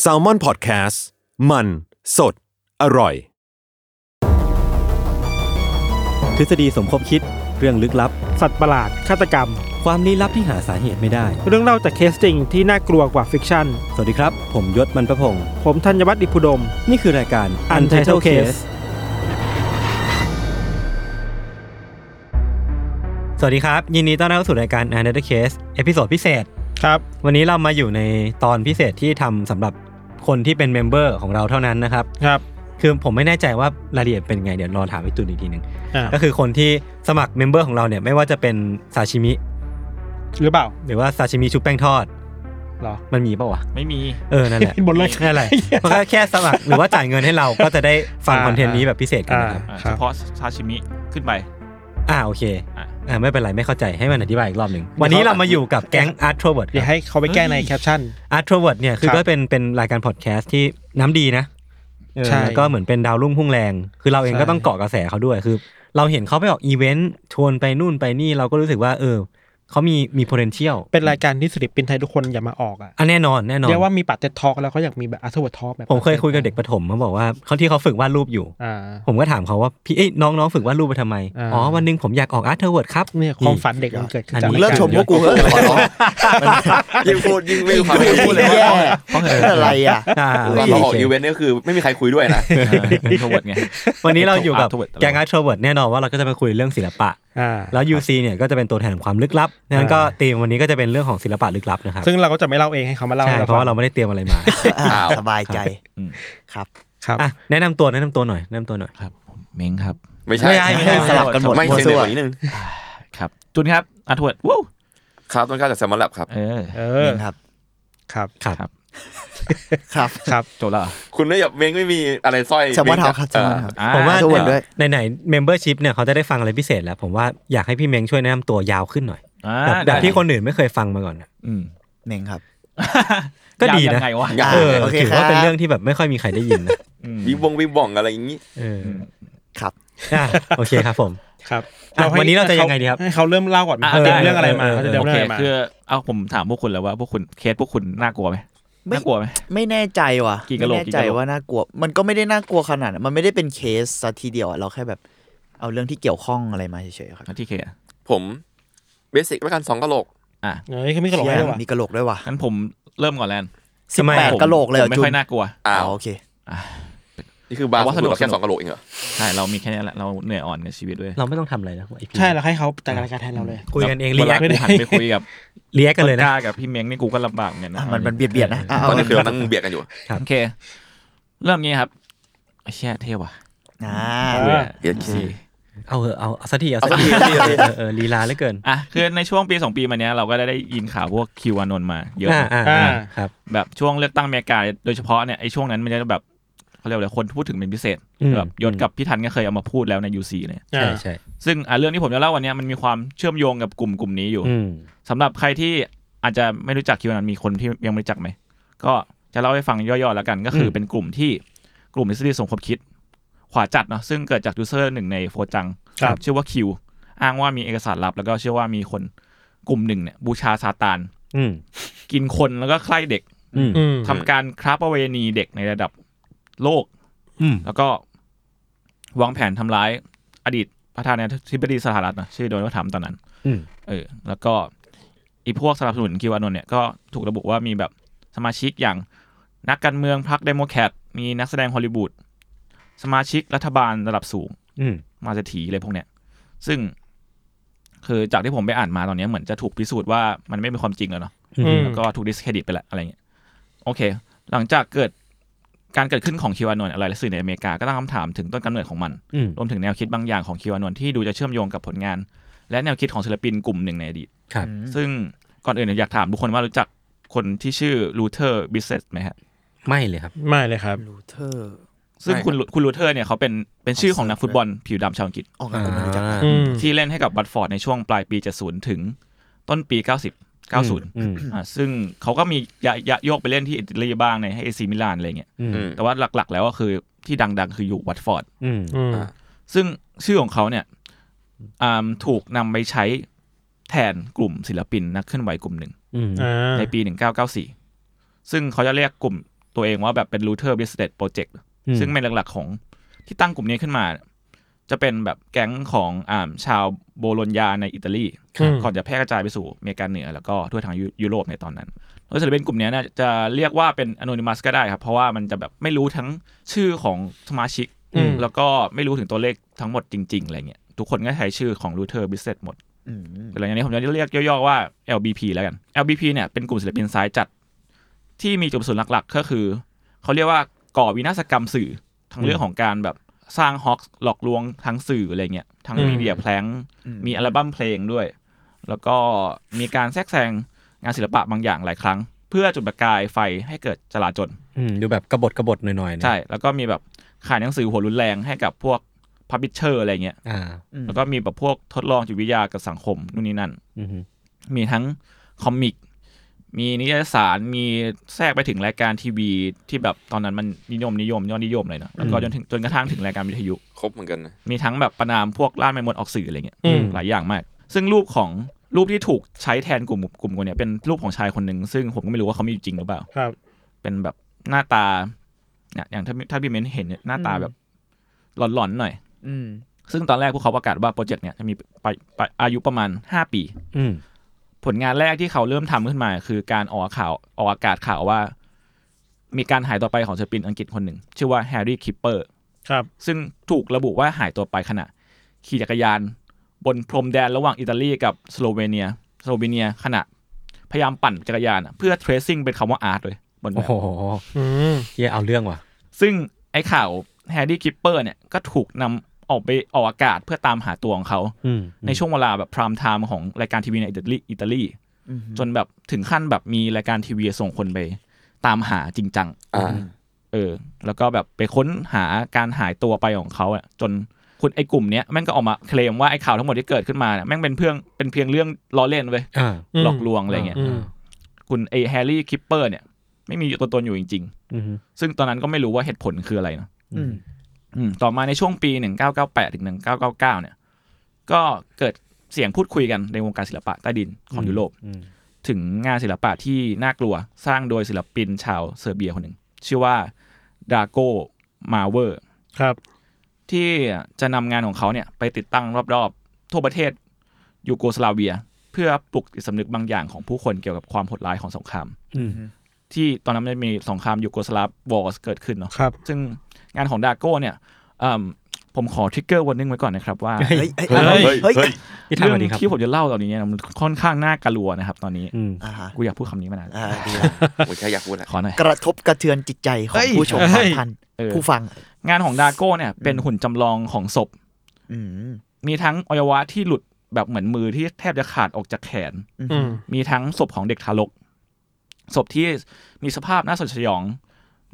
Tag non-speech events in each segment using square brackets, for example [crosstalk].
แซลมอนพอดแคสต์มันสดอร่อย ทฤษฎีสมคบคิดเรื่องลึกลับ สัตว์ประหลาด ฆาตกรรม ความลี้ลับที่หาสาเหตุไม่ได้ เรื่องเล่าจากเคสจริงที่น่ากลัวกว่าฟิกชั่น สวัสดีครับ ผมยศมันประพงศ์ ผมธัญวัฒน์อิพุดม นี่คือรายการ Untitled Case สวัสดีครับ ยินดีต้อนรับเข้าสู่รายการ Untitled Case เอพิโซดพิเศษ ครับ วันนี้เรามาอยู่ในตอนพิเศษที่ทำสำหรับคนที่เป็นเมมเบอร์ของเราเท่านั้นนะครับ ครับ คือผมไม่แน่ใจว่ารายละเอียดเป็นไง เดี๋ยวรอถามพี่ตุนอีกทีหนึ่ง อ่า ก็คือคนที่สมัครเมมเบอร์ของเราเนี่ยไม่ว่าจะเป็นซาชิมิ หรือเปล่า หรือว่าซาชิมิชุบแป้งทอด เหรอ มันมีเปล่าวะ ไม่มี เออ นั่นแหละ หมดเลย นั่นแหละ [laughs] มันก็แค่สมัคร หรือว่าจ่ายเงินให้เราก็จะได้ฟัง อ่า คอนเทนต์นี้แบบพิเศษกันนะครับ อ่ อ่า ครับ เฉพาะซาชิมิขึ้นไป อ่า โอเค อ่า อ่า ไม่เป็นไร ไม่เข้าใจ ให้มันอธิบายอีกรอบหนึ่ง วันนี้เรามาอยู่กับแก๊ง a r t r o v e r t เดี๋ยวให้เขาไปแก้ในแคปชั่น a r t r o v e r t เนี่ย คือ ครับ ก็เป็น เป็นรายการพอดแคสต์ที่น้ำดีนะเออ ใช่ แล้วก็เหมือนเป็นดาวรุ่งพุ่งแรง คือเราเอง ใช่ ก็ต้องเกาะกระแสเขาด้วย คือ เราเห็นเขาไปออกอีเวนต์ ชวนไปนู่นไปนี่ เราก็รู้สึกว่า เออ เขามี มี potential เป็นรายการที่ศิลปินไทยทุกคนอย่ามาออกอ่ะ อันแน่นอน แน่นอน เรียกว่ามีปัดเต็ดทอกแล้วเขาอยากมีแบบอัศวทอปแบบ ผมเคยคุยกับเด็กประถมเขาบอกว่าเขาที่เขาฝึกวาดรูปอยู่ อ่า ผมก็ถามเขาว่าพี่เอ้ยน้องๆฝึกวาดรูปไปทำไม อ่า อ๋อ วันหนึงผมอยากออกอาร์ตเทอร์เวิร์ดครับ เนี่ยความฝันเด็กมันเกิดขึ้น อัน จาก นี้ ราย เลิกชมพวกกูเถอะขอร้อง ยิ่งพูดยิ่งไม่รู้ความพูดเลย แย่อะไรอ่ะ อ่า ตอนเราออกอีเวนต์เนี่ยคือไม่มีใครคุยด้วยนะ ทวดไง วันนี้เราอยู่กับ Artwork ตลอด แกงอาร์ตเทอร์เวิร์ดแน่นอนว่าเราก็จะไปคุยเรื่องศิลปะ อ่า แล้ว UC เนี่ยก็จะเป็นตัวแทนของความลึกลับงั้นก็ อ่า ธีมวันนี้ก็จะเป็นเรื่องของศิลปะลึกลับนะครับ ซึ่งเราก็จะไม่เล่าเองให้เขามาเล่า ใช่ ให้ เพราะว่าเรา ฟัง ไม่ได้เตรียมอะไรมา อ่าสบายใจ อืม ครับ ครับ อ่ะแนะนำตัวแนะนำตัวหน่อยแนะนำตัวหน่อย ครับผมเม้งครับ ไม่ใช่ ไม่ใช่ไม่ใช่ สลับกันหมดไม่ มั่ว เสียงเด็กกว่านิดนึง ครับจุนครับอาทวดว้าว ครับต้นกล้าจากแซมมอนแลบครับ เออ เอ เม อ งครับ ครับ ครับ ครับ ครับ ครับ จบแล้วเหรอ คุณไม่อยากเมงไม่มีอะไรสร้อย แซลมอนเทาครับแซลมอนเทา อ่ ผมว่า ทุกคนด้วย ในไหนเมมเบอร์ชิพเนี่ยเขาจะได้ฟังอะไรพิเศษแล้ว ผมว่าอยากให้พี่เม้งช่วยแนะนำตัวยาวขึ้นหน่อย อ่า แบบแบบ ได้ ที่คนอื่นไม่เคยฟังมาก่อนอะ อืม เน่งครับ ก็ดีนะ ยาวยังไงวะ อ่า เออ โอเค ถือว่า ครับ เป็นเรื่องที่แบบไม่ค่อยมีใครได้ยินนะ อืม วิบวงวิบว่องอะไรอย่างนี้ เออ ครับ อ่ะโอเคครับผม ครับ อ่ะวันนี้เราจะยังไงดีครับ ให้เขาเริ่มเล่าก่อนไหมเขาเตรียมเรื่องอะไรมาเขาจะเตรียม โอ เรื่อ เค งอะไรมา คือเอาผมถามพวกคุณแล้วว่าพวกคุณเคสพวกคุณน่ากลัวไหม ไม่ น่ากลัวไหม ไม่แน่ใจว่ะ กี่กะโหลก ไม่แน่ใจ กี่กะโหลก ว่าน่ากลัว มันก็ไม่ได้น่ากลัวขนาดนั้นมันไม่ได้เป็นเคสซะทีเดียวอะเราแค่แบบเอาเรื่องที่เกี่ยวข้องอะไรมาเฉยๆครับ ที่เคสอ่ะ ผมเบสิกประกันสองกะโหลก อ่ะ เฮ้ยเขาไม่กระโหลก เชี่ยให้ด้วยวะ มีกะโหลกด้วยว่ะ งั้นผมเริ่มก่อนแล้ว สิบแปด ผม กะโหลกเลยเหร ผม อ ไม่ จุ ค่อน ยน่ากลัว อ้าว โอเค นี่คือบาร์ เอา ขอ ว่างส คุ นุ ณ ก เหรอแค่สองกะโหลกเองเหรอ ใช่เรามีแค่นี้แหละเราเหนื่อยอ่อนกับชีวิตด้วย เราไม่ต้องทำอะไรนะไอพี ใช่เราให้เขาจัดการรายการแทนเราเลย คุยกันเอง เว เรีย ลาก กูหันไปคุยกับ เรียกกันเลย ต้ นะ ล้ากับพี่เม้งนี่กูก็ลำบากเหมือนกันนะ อ่ะมันมันเบียดเบียดๆนะอ่ะ ตอ เอา นนี้คือเรานั่งเบียดกันอยู่ ครับ โอเค เริ่มงี้ครับไอ้เชี่ยเท่ว่ะ อ่า เออ เบียดขี้ เอาเถอะเอาเอาสักทีเอาสักทีเออเออลีลาเหลือเกิน อ่ะคือในช่วงปีสองปีมาเนี้ยเราก็ได้ได้ยินข่าวพวกคิวอานนท์มาเยอะ อ่าอ่า อ่า ครับ แบบช่วงเลือกตั้งอเมริกาโดยเฉพาะเนี่ยไอ้ช่วงนั้นมันจะแบบเขาเรียกว่าอะไรคนพูดถึงเป็นพิเศษแบบยศกับพี่ทันก็เคยเอามาพูดแล้วในยูซีเนี่ย ใช่ใช่ ซึ่งอ่ะเรื่องที่ผมจะเล่าวันเนี้ยมันมีความเชื่อมโยงกับกลุ่มกลุ่มนี้อยู่ อืม สำหรับใครที่อาจจะไม่รู้จักคิวอานนท์มีคนที่ยังไม่รู้จักไหมก็จะเล่าให้ฟังย่อยๆแล้วกัน ก็คือเป็นกลุ่มที่กลุ่มทฤษฎีสมคบคิด ขวาจัดเนาะซึ่งเกิดจากยูเซอร์หนึ่งในโฟจัง ครับ ชื่อว่าคิว อ้างว่ามีเอกสารลับ แล้วก็เชื่อว่ามีคนกลุ่มหนึ่งเนี่ยบูชาซาตาน อืม กินคนแล้วก็ใคร่เด็ก อืม อืม ทำการคราบประเวณีเด็กในระดับโลก อืม แล้วก็ วางแผนทำร้ายอดีตประธานาธิบดีสหรัฐนะชื่อโดนัลด์ทรัมป์ตอนนั้น อืม เออ แล้วก็อีพวกสนับสนุนคิวอานนท์เนี่ยก็ถูกระบุว่ามีแบบ สมาชิกอย่างนักการเมืองพรรคเดโมแครตมีนักแสดงฮอลลีวูดสมาชิกรัฐบาลระดับสูง อืม มาเศรษฐีเลยพวกเนี้ย ซึ่ง คือจากที่ผมไปอ่านมาตอนเนี้ยเหมือนจะถูกพิสูจน์ว่ามันไม่เป็นความจริงแล้วเนาะ อืม แล้วก็ถูกดิสเครดิตไปละอะไรเงี้ยโอเค หลังจากเกิดการเกิดขึ้นของคิวอานนอะไรและสื่อในอเมริกาก็ตั้งคำถามถึงต้นกำเนิดของมัน อืม รวมถึงแนวคิดบางอย่างของคิวอานนที่ดูจะเชื่อมโยงกับผลงาน และแนวคิดของศิลปินกลุ่มหนึ่งในอดีต ครับ ซึ่งก่อนอื่นอยากถามทุกคนว่ารู้จักคนที่ชื่อลูเทอร์บิสเซสไหมฮะ ไม่เลยครับ ไม่เลยครับ ลูเทอร์ ซึ่ง ไม่ครับ คุณคุณลูเทอร์เนี่ยเขาเป็นเป็นชื่อของนักฟุตบอลผิวดำชาวอังกฤษ ออกงานกูไม่รู้จัก อืม ที่เล่นให้กับวัตฟอร์ดในช่วงปลายปี 70 ถึงต้นปี 90 90 อืม อ่าซึ่งเขาก็มียะยะโยกไปเล่นที่อิตาลีบ้างในให้เอซีมิลานอะไรเงี้ย อืม อืม แต่ว่าหลักๆ แล้วก็คือที่ดังๆ คืออยู่วัตฟอร์ด อืม อืม ซึ่งชื่อของเขาเนี่ยอ่าถูกนำไปใช้แทนกลุ่มศิลปินนักเคลื่อนไหวกลุ่มหนึ่ง อืม อ่า ในปี 1994 ซึ่งเขาจะเรียกกลุ่มตัวเองว่าแบบเป็น Luther b i s n e s s Project อืม ซึ่งเป็นหลักๆของที่ตั้งกลุ่มนี้ขึ้นมา จะเป็นแบบแก๊งของอ่าชาวโบโลญญาในอิตาลี ก่อนจะแพร่กระจายไปสู่อเมริกาเหนือ แล้วก็ทั่วทางยุยุโรปในตอนนั้นโดยศิลปินกลุ่มเนี้ยน่าจะเรียกว่าเป็นอ n o n y m o u s ก็ได้ครับ เพราะว่ามันจะแบบไม่รู้ทั้งชื่อของสมาชิก อืม แล้วก็ไม่รู้ถึงตัวเลขทั้งหมดจริง ๆ อะไรเงี้ยทุกคนก็ใช้ชื่อของ Luther b i s n e s s หมด อืม แต่หลังจากนี้ผมจะเรียกย่อๆว่า LBP แล้วกัน LBP เนี่ยเป็นกลุ่มศิลปินซ้ายจัด ที่มีจุดประสงค์หลักๆ ก็คือ เขาเรียกว่าก่อวินาศกรรมสื่อทั้งเรื่องของการแบบสร้างฮอกหลอกลวงทั้งสื่ออะไรเงี้ยทั้ง อืม มีเดียแพลงมีอัลบั้มเพลงด้วย แล้วก็มีการแทรกแซงงานศิลปะบางอย่างหลายครั้ง เพื่อจุดประกายไฟให้เกิดจลาจล อืมดูแบบกบฏกบฏหน่อยๆนะ ใช่ แล้วก็มีแบบขายหนังสือหัวรุนแรงให้กับพวกพับบิชเชอร์อะไรเงี้ย อ่า แล้วก็มีแบบพวกทดลองจิตวิทยากับสังคมนู่นนี่นั่น อืม มีทั้งคอมิก มีนิยายสาร มีแทรกไปถึงรายการทีวีที่แบบตอนนั้นมันนิยมนิยมยอดนิยมเลยเนอะแล้วก็จนถึงจนกระทั่งถึงรายการวิทยุ ครบเหมือนกันนะ มีทั้งแบบประนามพวกล่าแมมมดออกสื่ออะไรเงี้ย อืม หลายอย่างมาก ซึ่งรูปของรูปที่ถูกใช้แทนกลุ่มกลุ่มคนเนี้ยเป็นรูปของชายคนหนึ่ง ซึ่งผมก็ไม่รู้ว่าเขามีอยู่จริงหรือเปล่า ครับ เป็นแบบหน้าตาเนี่ยอย่างถ้าถ้าพี่เมนเห็นเนี่ยหน้าตาแบบหลอนๆหน่อย อืม ซึ่งตอนแรกพวกเขาประกาศว่าโปรเจกต์เนี่ยจะมีไปไปอายุประมาณ 5 ปี อืม ผลงานแรกที่เขาเริ่มทำขึ้นมาคือการออกข่าวออกอากาศข่าวว่า มีการหายตัวไปของศิลปินอังกฤษคนหนึ่ง ชื่อว่าแฮร์รี่คิปเปอร์ ครับ ซึ่งถูกระบุว่าหายตัวไปขณะ ขี่จักรยานบนพรมแดนระหว่างอิตาลีกับสโลเวเนียสโลเวเนียขณะพยายามปั่นจักรยานอะเพื่อ tracing เป็นคำว่าอาร์ตเลยบนแบ โอ้ บ โห อืม เฮียเอาเรื่องว่ะ ซึ่งไอ้ข่าวแฮร์รี่คิปเปอร์เนี่ยก็ถูกนำออกไปออกอากาศเพื่อตามหาตัวของเขา อืม ในช่วงเวลาแบบพรามไทม์ของรายการทีวีในอิตาลีอิตาลีจนแบบถึงขั้นแบบมีรายการทีวีส่งคนไป ตามหาจริงจัง อ่า เออ แล้วก็แบบไปค้นหาการหายตัวไปของเขาอ่ะจนคุณไอ้กลุ่มเนี้ยแม่งก็ออกมาเคลมว่าไอ้ข่าวทั้งหมดที่เกิดขึ้นมาเนี่ยแม่งเป็นเพียงเป็นเพียงเรื่องล้อเล่นเว้ย อ่า อืม หลอกลวงอะไรเงี้ย อืม คุณไอ้แฮร์รี่คิปเปอร์เนี่ยไม่มีตัวตนอยู่จริง อืม ๆ ซึ่งตอนนั้นก็ไม่รู้ว่าเหตุผลคืออะไรเนาะ อืม อืมต่อมาในช่วงปี 1998 ถึง 1999 เนี่ย ก็เกิดเสียงพูดคุยกันในวงการศิลปะใต้ดินของยุโรป อืม ถึงงานศิลปะที่น่ากลัวสร้างโดยศิลปินชาวเซอร์เบียคนหนึ่ง ชื่อว่าดาโกมาเวอร์ ครับ ที่จะนำงานของเขาเนี่ยไปติดตั้งรอบๆ ทั่วประเทศยูโกสลาเวีย เพื่อปลุกจิตสำนึกบางอย่างของผู้คนเกี่ยวกับความโหดร้ายของสงคราม อืม ที่ตอนนั้นมันมีสงครามยูโกสลาวอร์สเกิดขึ้นเนาะ ครับ ซึ่งงานของดาโก้เนี่ยเอิ่มผมขอทริกเกอร์วันนึงไว้ก่อนนะครับว่า เฮ้ยเฮ้ย เฮ้ย เฮ้ย เฮ้ย เฮ้ย พี่ทำ เรื่อ มาง ดีครับ ที่ผมจะเล่าตอนนี้เนี่ยมันค่อนข้างน่ากลัวนะครับ ตอนนี้ อืม อ่าฮะ กูอยากพูดคำนี้มานาน อ่าดีละ โอ้ยแค่อยากพูดแหละ ขอหน่อย กระทบกระเทือนจิตใจของผู้ชม เฮ้ บาง ย ท่าน เออ ผู้ฟัง งานของดาโก้เนี่ยเป็นหุ่นจำลองของศพ อืม มีทั้งอวัยวะที่หลุดแบบเหมือนมือที่แทบจะขาดออกจากแขน อืม มีทั้งศพของเด็กทารกศพที่มีสภาพน่าสยดสยอง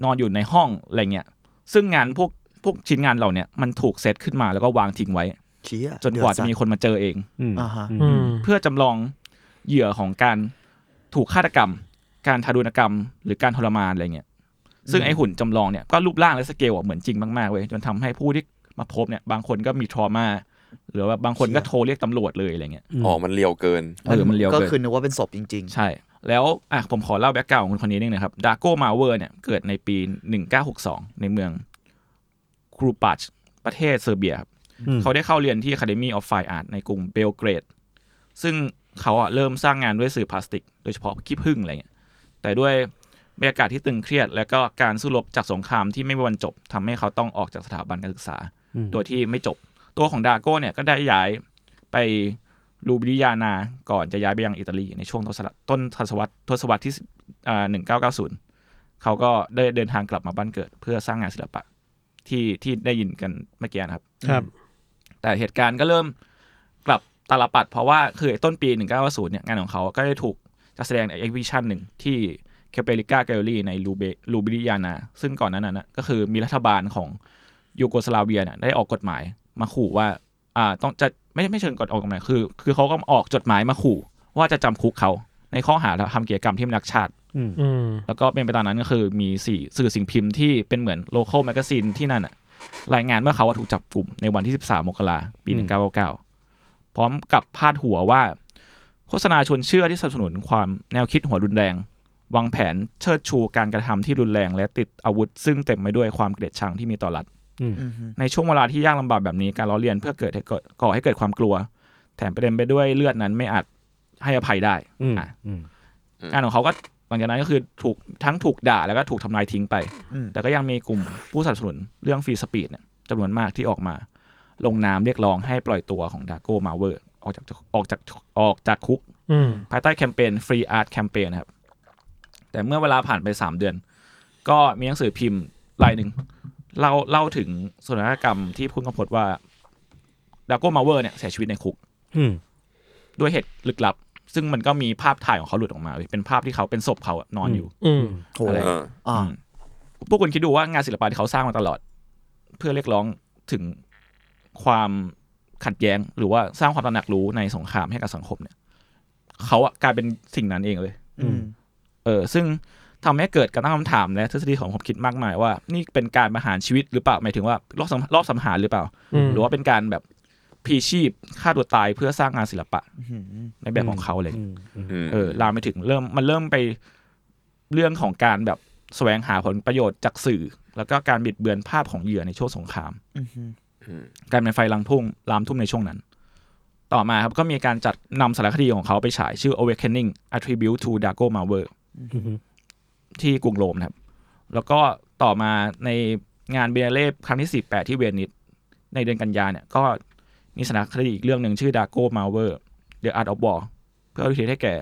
นอนอยู่ในห้องอะไรเงี้ยซึ่งงานพวกพวกชิ้นงานเหล่าเนี่ยมันถูกเซตขึ้นมาแล้วก็วางทิ้งไว้ เชี่ย จนกว่าจะ เดือด มีคนมาเจอเอง อืม อ่าฮะ อืม เพื่อจำลองเหยื่อของการถูกฆาตกรรม การทารุณกรรม หรือการทรมานอะไรเงี้ย ซึ่งไอหุ่นจำลองเนี่ยก็รูปร่างและสเกลอะเหมือนจริงมากๆเว้ยจนทำให้ผู้ที่มาพบเนี่ยบางคนก็มีทรมาหรือว่าบางคนก็โทรเรียกตำรวจเลยอะไรเงี้ย อ๋อมันเลียวเกิน เออมันเลียว ก็ เกิน คือนึกว่าเป็นศพจริง ใช่ แล้วอ่ะผมขอเล่าแบ็กกราวของคนคนนี้นิดนึงนะครับดาโกมาเวอร์เนี่ยเกิดในปี 1962 ในเมืองครูปัชประเทศเซอร์เบียครับ อืม เขาได้เข้าเรียนที่ Academy of Fine Art ในกรุงเบลเกรด ซึ่งเขาอ่ะเริ่มสร้างงานด้วยสื่อพลาสติก โดยเฉพาะขี้ผึ้งอะไรเงี้ยแต่ด้วย บรรยากาศที่ตึงเครียด แล้วก็การสู้รบจากสงครามที่ไม่มีวันจบทำให้เขาต้องออกจากสถาบันการศึกษา อืม โดยที่ไม่จบ ตัวของดาโก้เนี่ยก็ได้ย้ายไปลูบิลิยานา ก่อนจะย้ายไปยังอิตาลีในช่วงทศวรรษต้นทศวรรษทศวรรษที่หนึ่งเก้าเก้าศูนย์เขาก็ได้เดินทางกลับมาบ้านเกิด เพื่อสร้างงานศิลปะที่ที่ได้ยินกันเมื่อกี้นะครับ ครับ แต่เหตุการณ์ก็เริ่มกลับตาลปัด เพราะว่าคือไอ้ต้นปี 1990เนี่ยงานของเขาก็ได้ถูกจัดแสดงในเอ็กซิบิชันหนึ่งที่เคเปริก้าแกลเลอรี่ในลูเบลูบิลิยานา ซึ่งก่อนหนั้านนนะก็คือมีรัฐบาลของยูโกสลาเวียเนี่ยได้ออกกฎหมายมาขู่ว่าอ่าต้องจะไม่ไม่เชิญกฎออกกฎหมายคือ คือเขาก็ออกจดหมายมาขู่ ว่าจะจำคุกเขาในข้อหาทำกิจกรรมที่ไม่รักชาติ อืม แล้วก็เป็นไปตามนั้นก็คือมีสี่สื่อสิ่งพิมพ์ที่เป็นเหมือนโลเคอลแมกซีนที่นั่นอะรายงานว่าเขาอะถูกจับกลุ่มในวันที่ 13 มกราปี 1999 พร้อมกับพาดหัวว่า โฆษณาชวนเชื่อที่สนับสนุนความแนวคิดหัวรุนแรง วางแผนเชิดชูการกระทำที่รุนแรง และติดอาวุธ ซึ่งเต็มไปด้วยความเกลียดชังที่มีต่อรัฐ อือฮึ ในช่วงเวลาที่ยากลำบากแบบนี้การล้อเลียนเพื่อเกิดให้เกิดก่อให้เกิดความกลัว แถมประเด็นไปด้วยเลือดนั้นไม่อาจให้อภัยได้ อืม อ่ะ อืม งานของเขาก็หลังจากนั้นก็คือถูกทั้งถูกด่าแล้วก็ถูกทำลายทิ้งไป อืม แต่ก็ยังมีกลุ่มผู้สนับสนุนเรื่องฟรีสปีดเนี่ยจำนวนมากที่ออกมา ลงนามเรียกร้องให้ปล่อยตัวของดาโก้มาเวอร์ ออกจากออกจากออกจากคุก อืม ภายใต้แคมเปญ Free Art Campaign นะครับ แต่เมื่อเวลาผ่านไป 3 เดือน ก็มีหนังสือพิมพ์รายหนึ่งเล่าเล่าถึงสถานกรรมที่พุ่งกำพดว่าดาโก้มาเวอร์เนี่ยเสียชีวิตในคุก อืม ด้วยเหตุลึกลับ ซึ่งมันก็มีภาพถ่ายของเขาหลุดออกมาเว้ยเป็นภาพที่เขาเป็นศพเขาอะนอนอยู่ อืม โอ้ อะไร เออ อ่า อืมพวกคุณคิดดูว่างานศิลปะที่เขาสร้างมาตลอด เพื่อเรียกร้องถึงความขัดแย้ง หรือว่าสร้างความตระหนักรู้ในสงครามให้กับสังคมเนี่ยเขาอะกลายเป็นสิ่งนั้นเองเลย อืม เออซึ่งทำให้เกิดการตั้งคำถามและทฤษฎีของความคิดมากมายว่า นี่เป็นการประหารชีวิตหรือเปล่าหมายถึงว่ารอบสังรอบสังหารหรือเปล่า อืม หรือว่าเป็นการแบบพลีชีพฆ่าตัวตายเพื่อสร้างงานศิลปะในแบบของเขาเลย อืม เออลามไปถึงเริ่มมันเริ่มไปเรื่องของการแบบแสวงหาผลประโยชน์จากสื่อ แล้วก็การบิดเบือนภาพของเหยื่อในช่วงสงครามกลายเป็นไฟลังทุ่งลามทุ่มในช่วงนั้น ต่อมาครับก็มีการจัดนำสารคดีของเขาไปฉายชื่อ Awakening Attribute to Dago Mauer ที่กรุงโรมนะครับ แล้วก็ต่อมาในงานเบียเล่ครั้งที่ 18 ที่เวียนนิสในเดือนกันยาเนี่ยก็มีสารคดีอีกเรื่องหนึ่งชื่อ Dago Mauer The Art of War เพื่อเอาทีให้แก่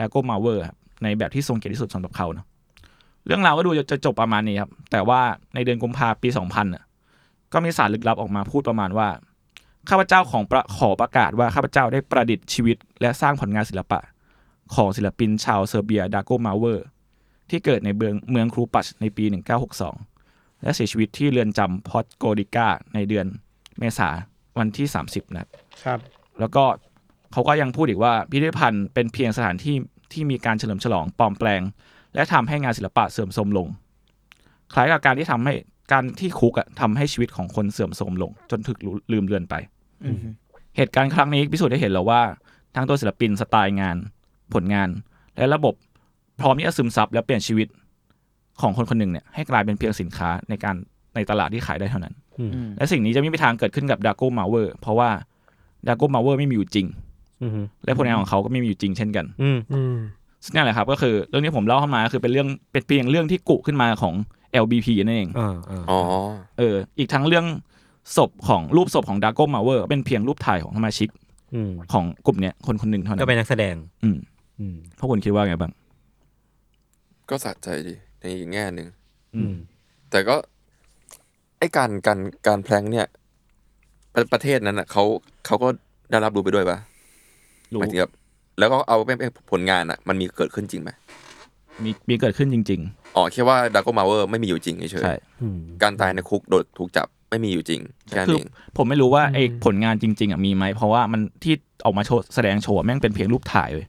ดาโก้มาเวอร์ครับในแบบที่ทรงเกียรติที่สุดสำหรับเขาเนาะเรื่องราวก็ดูจะจะจบประมาณนี้ครับ แต่ว่าในเดือนกุมภาปี 2000น่ะก็มีสารลึกลับออกมาพูดประมาณว่า ข้าพเจ้าของประขอประกาศว่าข้าพเจ้าได้ประดิษฐ์ชีวิต และสร้างผลงานศิลปะ ของศิลปินชาวเซอร์เบียดาโกมาเวอร์ ที่เกิดในเมืองเมืองครูปัชในปี 1962 และเสียชีวิตที่เรือนจำพอตโกริก้าในเดือนเมษาวันที่ 30นะครับ ครับ แล้วก็เขาก็ยังพูดอีกว่าพิพิธภัณฑ์เป็นเพียงสถานที่ที่มีการเฉลิมฉลองปลอมแปลง และทำให้งานศิลปะเสื่อมโทรมลง คล้ายกับการที่ทำให้การที่คุกอะทำให้ชีวิตของคนเสื่อมโทรมลง จนถึกรู้ลืมเลือนไป เหตุการณ์ครั้งนี้พิสูจน์ได้เห็นแล้วว่า ทั้งตัวศิลปินสไตล์งาน ผลงาน และระบบพร้อมที่จะซึมซับและเปลี่ยนชีวิตของคนคนหนึ่งเนี่ยให้กลายเป็นเพียงสินค้าในการในตลาดที่ขายได้เท่านั้น และสิ่งนี้จะไม่มีทางเกิดขึ้นกับดาโก้มาเวอร์เพราะว่าดาโก้มาเวอร์ไม่มีอยู่จริง อืม และผลงานของเขาก็ไม่มีอยู่จริงเช่นกัน อืม อืม ซึ่งนั่นแหละครับ ก็คือเรื่องที่ผมเล่าเข้ามาคือเป็นเรื่องเป็นเพียงเรื่องที่กุขึ้นมาของ LBP นั่นเอง อ่าอ่า อ๋อ เออ อีกทั้งเรื่องศพของรูปศพของดาโก้มาเวอร์เป็นเพียงรูปถ่ายของสมาชิก อืม ของกลุ่มเนี้ยคนคนหนึ่งเท่านั้ ก็เป็น น นักแสดง อืม อืม พวกคุณคิดว่าไงบ้าง ก็สะใจดีในอีกแง่หนึ่ง อืม แต่ก็ ไอ้การการการแพลงเนี่ยประประเทศนั้นอ่ะเขาเขาก็ได้รับรู้ไปด้วยปะ รู้ หมายถึงแบบแล้วก็เอาเป็นเป็นผลงานอ่ะ มันมีเกิดขึ้นจริงไหม มีมีเกิดขึ้นจริง อ๋อแค่ว่าดาร์กมาเวอร์ไม่มีอยู่จริงเฉ ๆ ย ใช่ อืม ๆการตายในคุกโดดถูกจับไม่มีอยู่จริงแค่นั้น คือ เอง ผมไม่รู้ว่าไอ้ผลงานจริง ๆอ่ะมีไหมเพราะว่ามันที่ออกมาโชว์แสดงโชว์แม่งเป็นเพียงรูปถ่ายเลย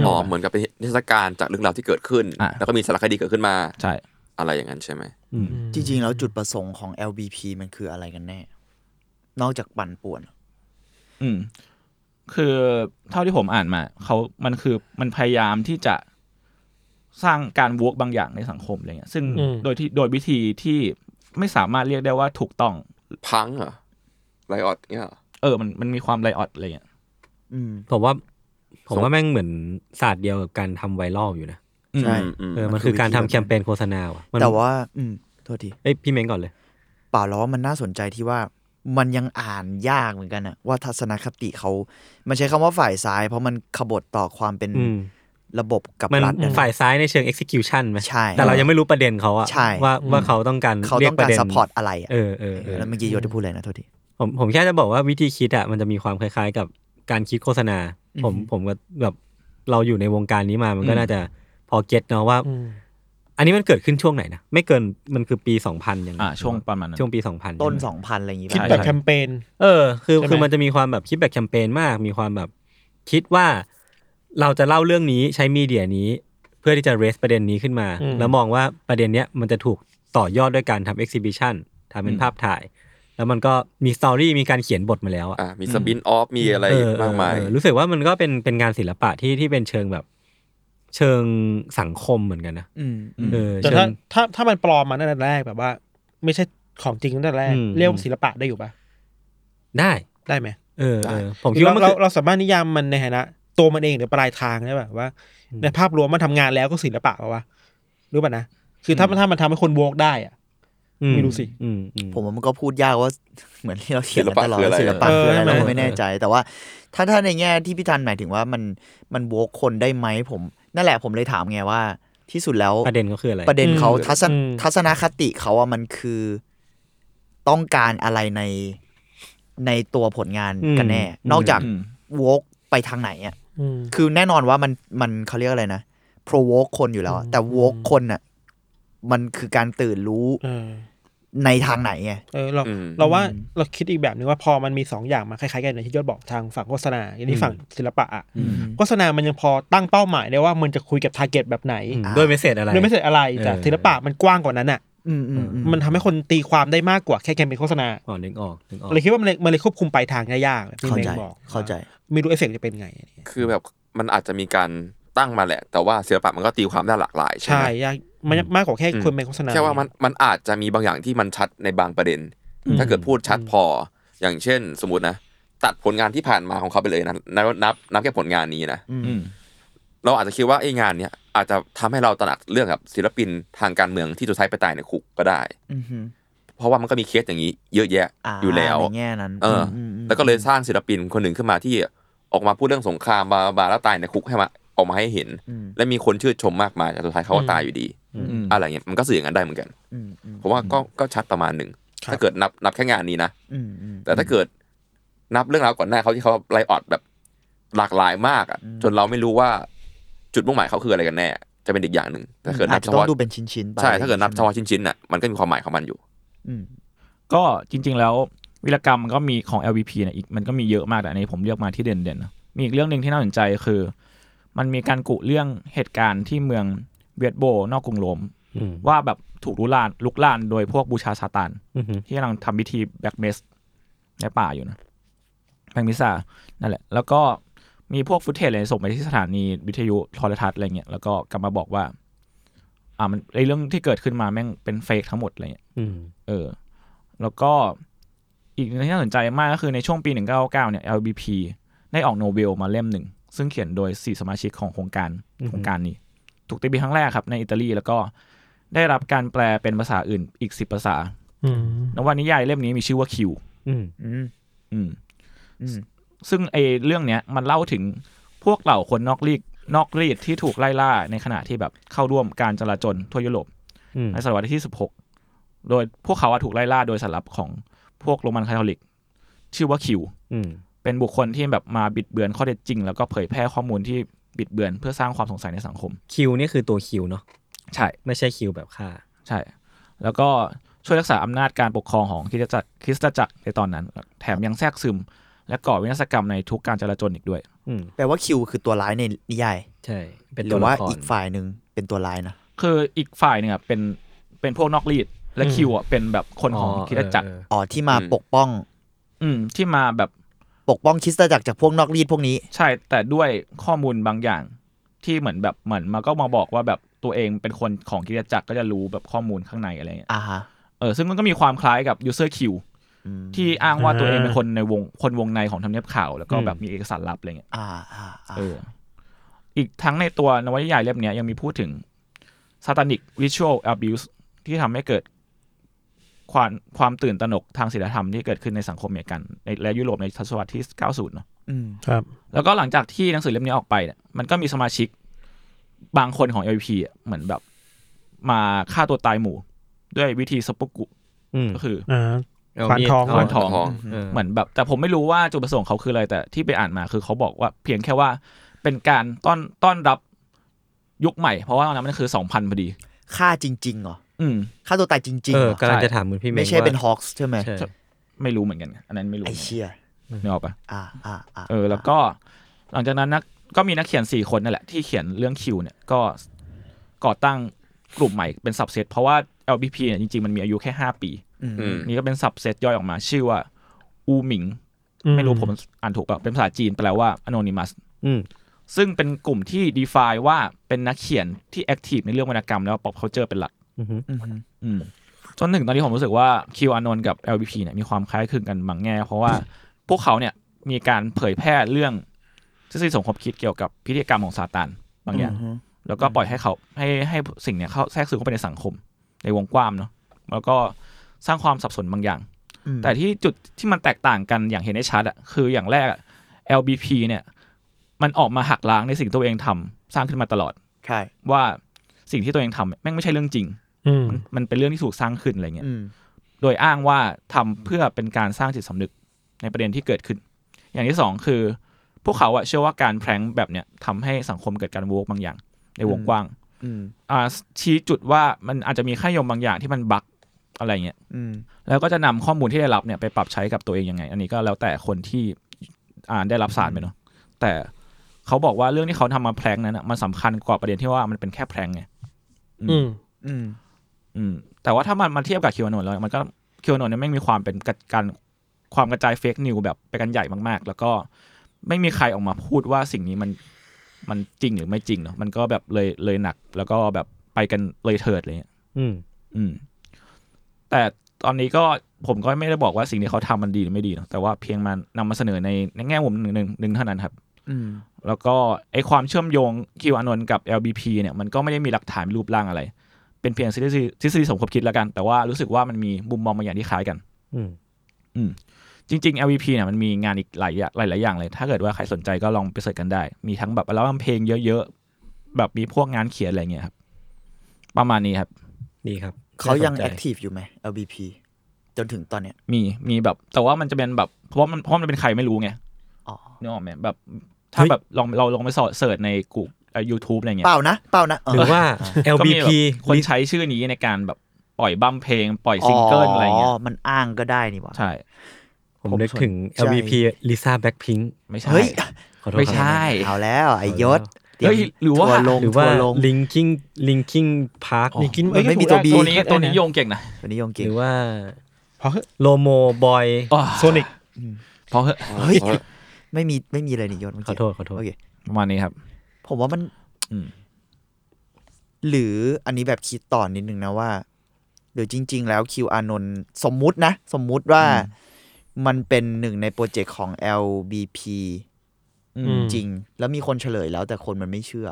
ม อ๋อเหมือนกับเป็นนิทรรศการจากเรื่องราวที่เกิดขึ้น อ่ะ แล้วก็มีสารคดีเกิดขึ้นมา ใช่ อะไรอย่างนั้นใช่ไหม อืม จริงๆ แล้วจุดประสงค์ของ LBP มันคืออะไรกันแน่ นอกจากปั่นป่วน อืม คือเท่าที่ผมอ่านมาเขามันคือมันพยายามที่จะสร้างการวกบางอย่างในสังคมอะไรเงี้ย ซึ่ง อืม โดยที่โดยวิธีที่ไม่สามารถเรียกได้ว่าถูกต้อง พังเหรอไรออดเนี่ยเหรอ เออ มันมันมีความไลออดอะไรเงี้ย อืม ผมว่า ผม ส่ง ว่าแม่งเหมือนศาสตร์เดียวกับการทำไวรัลอยู่นะ ใช่ อืม เออ มั มัน น คื คือ อการ วิธี ทำ แบบ แคมเปญโฆษณาว่ะมัน แต่ว่า อืมโทษที เอ้ยพี่เม้งก่อนเลย เปล่าแล้วว่ามันน่าสนใจที่ว่ามันยังอ่านยากเหมือนกันอะว่าทัศนคติเขา มันใช้คำว่าฝ่ายซ้าย เพราะมันขบฏต่อความเป็น อืม ระบบกับ มัน รัฐอะ ฝ่ายซ้ายในเชิง execution ไหม ใช่ แต่เรายังไม่รู้ประเด็นเขาอะ ใช่ ว่าว่าเขาต้องการ เขา เรีย ต้อกงการรปะเด็น ซัพพอร์ตอะไรอะ เออเออเออ แล้วเมื่อกี้โยจะพูดอะไรนะโทษที ผมผมแค่จะบอกว่าวิธีคิดอะมันจะมีความคล้ายๆกับการคิดโฆษณา ผมผมก็แบบเราอยู่ในวงการนี้มามันก็ อืม น่าจะพอเก็ตเนาะว่า อันนี้มันเกิดขึ้นช่วงไหนนะ ไม่เกินมันคือปีสองพันยังไง อ่าช่วงประมาณนั้น ช่วงปีสองพัน ต้นสองพันอะไรอย่างงี้ คิด ป่ะ แบบแคมเปญ เออคือ ใช่ไหม คือมันจะมีความแบบคิดแบบแคมเปญมาก มีความแบบคิดว่าเราจะเล่าเรื่องนี้ใช้มีเดียนี้ เพื่อที่จะเรสประเด็นนี้ขึ้นมา แล้วมองว่าประเด็นเนี้ยมันจะถูกต่อยอดด้วยการทำเอ็กซิบิชันทำเป็น อืม ภาพถ่าย แล้วมันก็มีสตอรี่มีการเขียนบทมาแล้วอะ อ่ามีสปินออฟมีอะไร เออ มากมาย เออเออรู้สึกว่ามันก็เป็นเป็นงานศิลปะที่ที่เป็นเชิงแบบเชิงสังคมเหมือนกันนะ อืม เออ แต่ เชิ ถ้าง ถ้าถ้ามันปลอมมาตั้งแต่แรกแบบว่า ไม่ใช่ของจริงตั้งแต่แรก อืม เรียกว่าศิลปะได้อยู่ปะ ได้ ได้ไหม เออเออผมคิดว่ามัน เรา คือ เราสามารถนิยามมันในฐานะตัวมันเองหรือปลายทางได้ป่ะว่า ในภาพรวมมันทำงานแล้วก็ศิลปะปะวะรู้ป่ะนะคือถ้ามันถ้ามันทำให้คนโวกได้อะ ไม่รู้สิ อืมอืม ผมว่ามันก็พูดยากว่า เหมือนที่เราเถียงกันตลอด ศิลปะคืออะว่าศิลปะคืออะเออไรไร ใช่ไหม เราก็ไม่แน่ใจ แต่ว่าถ้าถ้าในแง่ที่พี่ธันหมายถึงว่ามันมันโวกคนได้ไหมผมนั่นแหละผมเลยถามไงว่า ที่สุดแล้ว ประเด็นเขาคืออะไร ประเด็นเขาทัศน อืม ทัศนคติเขาอะมันคือต้องการอะไรในในตัวผลงานกันแน่ อืม นอกจาก อืม โวกไปทางไหนอะ คือแน่นอนว่ามันมันเขาเรียกอะไรนะ provoke คนอยู่แล้วอะแต่ woke คนน่ะมันคือการตื่นรู้ เออ ในทางไหนไง เออเรา อืม เราว่าเราคิดอีกแบบนึงว่าพอมันมีสองอย่างมาคล้ายๆกันในที่ยศบอกทางฝั่งโฆษณาอย่างนี้ฝั่งศิลปะอะโฆษณามันยังพอตั้งเป้าหมายได้ว่ามันจะคุยกับทาร์เก็ตแบบไหน อืมด้วยเมสเซจอะไร หรือไม่เสร็จอะไรแต่ เออ ศิลปะมันกว้างกว่านั้นอ่ะ อืมอืมอืม มันทำให้คนตีความได้มากกว่าแค่แคมเปญโฆษณา อ๋อนึกออกนึกออก เลยคิดว่ามันเลยมันเลยควบคุมปลายทางได้ยากที่ เข้า เม ใจ งบอก เข้าใจ ไม่รู้เอฟเฟกต์จะเป็นไงอันนี้ คือแบบมันอาจจะมีการตั้งมาแหละ แต่ว่าศิลปะมันก็ตีความได้หลากหลายใช่ ใช่ ไหม ยากมันมากกว่าแค่ อืม คนเป็นโฆษณา แค่ว่ามันมันอาจจะมีบางอย่างที่มันชัดในบางประเด็น ถ้าเกิดพูดชัดพออย่างเช่น สมมตินะ ตัดผลงานที่ผ่านมาของเขาไปเลยนะนับนับนับแค่ผลงานนี้นะ อืม เราอาจจะคิดว่าไอ้งานเนี้ยอาจจะทำให้เราตระหนักเรื่องกับศิลปินทางการเมืองที่สุดท้ายไปตายในคุกก็ได้ อืมฮึ เพราะว่ามันก็มีเคสอย่างนี้เยอะแยะ า อยู่แล้ว ในแง่นั้น เอออ มอืม แล้วก็เลยสร้างศิลปินคนหนึ่งขึ้นมาที่ออกมาพูดเรื่องสงครามบาบาแล้วตายในคุกให้มาออกมาให้เห็น อืม และมีคนชื่นชมมากมายแต่สุดท้ายเขาก็ตายอยู่ดี อืม อะไรเงี้ยมันก็สื่ออย่างนั้นได้เหมือนกัน อืมอืม ผมว่าก็ก็ชัดประมาณหนึ่ง ครับ ถ้าเกิดนับนับแค่งานนี้นะ อืมอืม แต่ถ้าเกิดนับเรื่องราวก่อนหน้าเขาที่เขาไลออดแบบหลากหลายมากอ่ะ อืม จนเราไม่รู้ว่าจุดมุ่งหมายเขาคืออะไรกันแน่ จะเป็นอีกอย่างหนึ่งถ้าเกิด อา นั จ บเฉ จะต้อง พาะ ดูเป็นชิ้นๆไป ใช่ถ้าเกิดนับเฉ ใช่ไหม พาะชิ้นๆน่ะมันก็มีความหมายของมันอยู่ อืม ก็จริง ๆ แล้ววิรกรรมก็มีของ LVP เนะอีกมันก็มีเยอะมากแต่อันนี้ผมเลือกมาที่เด่นๆนะมีอีกเรื่องหนึ่งที่น่าสนใจคือ มันมีการกุเรื่องเหตุการณ์ที่เมืองเวียดโบ นอกกรุงโรม อืม ว่าแบบถูกลุกลานลุกลานโดยพวกบูชาซาตาน อือฮึ ที่กำลังทำพิธีแบล็กเมสในป่าอยู่นะแบล็กมิซานั่นแหละ แล้วก็มีพวกฟุตเทจเลยส่งไปที่สถานีวิทยุโทรทัศน์อะไรเงี้ยแล้วก็กลับมาบอกว่า อ่ามันไอเรื่องที่เกิดขึ้นมาแม่งเป็นเฟกทั้งหมดอะไรเงี้ย อืม เออ แล้วก็อีกหนึ่งที่น่าสนใจมากก็คือในช่วงปี 1999 เนี่ย LBP ได้ออกโนเบลมาเล่มหนึ่ง ซึ่งเขียนโดย 4 สมาชิกของโครงการ อือฮึ โครงการนี้ ถูกตีพิมพ์ครั้งแรกครับในอิตาลีแล้วก็ได้รับการแปลเป็นภาษาอื่นอีก 10 ภาษา อืม นวนิยายเล่มนี้มีชื่อว่าคิว อืม อืม อืม อืม ซึ่งไอเรื่องเนี้ยมันเล่าถึงพวกเหล่าคนนอกรีดนอกรีดที่ถูกไล่ล่าในขณะที่แบบเข้าร่วมการจลาจลทั่วยุโรป อืม ในศตวรรษที่ 16 โดยพวกเขาอะถูกไล่ล่าโดยสารลับของพวกโรมันคาทอลิก ชื่อว่าคิว อืม เป็นบุคคลที่แบบมาบิดเบือนข้อเท็จจริง แล้วก็เผยแพร่ข้อมูลที่บิดเบือนเพื่อสร้างความสงสัยในสังคม คิวนี่คือตัวคิวเนาะ ใช่ ไม่ใช่คิวแบบค่า ใช่ แล้วก็ช่วยรักษาอำนาจการปกครองของคริสตจักรคริสตจักรในตอนนั้น แถมยังแทรกซึม และก่อวินาศกรรมในทุกการจราจลอีกด้วย อืม แปลว่าคิวคือตัวร้ายในนิยาย ใช่เป็น ห ตั รื ว อว่า ละคร อีกฝ่ายหนึ่งเป็นตัวร้ายนะ คืออีกฝ่ายเนี่ยเป็นเป็นพวกนอกรีดและคิวอ่ะเป็นแบบคนของคริสตจักร เออ อ๋อที่มา อืม ปกป้อง อืมที่มาแบบ ปกป้องคริสตจักรจากพวกนอกรีดพวกนี้ ใช่แต่ด้วยข้อมูลบางอย่าง ที่เหมือนแบบเหมือนมาก็มาบอกว่าแบบตัวเองเป็นคนของคริสตจักรก็จะรู้แบบข้อมูลข้างในอะไรเงี้ย อ่าฮะ เออซึ่งมันก็มีความคล้ายกับ user Q อืม ที่อ้างว่าตัวเองเป็นคนในวงคนวงในของทำเนียบข่าว แล้วก็แบบมีเอกสารลับอะไรเงี้ย อ่าอ่าอ่า เออ อีกทั้งในตัวนวนิยายเล่มเนี้ยยังมีพูดถึง satanic ritual abuse ที่ทำให้เกิดความความตื่นตระหนกทางศีลธรรมที่เกิดขึ้นในสังคมอเมริกันในและยุโรปในทศวรรษที่ 90 เนอะ อืม ครับ แล้วก็หลังจากที่หนังสือเล่มนี้ออกไปเนี่ยมันก็มีสมาชิกบางคนของ LVP อ่ะเหมือนแบบมาฆ่าตัวตายหมู่ ด้วยวิธีสปุกุ อืม ก็คือ อ่า เา ขวานทอง มีด ขวานทอง เออ เหมือนแบบ แต่ผมไม่รู้ว่าจุดประสงค์เขาคืออะไร แต่ที่ไปอ่านมาคือเขาบอกว่าเพียงแค่ว่าเป็นการต้อนต้อนรับยุคใหม่ เพราะว่าตอนนั้นมันคือ 2,000พอดี ค่าจริงๆเหรอ อืม ค่าตัวตายจริง เอ ๆ อ เหรอก ำลังจะถามคุณพี่เม ไม่ ง ใช่เป็น ว่า ฮอคส์ใช่ไหม ใช่ ไม่รู้เหมือนกัน อันนั้นไม่รู้ ไอเชีย นึกออกปะ อ่าอ่าอ่า เออแล้วก็หลังจากนั้นนักก็มีนักเขียนสี่คนนั่นแหละ ที่เขียนเรื่องคิวเนี่ยก็ก่อตั้งกลุ่มใหม่เป็นสับเซตเพราะว่า LBP เนี่ยจริงๆ มันมีอายุแค่ 5 ปี อืม นี่ก็เป็นสับเซตย่อยออกมา ชื่อว่า อูหมิง ไม่รู้ผมอ่านถูกเปล่าเป็นภาษาจีนแปลว่า anonymous อืม ซึ่งเป็นกลุ่มที่ define ว่าเป็นนักเขียนที่ active ในเรื่องวรรณกรรมแล้ว pop culture เป็นหลัก อือหือ อืมฮึ อืมจนถึงตอนนี้ผมรู้สึกว่าคิวอานนท์กับ LVP เนี่ยมีความคล้ายคลึงกันบางแง่ เพราะว่า พวกเขาเนี่ยมีการเผยแพร่เรื่องทฤษฎีสมคบคิดเกี่ยวกับพิธีกรรมของซาตานบางอย่าง อืมฮึ แล้วก็ปล่อยให้เขาให้ให้สิ่งเนี่ยเขาแทรกซึมเข้าไปในสังคม ในวงกว้างเนาะแล้วก็สร้างความสับสนบางอย่าง อืม แต่ที่จุดที่มันแตกต่างกันอย่างเห็นได้ชัดอะคืออย่างแรกอะ LBP เนี่ยมันออกมาหักล้างในสิ่งที่ตัวเองทำสร้างขึ้นมาตลอด ใช่ ว่าสิ่งที่ตัวเองทำแม่งไม่ใช่เรื่องจริง มันมันเป็นเรื่องที่ถูกสร้างขึ้นอะไรเงี้ย อืม โดยอ้างว่าทำเพื่อเป็นการสร้างจิตสำนึกในประเด็นที่เกิดขึ้น อย่างที่สองคือ พวกเขาอะเชื่อว่าการแพร้งแบบเนี้ยทำให้สังคมเกิดการโวกบางอย่าง ในวงกว้าง อืม อ่าชี้จุดว่ามันอาจจะมีค่านิยมบางอย่างที่มันบั๊กอะไรเงี้ย อืม แล้วก็จะนำข้อมูลที่ได้รับเนี่ยไปปรับใช้กับตัวเองยังไง อันนี้ก็แล้วแต่คนที่อ่านได้รับสารไปเนาะ แต่เขาบอกว่าเรื่องที่เขาทำมาแพร้งนั้นอะมันสำคัญกว่าประเด็นที่ว่ามันเป็นแค่แพร้งไง อืม อืม อืมแต่ว่าถ้ามันมาเทียบกับคิวานนแล้วมันก็คิวานนเนี่ยไม่งมีความเป็นกระการความกระจายเฟกนิวแบบไปกันใหญ่มากๆ แล้วก็ไม่มีใครออกมาพูดว่าสิ่งนี้มันมันจริงหรือไม่จริงเนาะมันก็แบบเลยเลยหนัก แล้วก็แบบไปกันเลยเถิดอะไรเลย อืม อืม แต่ตอนนี้ก็ผมก็ไม่ได้บอกว่าสิ่งที่เขาทำมันดีหรือไม่ดีเนาะแต่ว่าเพียงมันนำมาเสนอในในแง่มุมหนึ่งหนึ่งหนึ่งเท่านั้นครับ อืม แล้วก็ไอความเชื่อมโยงคิวอานนท์กับ LBP เนี่ยมันก็ไม่ได้มีหลักฐานรูปร่างอะไร เป็นเพียงทฤษฎีทฤษฎีสมคบคิดแล้วกัน แต่ว่ารู้สึกว่ามันมีมุมมองบางอย่างที่คล้ายกัน อืม อืมจริง ๆ LBP เนี่ยมันมีงานอีกหลายอย่างหลาย ๆ อย่างเลย ถ้าเกิดว่าใครสนใจก็ลองไปเสิร์ชกันได้ มีทั้งแบบอัลบั้มเพลงเยอะๆ แบบมีพวกงานเขียนอะไรเงี้ยครับ ประมาณนี้ครับ ดีครับ เขายัง น่สนใจ แอคทีฟอยู่ไหม LBP จนถึงตอนเนี้ย มีมีแบบ แต่ว่ามันจะเป็นแบบเพราะว่ามันเพราะมันเป็นใครไม่รู้ไง อ๋อ นึกออกไหมแบบถ้าแบบลองเราลองไปเสิร์ชในกูยูทูบอะไรเงี้ย เปล่านะเปล่านะเออ หรือว่า ก็มี LBP แบบคนใช้ชื่อนี้ในการแบบปล่อยบัมเพลง ปล่อยซิงเกิลอะไรเงี้ย มันอ้างก็ได้นี่หว่า ใช่ ผมนึกถึง ผมสนใจ LBP Lisa Blackpink ไม่ใช่ เฮ้ย ขอโทษ ไม่ ค ใช่ รับ เอาแล้วไอ้ยศ เฮ้ยหรือว่า ทัลง หรือว่า ทัลง linking linking park มีกิน มันไม่มีตัว B ตัวนี้ตัวนี้โยงเก่งนะ วันนี้ยงเก่งหรือว่า พอเฮ้ย โลโมบอย โซนิก เพราะเหอะ เฮ้ยไม่มีไม่มีอะไรนี่ยศเมื่กี้ ขอโทษขอโทษ โอเค ประมาณนี้ครับ ผมว่ามัน อืม หรืออันนี้แบบคิดต่อนนิดนึงนะว่าหรือจริง ๆ แล้วคิวอานนท์สมมุตินะ สมมุติว่ามันเป็นหนึ่งในโปรเจกต์ของ LBP อื จ ม ริงๆแล้วมีคนเฉลยแล้วแต่คนมันไม่เชื่อ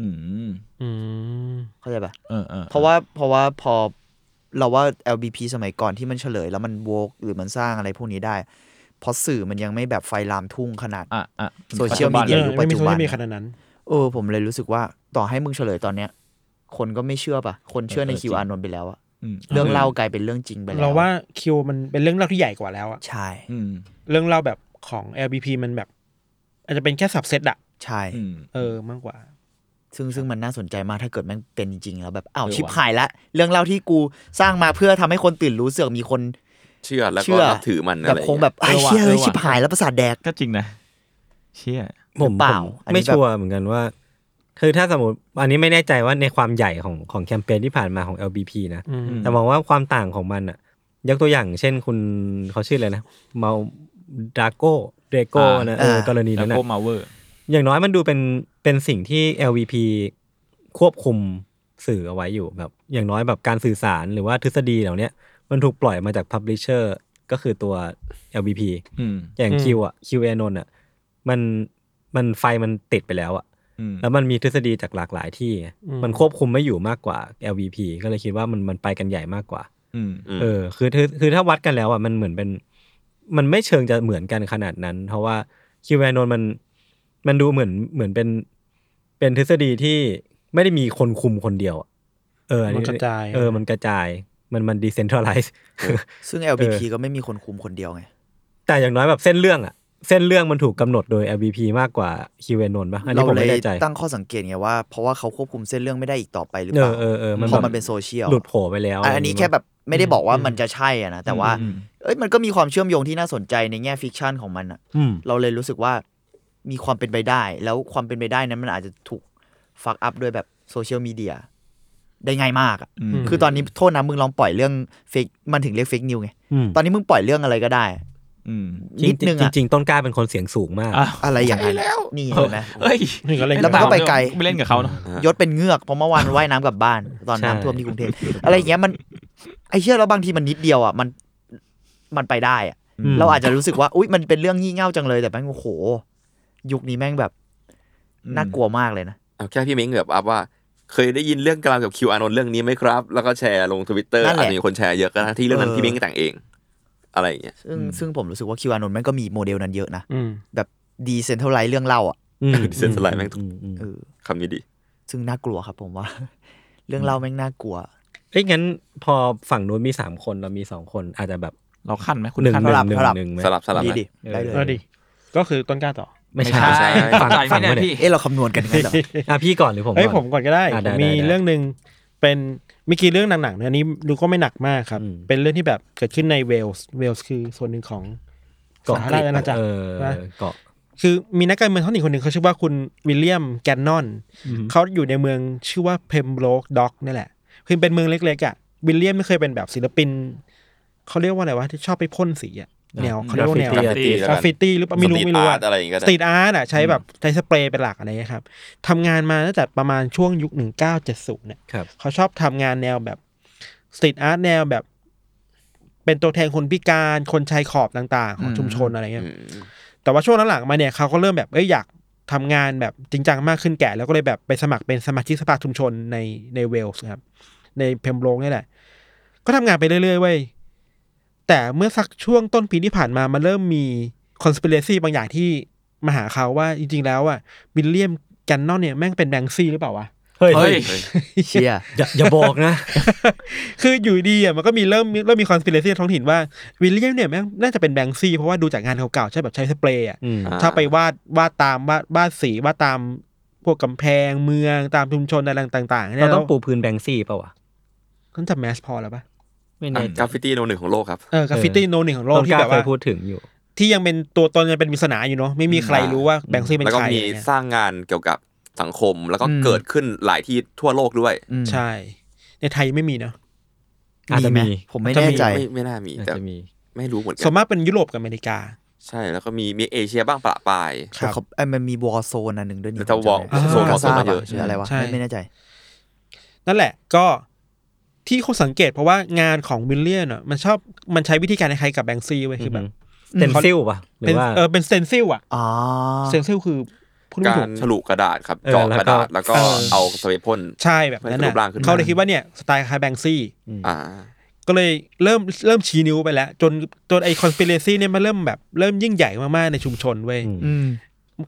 อืม อืม เข้าใจปะ เออเออ เพราะว่าเพราะว่าพอเราว่า LBP สมัยก่อนที่มันเฉลยแล้วมันโวกหรือมันสร้างอะไรพวกนี้ได้ เพราะสื่อมันยังไม่แบบไฟลามทุ่งขนาด อ่ะอ่ะ โซเชียลมีเดียอปัปัจจุบันจไม่มี จุ โซ บัน เชียลมีขนาดนั้น เออ ผมเลยรู้สึกว่าต่อให้มึงเฉลยตอนเนี้ย คนก็ไม่เชื่อปะคนเชื่อในคิวอานนท์ไปแล้วอะ ม เรื่องเล่ากลายเป็นเรื่องจริงไปแล้ว เราว่าคิวมันเป็นเรื่องเล่าที่ใหญ่กว่าแล้วอะ ใช่ อืม เรื่องเล่าแบบของ LBP มันแบบ อาจจะเป็นแค่สับเซตอะ ใช่ อืม เออมากกว่า ซึ่งซึ่งมันน่าสนใจมากถ้าเกิดมันเป็นจริงๆแล้วแบบอ้าว เออว่ะ ชิบหายละเรื่องเล่าที่กูสร้างมาเพื่อทำให้คนตื่นรู้เสือกมีคน เชื่อแล้วก็ เชื่อ นับถือมัน แบ อะไร บ อย่า คงแบบไอ้ เออว่ะ เชี่ยเอ้ย เออว่ะ ชิบหายแล้วประสาทแดก ก็จริงนะ เชี่ย ผม หรือเปล่า ผม อันนี้ ไม่ แบบ ชัวร์เหมือนกันว่าคือถ้าสมมติอันนี้ไม่แน่ใจว่าในความใหญ่ของของแคมเปญที่ผ่านมาของ LBP นะ อืม แต่มองว่าความต่างของมันอะยกตัวอย่างเช่นคุณเขาชื่ออะไรนะเมาดาโก้เดโก้ อ่า นะเออ อ่า กรณี แล้ นั้ วน นะ ก็มาเวอร์ อย่างน้อยมันดูเป็นเป็นสิ่งที่ LVP ควบคุมสื่อเอาไว้อยู่แบบ อย่างน้อยแบบการสื่อสารหรือว่าทฤษฎีเหล่าเนี้ยมันถูกปล่อยมาจาก Publisher ก็คือตัว LVP อืม อย่าง อืม คิวอ่ะคิวแอนนอ่ะมันมันไฟมันติดไปแล้วอ่ะ อืม แล้วมันมีทฤษฎีจากหลากหลายที่ไง อืม มันควบคุมไม่อยู่มากกว่า LVP ก็เลยคิดว่ามันมันไปกันใหญ่มากกว่า อืม อืม เออคือคือคือถ้าวัดกันแล้วอ่ะมันเหมือนเป็น มันไม่เชิงจะเหมือนกันขนาดนั้น เพราะว่าคิวแวนนมันมันดูเหมือนเหมือนเป็น เป็นทฤษฎีที่ไม่ได้มีคนคุมคนเดียวอะเอออั มันกระจาย เออมันกระจายมันมันดิเซนทรัลไลซ์ ซึ่ง LBP ก็ไม่มีคนคุมคนเดียวไง แต่อย่างน้อยแบบเส้นเรื่องอะเส้นเรื่องมันถูกกำหนดโดย LVP มากกว่าคิวแวนนป่ะอันนี้ เรา ผม เล ไม่ ย แน่ใจ ตั้งข้อสังเกตไงว่า เพราะว่าเขาควบคุมเส้นเรื่องไม่ได้อีกต่อไปหรือ เอ เปล่า อเออเออมัน เพ แบบ ราะมันเป็นโซเชียล หลุดโผล่ไปแล้ว อ่ะอันนี้แค่แบบไม่ได้บอกว่ามันจะใช่อะนะแต่ว่า อืม เอ้ยมันก็มีความเชื่อมโยงที่น่าสนใจในแง่ฟิกชันของมันอะ อืม เราเลยรู้สึกว่ามีความเป็นไปได้ แล้วความเป็นไปได้นั้นมันอาจจะถูกฟักอัพด้วยแบบโซเชียลมีเดียได้ง่ายมากอะ อืม คือตอนนี้โทษนะมึงลองปล่อยเรื่องเฟกมันถึงเรียกเฟกนิวไง อืม ตอนนี้มึงปล่อยเรื่องอะไรก็ได้ อืม จริ นิดนึง จริ อะ งจริงๆต้นกล้าเป็นคนเสียงสูงมาก อ่ะ อะไรอย่างนั้นอะนี่เห็นไหม เอ้ย นี่ก็เล่นกัน แล้วมันก็ไปไกล ไม่เล่นกับเขาเนาะ ยศเป็นเงือกเพราะเมื่อวานว่ายน้ำกลับบ้าน ตอน ใช่ น้ำท่วมที่กรุงเทพอะไรอย่างเงี้ยมันไอเชื่อแล้วบางทีมันนิดเดียวอ่ะมันมันไปได้อ่ะ ม เราอาจจะรู้สึกว่าอุ้ยมันเป็นเรื่องงี่เง่าจังเลยแต่แม่งโอ้โห ยุคนี้แม่งแบบน่ากลัวมากเลยนะ เอาแค่พี่เม้งเหงือบอัพว่า เคยได้ยินเรื่องกลางกับคิวอานนท์เรื่องนี้ไหมครับ แล้วก็แชร์ลงทวิตเตอร์อาจจะมีคนแชร์เยอะก็ทั้งที่เรื่องนั้นพี่เม้งแต่งเอง อะไรอย่างเงี้ย ซึ่งซึ่งผมรู้สึกว่าคิวอานนท์แม่งก็มีโมเดลนั้นเยอะนะ อืม แบบดีเซนเท a l ไล z ์เรื่องเล่าอ่ะ อืม ดิเซนสไลด์แม่ง อืมอืม เออ คำนี้ดี ซึ่งน่ากลัวครับผมว่า [laughs] เรื่องเล่าแม่งน่ากลัว เอ้ยงั้นพอฝั่งนู้นมีสามคนเรามีสองคนอาจจะแบบ เราขั้นไหมคุณ หนึ่ง ขั้น ห ไหม นึ่ สลั ง บ หนึ่ง สลับ หนึ่งไหม สลับสลับ ดี นะ ดิได้เลย เออดี ก็คือต้นกล้าต่อ ไม่ ไม่ ใช่ ใช่ ฝั่ง ใจไม่ ฝั่ง แน่ นู้น พี่ เนี่ย เอ้เราคำนวณกันงั้นเหรอ อ่ะพี่ก่อนหรือผม เอ้ย ก่อน ผมก่อนก็ได้ อ่ะได้ ผม ได้ มี ได้ เรื่องหนึ่งเป็นเมื่อกี้เรื่องหนังๆเนี่ยอันนี้ดูก็ไม่หนักมากครับ อืม เป็นเรื่องที่แบบเกิดขึ้นในเวลส์เวลส์คือส่วนหนึ่งของสหราชอาณาจักร เออ นะ เกาะ คือมีนักการเมืองท้องถิ่นคนหนึ่งเขาชื่อว่าคุณวิลเลียมแกนนอนเขาอยู่ในเมืองชื่อว่าเพมโบรกด็อกนี่แหละ คือเป็นเมืองเล็กๆอ่ะวิลเลียมไม่เคยเป็นแบบศิลปินเขาเรียกว่าอะไรวะที่ชอบไปพ่นสีอ่ะแนวเขาเรียกว่าแนว กราฟฟิ ตี้กแล้วกั ราน ฟฟิตี้หรือเปล่าไม่รู้ สตรีท ไม่รู้ อาร์ตอะไรอย่างเงี้ยก็ ส ได้ ตรีทอาร์ตอ่ะใช้แบบใช้สเปรย์เป็นหลักอะไรเงี้ยครับทำงานมาตั้งแต่ประมาณช่วงยุค 1970 เนี่ย ครับ เขาชอบทำงานแนวแบบสตรีทอาร์ตแนวแบบ เป็นตัวแทนคนพิการคนชายขอบต่างๆ ของชุมชนอะไรเงี้ย อืม แต่ว่าช่วงหลังๆมาเนี่ยเขาก็เริ่มแบบเอ้ยอยากทำงานแบบจริงจังมากขึ้นแก่ แล้วก็เลยแบบไปสมัครเป็นสมาชิกสภาชุมชนในในเวลส์ครับในเพมโบรงนี่แหละ ก็ทำงานไปเรื่อยๆเว้ยแต่เมื่อสักช่วงต้นปีที่ผ่านมามันเริ่มมีคอน spiracy บางอย่างที่มาหาเขาว่าจริงๆแล้วอ่ะบิลเลียมแกนนอนเนี่ยแม่งเป็นแบงซี่หรือเปล่าวะ [laughs] เฮ้ย เฮ้ย เชีย อย่าอย่าบอกนะ คืออยู่ดีอ่ะมันก็มีเริ่มเริ่มมีคอน spiracy ท้องถิ่นว่าวิลเลียมเนี่ยแม่งน่าจะเป็นแบงซี่เพราะว่าดูจากงานเก่าๆใช่แบบใช้สเปรย์อ่ะ อืม อ่า ถ้าไปวาดวาดตามวาดวาดสีวาดตามพวกกำแพงเมืองตามชุมชนอะไรต่างๆเนี่ เรา ย ต้องปูพื้นแบงซี่เปล่าวะ ต้องจับแมสพอแล้วปะ ไม่ อ่ะ แน่ใจ กราฟฟิตี้โนหนึ่งของโลกครับ เออกราฟฟิตี้โนหนึ่งของโลก ต้น ที่ กล้า แบบ เค ว่าย พูดถึงอยู่ ที่ยังเป็นตัวตนยังเป็นปริศนาอยู่เนาะไม่มีใครรู้ว่าแบงค์ซี่เป็น แล้วก็ ใคร มี อะไรเงี้ย สร้างงานเกี่ยวกับสังคมแล้วก็เกิดขึ้นหลายที่ทั่วโลกด้วย อืม ใช่ ในไทยไม่มีเนาะ อาจจะ ไห มี ผมไม่แน่ใจ ไม่ไม่น่ามี อาจ แต่ จะมี ไม่รู้เหมือนกั ส่วนมากเป็นยุโรปกับอเมริกา ใช่แล้วก็มีมีเอเชียบ้างประปราย ครับ แต่เขาไอ้มันมีวอ r z โซนอันหนึ่งด้วยนี่ แต่ถ้าผ war มจำไม่ได้ โซน กา war ซา zone เย เย อะหอะรืออะไรวะ ใช่ ไม่ไม่แน่ใจ นั่นแหละก็ที่คนสังเกตเพราะว่างานของวิลเลียนอ่ะมันชอบมันใช้วิธีการคล้ายๆกับแบงค์ซี่เว้ยคือแบบ เต็มซิลป่ะหรื เป็น อว่า เออเป็นสเซนซิลอ่ะ อ๋อ สเซนซิลคือพูดไม่ถูการ ก ฉลุกระดาษครับ เออ เจาะกระดาษ แล้ แล้ว ว ก็ ก็เอาสเปรย์พ่น ใช่แบบนั้น ให้รูปร่างขึ้นมา เขาเลยคิดว่าเนี่ยสไตล์คล้ายแบงซี่ อ่า ก็เลยเริ่มเริ่มชี้นิ้วไปแล้ว จนจนไอคอน spiracy เนี่ยมันเริ่มแบบเริ่มยิ่งใหญ่มากๆในชุมชนเว้ย อืม อืม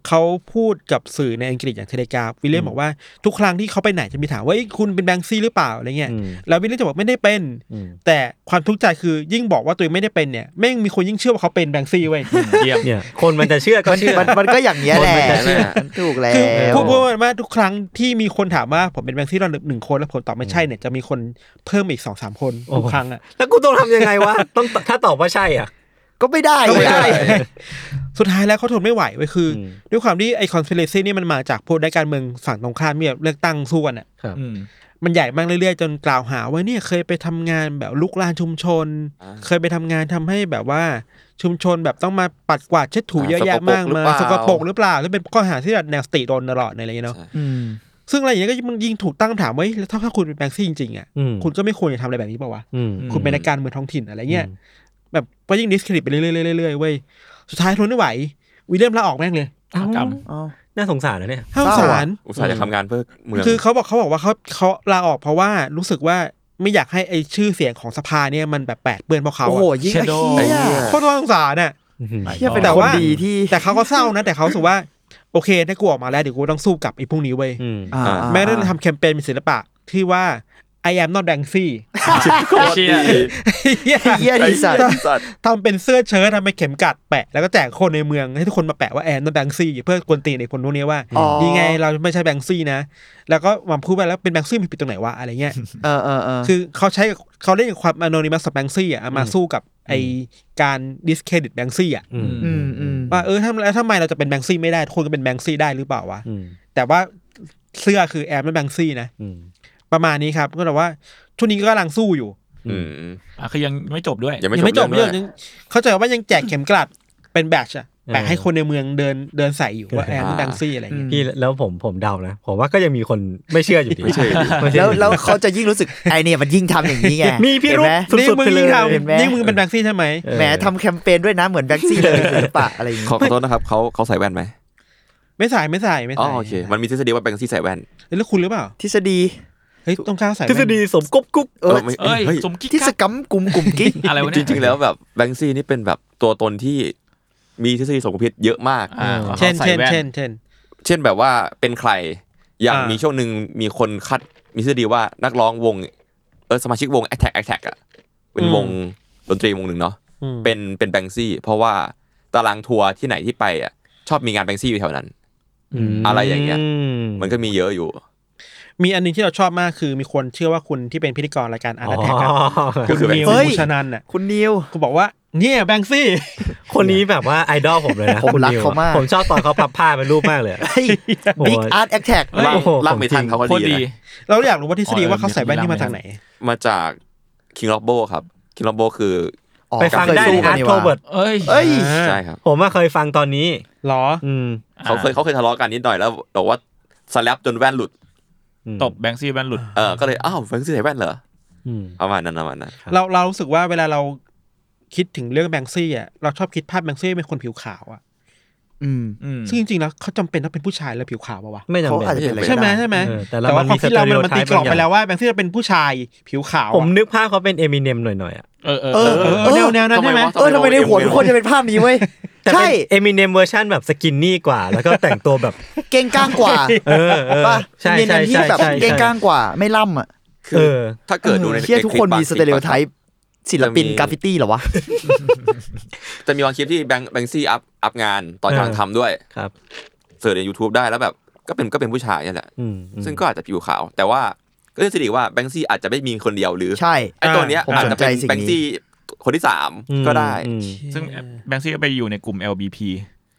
เขาพูดกับสื่อในอังกฤษอย่างเทเลกราฟวิลเลียมบอกว่าทุกครั้งที่เขาไปไหนจะมีถามว่าเอ้ยคุณเป็นแบงซี่หรือเปล่าอะไรเงี้ย อืม แล้ววิลเลียมจะบอกไม่ได้เป็น อืม แต่ความทุกข์ใจคือยิ่งบอกว่าตัวเองไม่ได้เป็นเนี่ยแม่งมีคนยิ่งเชื่อว่าเขาเป็นแบงซี่เว้ย เยี่ยม เนี่ย คนมันจะเชื่อก็ มัน เชื่อ มันมันก็อย่างเงี้ยแหละ คนมันจะเชื่อ มันถูกแล้วคือพูดพูดว่าทุกครั้งที่มีคนถามว่าผมเป็นแบงซี่เราหนึ่งคนแล้วผมตอบไม่ใช่เนี่ยจะมีคนเพิ่มอีกสองสามคนทุกครั้งอะ แล้วกูต้องทำยังไงวะ ต้องถ้าตอบว่าใช่อ่ะ ก็ไม่ได้ ก็ไม่ได้ อะ สุดท้ายแล้วเขาทนไม่ไหวเว้ยคืออ ม ด้วยความที่ไอคอน spiracy นี่มันมาจากพวกได้การเมืองฝั่งตรงข้ามเนี่ยเลือกตั้งสู้กันอ่ะ ครับ อืม มันใหญ่มากเรื่อยๆ จนกล่าวหาว่าเนี่ยเคยไปทำงานแบบลุกลานชุมชน อ่า เคยไปทำงานทำให้แบบว่าชุมชนแบบต้องมาปัดกวาดเช็ดถูเยอะแยะมากมาย ส ส ก ก ป ป ร ร ก ก ห ห รื รือ อ เป เป ล่า ล่าแล้วเป็นข้อหาที่แบบแนวสติโดนตลอดในอะไรอย่างเงี้ยเนาะ อืม ซึ่งอะไรอย่างเงี้ยก็มันยิงถูกตั้งคำถามไว้แล้วถ้าถ้าคุณเป็นแบงค์ซี่จริงๆอ่ะ อืม คุณก็ไม่ควรจะทำอะไรแบบนี้เปล่าวะ อืม คุณเป็นนักการเมืองท้องถิ่นอะไรเงี้ยแบบก็ยิ่งดิสเครดิตไปเรื่อยๆเรื่อยๆเว้ยสุดท้ายทนไม่ไหววิลเลียมลาออกแม่งเลย กรรม อ๋อ น่าสงสารนะเนี่ย ห้าวสาร อุตส่าห์จะทำงานเพื่อเมือง คือเขาบอกเขาบอกว่าเขาเขาลาออกเพราะว่ารู้สึกว่าไม่อยากให้ไอชื่อเสียงของสภาเนี่ยมันแบบแปดเปื้อนเพราะเขา โอ้ อะ โหยิ่งไอ้ ไอ้ เหี้ย เหี้ย โคตรน่าสงสารน่ะ เหี้ยเป็น แต่ คน ว่า ดีที่ แต่เขาก็เศร้านะ แต่เขารู้สึกว่า โอเคถ้ากูออกมาแล้วเดี๋ยวกูต้องสู้กับไอ้พวกนี้เว้ย อืม อ่า แม้ได้ทำแคมเปญเป็นศิลปะที่ว่า I am not [laughs] Banksy เชีย เหี้ย ไอ้เหี้ย ไอ้ ดีสัตว์ สัตว์ ทำเป็นเสื้อเชิ้ตทำเป็นเข็มกัดแปะ แล้วก็แจกคนในเมืองให้ทุกคนมาแปะว่าแอนนอตแบงซี่เพื่อกวนตีนไอ้คนพวกนี้ว่า อ๋อ ยังไงเราไม่ใช่แบงซี่นะ แล้วก็มาพูดไปแล้วเป็นแบงซี่ผิดตรงไหนวะอะไรเงี้ย เออเออเออ คือเขาใช้เขาเล่นกับความอนอนิมัสแบงซี่อ่ะเอามาสู้กับไอการดิสเครดิตแบงซี่อ่ะ อืม อืมอืม ว่าเออทำแล้วทำไมเราจะเป็นแบงซี่ไม่ได้ทุกคนก็เป็นแบงซี่ได้หรือเปล่าวะ อืม แต่ว่าเสื้อคือแอมไม่แบงซี่นะ อืม ประมาณนี้ครับ ก็แต่ว่าช่วงนี้ก็กำลังสู้อยู่ อืม อ่ะคือยังไม่จบด้วย ยัง ยัง ไม่ ไม่ จ จ บบ เรื่ เรื่ อ อง งยัด้วยงเข้าใจว่ายังแจกเข็มกลัดเป็นแบตชอะ เออ แบตให้คนในเมืองเดินเดินใส่อยู่ว่าแอม อ่า แบงซี่อะไรอย่างเงี้ย พี่แล้วผมผมเดานะผมว่าก็ยังมีคนไม่เชื่ออยู่ดี ไม่เชื่ออยู่ดี ไม่เชื่อ แล้ว อยู่ดี แล้วเขาจะยิ่งรู้สึกไอเนี่ยมันยิ่งทำอย่างนี้ไง มีพิรุธ เห็นไหม สุดๆ นี่มึง ไปเลย ยิ่งท เห็นไหม ำนี่มึงเป็นแบงซี่ใช่ไหม เออ แหมทำแคมเปญด้วยนะเหมือนแบงค์ซี่เลยศิลปะอะไรอย่าง ขอ งี้ ขอโทษนะครับเขาเขาใส่แว่นไหม ไม่ใส่ไม่ใส่ไม่ อ๋อ ใส่ โอเค มันมีทฤษฎีว่าแบงค์ซี่ใส่แว่น แล้วคุณหรือเปล่า ทฤษฎี เฮ้ยต้องข้าวใส่ไห ท ม ฤษฎีสมกบกุ๊ก เออ ไม่ เอ้ย สมคิด ทฤษ กัด กัมกลุ่มกลุ่มกิ๊ก อะไรวะเนี่ย จริงๆแล้วแบบแบงซี่นี่เป็นแบบตัวตนที่มีทฤษฎีสมคบคิดเยอะมาก อ่า เช่น ขาใส่ เช่น แว่ เช่นเช่น เช่นแบบว่าเป็นใครอย่าง อ่ามี มีช่วงหนึ่งมีคนคัดมีทฤษฎีว่านักร้องวงเออสมาชิกวง Attack Attack อ่ะเป็นวงดนตรีวงหนึ่งเนาะ อืม เป็นเป็นแบงซี่เพราะว่าตารางทัวร์ที่ไหนที่ไปอ่ะชอบมีงานแบงซี่อยู่แถวนั้น อะไรอย่างเงี้ย มันก็มีเยอะอยู่ มีอันหนึงที่เราชอบมากคือมีคนเชื่อว่าคุณที่เป็นพิธีกรรายการอาร์ตแท็ก ก็ คุณ คือ นิว เฮ้ย ชนันน่ะ คุณนิว คุณบอกว่าเนี่ยแบงซี่ คนนี้แบบว่าไอดอลผมเลยนะ ผม คุณ รัก นิว เขามาก ผมชอบตอนเขาพับผ้าเป็นรูปมากเลยอะ บิ๊กอาร์ตแอคแท็ก เฮ้ย ล่าง โอ้โห ล่างไม่ทัน ของจริง เขาก็ โคตร ดี ดี นะ เราอยากรู้ว่าทฤษฎี อ๋อ ว่าเขาใส่แว่น มี นี่ ร่าง มาจากไหน มาจาก King Lobbo ครับ King Lobbo คือ อ๋อ ไปฟังได้ในอาร์ตโทเบิร์ต เอ้ย เอ้ย ใช่ครับ ผมอะเคยฟังตอนนี้ หรอ อืม เขาเคยเขาเคยทะเลาะกันนิดหน่อยแล้วบอกว่าสแลปจนแว่นหลุด อืม ตบแบงซี่แบนหลุด เออก็เลยอ้าวแบงซี่ใส่แว่นเหรอ อืม ประมาณนั้นประมาณนั้น เราเรารู้สึกว่าเวลาเราคิดถึงเรื่องแบงซี่อ่ะเราชอบคิดภาพแบงซี่เป็นคนผิวขาวอ่ะ อืม อืม ซึ่งจริงๆแล้วเขาจำเป็นต้องเป็นผู้ชายแล้วผิวขาวปะวะ ไม่ เขา จำเป็น อาจจะเป็นอะไร ใช่ไหม ก็ด้ ใช่ไหม เออแต่เรา แต่ว่า มัน คมีวามคิดเรามัน stereotype ตีกรอ บบ างอย่าง ไปแล้วว่าแบงซี่เป็นผู้ชายผิวขาวอะ ผมนึกภาพเขาเป็นเอมิเนมหน่อยๆอะ เออเออ เอ เอ อ อ เอ เอ อ อ เอ แน อ วแนวนั้นใช่ไหม ทำไมวะ เออทำไมในหัวทุกคนจะเป็นภาพนี้เว้ย แต่ ใช่ เอมิเนมเวอร์ชันแบบสกินนี่กว่า แล้วก็แต่งตัวแบบ เก่งกล้างกว่า เออเออ ป่ะ ใช่ เนียน ใช่ ๆที่ ใช่ แบบ ใช่ เก่งกล้างกว่า ไม่ล่ำอ่ะ เออ ถ้าเกิดดูใน เชี่ยทุกคนมีส ลิป เตอริโอไท บางลิป ป์ศิลปิน จะมี กราฟฟิตี้เหรอวะ อะจะมีบางคลิปที่แบงค์แบงค์ซี่อัพอัพงานตอน เออ กำลังทำด้วย ครับ เสิร์ชใน YouTube ได้แล้วแบบก็เป็นก็เป็นผู้ชายนี่แหละ อืมอืม ซึ่งก็อาจจะผิวขาว แต่ว่าก็ทฤษฎีว่าแบงค์ซี่อาจจะไม่มีคนเดียวหรือ ใช่ ไอ้ตัวเนี้ย ผม อาจจะเป็น สนใจสิ่งนี้ แบงค์ซี่คนที่สาม อืม ก็ได้ อืม ซึ่งแบงซี่ก็ไปอยู่ในกลุ่ม LBP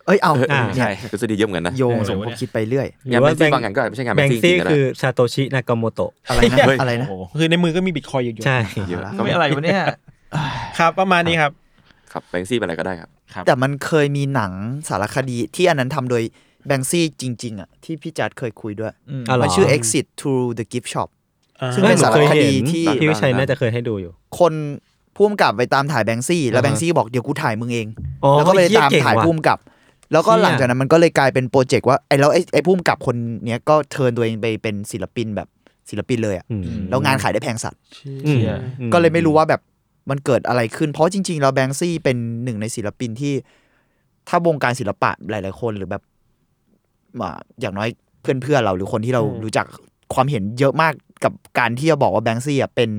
เอ้ยเอา เออ อ่า เนี่ย ทฤษฎีเยอะเหมือนกันนะ โยงสมคบคิดไปเรื่อย หรื งาอนแบ ว่าง แบ ซี่ ง บางงานก็อาจจะไม่ใช่งาน แบ แบง ง ค์ซี่ ซี่ จริงๆก็ได้ คือ ซาโตชิ นากาโมโตะ อะไรนะ อะไรนะ โอ้โห คือในมือก็มีบิตคอยอยู่อยู่ ใช่ เยอะ ไม่อะไรวะเนี่ย ครับ ประมาณนี้ครับ ครับแบงค์ซี่เป็นอะไรก็ได้ครับ แต่มันเคยมีหนังสารคดีที่อันนั้นทำโดยแบงซี่จริง ๆ อ่ะ ที่พี่จัดเคยคุยด้วย อ๋อเหร มั อน ชื่อ Exit to the Gift Shop อ่า ซึ่งเป็นสารคดีที่ เออ พี่วิชัยน่าจะเคยให้ดูอยู่ คนพุ่มกับไปตามถ่ายแบงซี่ แล้ว อ่า แบ ฮะ งซี่บอกเดี๋ยวกูถ่ายมึงเอง อ๋อ แล้วก็เลยตาม เหี้ยเก่ง ถ่าย ว่ะ พุ่มกับ แล้วก็ เชี่ย หลังจากนั้นมันก็เลยกลายเป็นโปรเจกต์ว่าไอ้แล้วไอ้ไอ้พุ่มกับคนเนี้ยก็เทิร์นตัวเองไปเป็นศิลปินแบบศิลปินเลยอะ อืม แล้วงานขายได้แพงสัตว์ อืม เชี่ย อื ก็เลยไม่รู้ว่าแบบมันเกิดอะไรขึ้น เพราะจริง ๆ แล้วแบงซี่เป็นหนึ่งในศิลปินที่ ถ้าวงการศิลปะหลาย ๆ คนหรือแบบอ่าอย่างน้อยเพื่อนๆเราหรือคนที่เรา อืม รู้จักความเห็นเยอะมากกับการที่จะบอกว่าแบงซี่อ่ะเป็น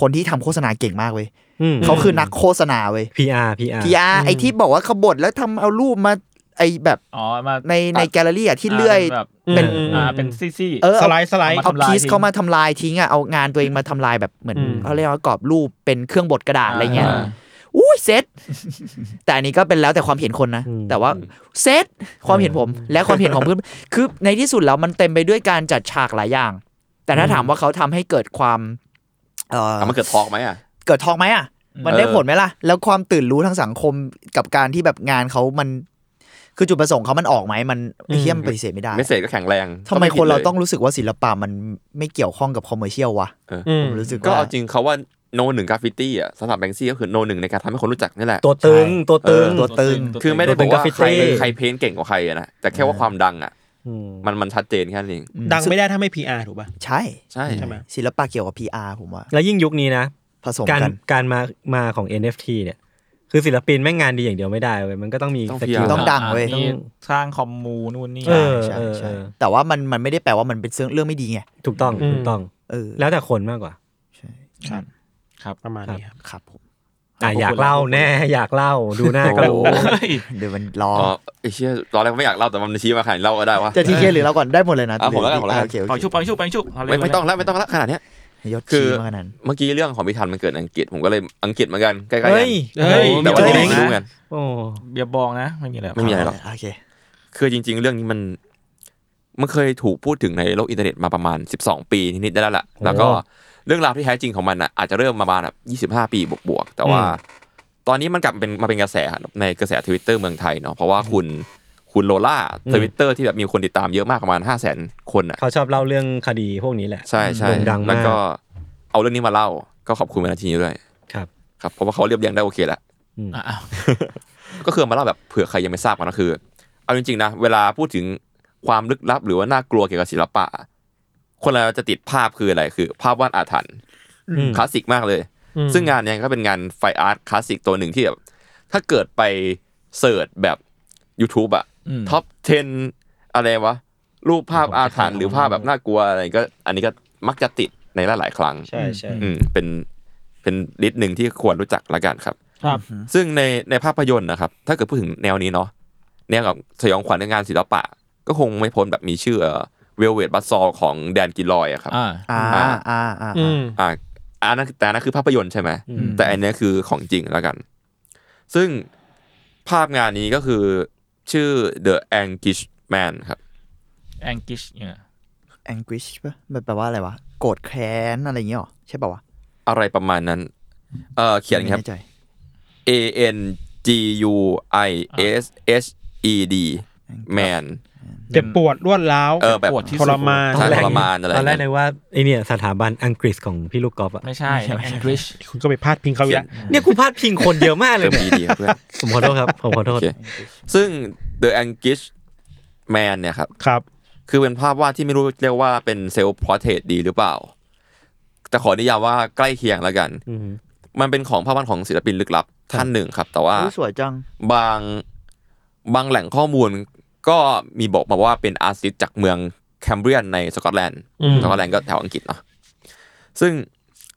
คนที่ทำโฆษณาเก่งมากเว้ย อืม เขาคือนักโฆษณาเว้ย PR PR พีอาไอที่บอกว่าขบฏแล้วทำเอารูปมาไอแบบ อ๋อมา ในในแกลเลอรี่อ่ะที่เลื่อย าแบบ เป็น อืม อ่าเป็นซี่ซี่ เออ ส เอา ไลด์สไลด์ มา เอา ทำลาย พีซ ทิ้ง เขามาทำลายทิ้งอ่ะ เอางานตัวเองมาทำลายแบบเหมือน อืม เขาเรียกว่ากรอบรูปเป็นเครื่องบดกระดาษอะไรเงี้ย อ่า อุ้ยเซต แต่อันนี้ก็เป็นแล้วแต่ความเห็นคนนะ อืม แต่ว่าเซตความเห็นผมและความเห็นของเพื่อน คือในที่สุดแล้วมันเต็มไปด้วยการจัดฉากหลายอย่าง แต่ถ้าถามว่าเขาทำให้เกิดความเอ่อ เอามันเกิดทอล์กไหมอ่ะ เกิดทองไหมอ่ะ มันได้ผลไหมล่ะ แล้วความตื่นรู้ทางสังคมกับการที่แบบงานเขามัน คือจุดประสงค์เขามันออกไหมมันไอ้เฮี้ยมนปฏิเสธไม่ได้ เมสเซจก็แข็งแรง ทำไมคนเรา ก็ผิดลย ต้องรู้สึกว่าศิลปะมันไม่เกี่ยวข้องกับคอมเมอร์เชียลวะ เออ อืม รู้สึก ก็ ว่า เอาจริงเขาว่า โนหนึ่งกราฟฟิตี้อ่ะสำหรับแบงซี่ก็คือโนหนึ่งในการทำให้คนรู้จักนี่แหละ ตัวตึง ใช่ ตัวตึง เออ ตัวตึง คือไม่ได้บอกว่า เป็นกราฟฟิตี้ ใครใครเพ้นเก่งกว่าใครอะนะแต่แค่ว่าความดังอ่ะ ม มันมันชัดเจนแค่นั้นเอง อืม ดังไม่ได้ถ้าไม่ PR ถูกป่ะ ใช่ ใช่ ใช่ไหม ศิลปะเกี่ยวกับ PR ผมว่า แล้วยิ่งยุคนี้นะ ผสม การ กัน การมามาของ NFT เนี่ย คือศิลปินแม่งงานดีอย่างเดียวไม่ได้เว้ยมันก็ต้องมีสกิล ต้องดังเว้ย นี่สร้างคอมมูนู่นนี่ เออ ใช่ใช่ เออ แต่ว่ามันมันไม่ได้แปลว่ามันเป็นเรื่องเรื่องไม่ดีไง ถูกต้องถูกต้อง เออ แล้วแต่คนมากกว่า ครับครับ ประมาณนี้ครับ ครับผม อ่ะ ขอบคุณ อยากเล่า ขอบคุณ แน่ อยากเล่าดูหน้าก็รู้ เดี๋ยวมันรอ อ๋อไอ้เชี่ยตอนแรกไม่อยากเล่าแต่มันชี้มาขนาดนี้เล่าก็ได้วะ จะทีเคียหรือเราก่อนได้หมดเลยนะ อ่ะผมแล้วกันผมแล้วกัน โอเคโอ ปล่อย เค ชุบปล่อยชุบปล่อยชุบเาเลย ไม่ไม่ต้องแล้วไม่ต้องแล้วขนาดเนี้ย ยศ คือ ชี้มาขนาดนั้น เมื่อกี้เรื่องของพิธันมันเกิดในอังกฤษผมก็เลยอังกฤษเหมือนกันใกล้ๆกั เฮ้ย เฮ้ย นแต่ว่าไม่รู้กัน โอ้ เบียร์บองนะ ไม่มีอะไร ไม่มีอะไรหรอก โอเค คือจริง ๆ เรื่องนี้มันมันเคยถูกพูดถึงในโลกอินเทอร์เน็ตมาประมาณ 12 ปีนิดๆได้แล้วล่ะ แล้วก็เรื่องราวที่แท้จริงของมันอ่ะอาจจะเริ่มมาประมาณแบบ25 ปีบวกๆ แต่ว่า ตอนนี้มันกลับเป็นมาเป็นกระแสในกระแสทวิตเตอร์เมืองไทยเนาะเพราะว่าคุณคุณโลล่าทวิตเตอร์ที่แบบมีคนติดตามเยอะมากประมาณ 5 0 0 0 0 0 คนอ่ะ เขาชอบเล่าเรื่องคดีพวกนี้แหละ ใช่ใช่ โด่งดังมาก แล้วก็เอาเรื่องนี้มาเล่าก็ขอบคุณมาทีนี้ด้วย ครับ ครับเพราะว่าเขาเรียบเรียงได้โอเคแล้ว อ่ะอ่ะ ก็คือมาเล่าแบบเผื่อใครยังไม่ทราบกันก็คือ เอาจริงๆนะเวลาพูดถึงความลึกลับ หรือว่าน่ากลัวเกี่ยวกับศิลปะ คนเราจะติดภาพคืออะไรคือ ภาพวาดอาถรรพ์ อืม คลาสสิกมากเลย ซึ่งงานเนี้ยก็เป็นงานไฟอาร์ตคลาสสิกตัวหนึ่งที่แบบถ้าเกิดไปเสิร์ชแบบ YouTube อะ ม ท็อป 10 อะไรวะ รูปภาพอาถรรพ์หรือภาพแบบน่ากลัวอะไรก็ อันนี้ก็มักจะติดในหลายๆครั้ง ใช่ใช่ อืมเป็นเป็นลิสต์หนึ่งที่ควรรู้จักละกันครับ ครับ ซึ่งในในภาพยนตร์นะครับ ถ้าเกิดพูดถึงแนวนี้เนาะแนวกับสยองขวัญในงานศิลปะ ก็คงไม่พ้นแบบมีชื่อเวลเวดบัสซอของแดนกิลอยอะครับ อ่า อ่าอ่าอ่าอ่า อืม อ่าอันนั้นแต่อันนั้นคือภาพยนตร์ใช่ไหม อืม แต่อันเนี้ยคือของจริงแล้วกัน ซึ่งภาพงานนี้ก็คือชื่อ The Angish Man ครับ anguish เนี่ย แองกิชปะมันแปลว่าอะไรวะ โกรธแค้นอะไรอย่างเงี้ยหรอ ใช่ป่าวะ อะไรประมาณนั้นเออเขียนครับ ไม่แใจ A N G U I S H E D Man เจ็บปวดรวดร้าว เออแบบ ปวดที่ ท สุด รมาน ใช่ทรมานอะไร ตอนแรก เงี้ย นึกว่าไอเนี่ยสถาบันอังกฤษของพี่ลูกกอล์ฟอะ ไม่ใช่ anguish คุณก็ไปพาดพิงเขาอีกแล้ว เนี่ยกูพลาดพิงคนเยอะมากเลย เติม เนี่ย ดีดีครับเพื่อน ผมขอโทษครับ ผมขอโท โอ ษ เค ซึ่ง The Angish Man เนี่ยครับ ครับ คือเป็นภาพวาดที่ไม่รู้เรียกว่าเป็นเซลล์พอร์เทรตดีหรือเปล่า แต่ขออนิยามว่าใกล้เคียงแล้วกัน อืม มันเป็นของภาพวาดของศิลปินลึกลับ ท่านหนึ่งครับ แต่ว่า อุ๊ยสวยจัง บางบางแหล่งข้อมูลก็มีบอกมาว่าเป็นอาร์ติสจากเมืองแคมเบรียนในสกอตแลนด์ อืม สกอตแลนด์ก็แถวอังกฤษเนาะ ซึ่ง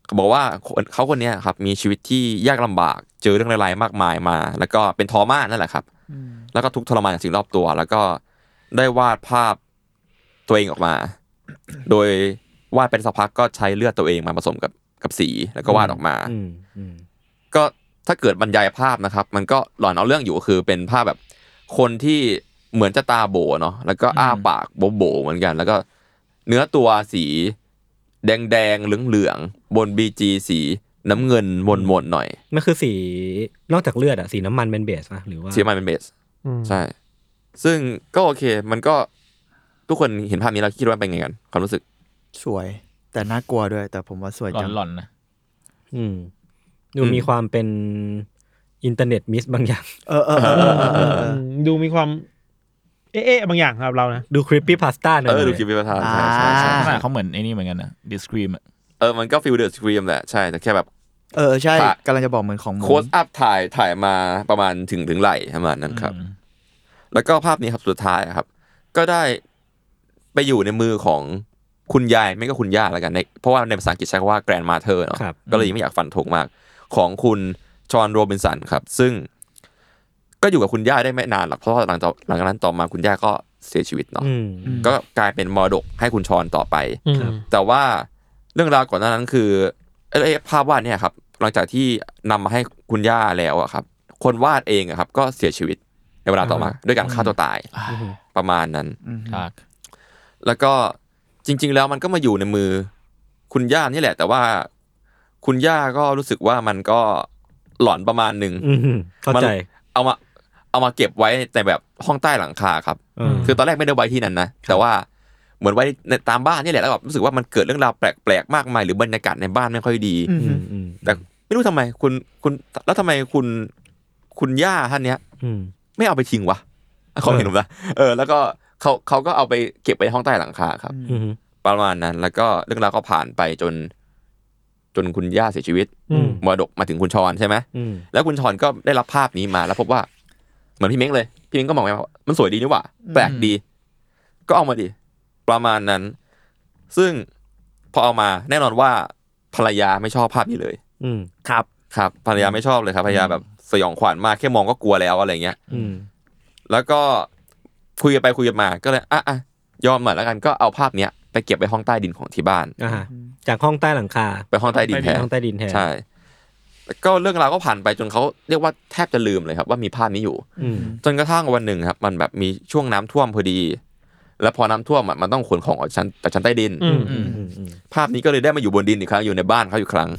เขาบอกว่าคนเขาคนเนี้ยครับมีชีวิตที่ยากลำบาก เจอเรื่องร้ายๆมากมายมา แล้วก็เป็นทอมานั่นแหละครับ แล้วก็ทุกข์ทรมานจากสิ่งรอบตัว แล้วก็ได้วาดภาพตัวเองออกมา โดยวาดเป็นสักพักก็ใช้เลือดตัวเองมาผสมกับกับสี แล้วก็วาดออกมา อืมอืม ก็ถ้าเกิดบรรยายภาพนะครับ มันก็หลอนเอาเรื่องอยู่คือเป็นภาพแบบ คนที่เหมือนจะตาโบเนาะแล้วก็อ้าปากโบโบเหมือนกัน แล้วก็เนื้อตัวสีแดงแดงๆเหลืองเหลืองๆบนบีจีสีน้ำเงินมนมนๆหน่อย มันคือสีนอกจากเลือดอะสีน้ำมันเป็นเบสนะหรือว่า สีมันเป็นเบส อืม ใช่ ซึ่งก็โอเค มันก็ทุกคนเห็นภาพนี้แล้วคิดว่าเป็นไงกัน ความรู้สึก สวย แต่น่ากลัวด้วย แต่ผมว่าสวย หลอ จั น ง หลอนๆนะ อืมดู อืม มีความเป็นอินเทอร์เน็ตมิสบางอย่าง เออเออเออเออเออเออ ดูมีความ เอ๊ะๆบางอย่างครับเรานะ ดูคลิปปี้พาสต้าหน่อย เออ ดูคลิปวิประธานใช่ใช่ อ่า ใช่ ลักษณะเขาเหมือนไอ้นี่เหมือนกันนะ discream อะ เออ มันก็ฟิลเดอร์สครีมแหละ ใช่ แต่แค่แบบ เออใช่ ค่ะ กำลังจะบอกเหมือนของหมู โค้ดอัพถ่ายถ่ายมาประมาณถึงถึงไหลประมาณนั้นครับ อืม แล้วก็ภาพนี้ครับสุดท้ายครับ ก็ได้ไปอยู่ในมือของคุณยายไม่ก็คุณย่าแล้วกันในเพราะว่าในภาษาอังกฤษใช้คำว่า grand mother เนาะ ครับ ก็เลยยังไม่อยากฟันธงมาก ของคุณชอนโรบินสันครับ ซึ่ง ก็อยู่กับคุณย่าได้ไม่นานหรอกเพราะว่าหลังจากหลังจากนั้นต่อมาคุณย่าก็เสียชีวิตเนาะ อืม ก็กลายเป็นมรดกให้คุณชอนต่อไป อืม แต่ว่าเรื่องราวก่อนหน้านั้นคือเอ้ยเอ้ยภาพวาดเนี่ยครับ หลังจากที่นำมาให้คุณย่าแล้วอะครับ คนวาดเองอะครับ ก็เสียชีวิตในเวลาต่อมา ด้วยการฆ่าตัวตายประมาณนั้น ครับ แล้วก็จริง ๆ แล้วมันก็มาอยู่ในมือ คุณย่านี่แหละ แต่ว่าคุณย่าก็รู้สึกว่ามันก็หลอนประมาณหนึ่ง อืมเข้าใจ มันเอามาเอามาเก็บไว้ในแบบห้องใต้หลังคาครับ อืม คือตอนแรกไม่ได้ไว้ที่นั่นนะ แต่ว่า เหมือนไว้ในตามบ้านนี่แหละแล้วแบบรู้สึกว่ามันเกิดเรื่องราวแปลกๆมากมายหรือบรรยากาศในบ้านไม่ค่อยดี อืม อืมอืม แต่ไม่รู้ทำไมคุณคุณแล้วทำไมคุณคุณย่าท่านเนี้ย อืม ไม่เอาไปทิ้งวะเขาเห็นผมนะเออ แล้วก็เขาเขาก็เอาไปเก็บไว้ในห้องใต้หลังคาครับ อืม ประมาณนั้น แล้วก็เรื่องราวก็ผ่านไปจน จนคุณย่าเสียชีวิต อืม มรดกมาถึงคุณชอนใช่ไหม อืม แล้วคุณชอนก็ได้รับภาพนี้มาแล้วพบว่า เหมือนพี่เม้งเลย พี่เม้งก็มองไปว่ามันสวยดีนี่หว่า แปลกดี ก็เอามาดิประมาณนั้น ซึ่งพอเอามาแน่นอนว่าภรรยาไม่ชอบภาพนี้เลย อืม ครับ ครับภรรยาไม่ชอบเลยครับภรรยาแบบสยองขวัญมากแค่มองก็กลัวแล้วอะไรเงี้ย อืม แล้วก็คุยกันไปคุยกันมาก็เลยอ่ะอ่ะยอมหน่อยแล้วกันก็เอาภาพเนี้ยไปเก็บไปห้องใต้ดินของที่บ้าน อ่าฮะจากห้องใต้หลังคา ไปห้องใต้ดินแทน ห้องใต้ดินแทน ใช่แล้วก็เรื่องราวก็ผ่านไปจนเขาเรียกว่าแทบจะลืมเลยครับ ว่ามีภาพนี้อยู่ อืม จนกระทั่งวันหนึ่งครับ มันแบบมีช่วงน้ำท่วมพอดี แล้วพอน้ำท่วมอ่ะมันต้องขนของออกชั้นจากชั้นใต้ดิน อืม อืมอืมอืม ภาพนี้ก็เลยได้มาอยู่บนดินอีกครั้งอยู่ในบ้านเขาอีกครั้ง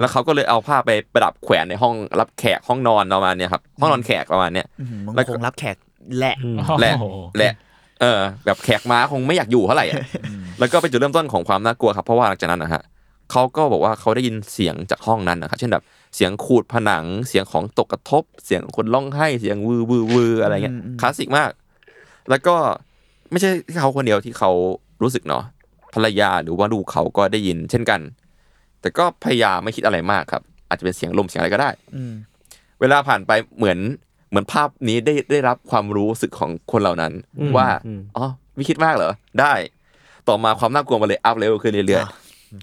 แล้วเขาก็เลยเอาผ้าไปประดับแขวนในห้องรับแขกห้องนอนประมาณเนี้ยครับห้องนอนแขกประมาณเนี้ย อืมมึง แล้วก็ คงรับแขกแหละ อืม แหละแหละเออ แบบแขกม้าคงไม่อยากอยู่เท่าไหร่อะแล้วก็เป็นจุดเริ่มต้นของความน่ากลัวครับ เพราะว่าหลังจากนั้นนะฮะเขาก็บอกว่าเขาได้ยินเสียงจากห้องนั้นนะครับเช่นแบบเสียงขูดผนัง เสียงของตกกระทบ เสียงคนร้องไห้เสียงวือวือวืออะไรเงี้ย อืมอืม คลาสสิกมาก แล้วก็ไม่ใช่แค่เขาคนเดียวที่เขารู้สึกเนาะภรรยาหรือว่าลูกเขาก็ได้ยิน เช่นกัน แต่ก็พยายามไม่คิดอะไรมากครับ อาจจะเป็นเสียงลมเสียงอะไรก็ได้ อืม เวลาผ่านไปเหมือนเหมือนภาพนี้ได้ได้รับความรู้สึกของคนเหล่านั้น ว่า อืม อ๋อไม่คิดมากเหรอ ได้ ต่อมาความน่ากลัวมาเลยอัพเลเวลขึ้นเรื่อย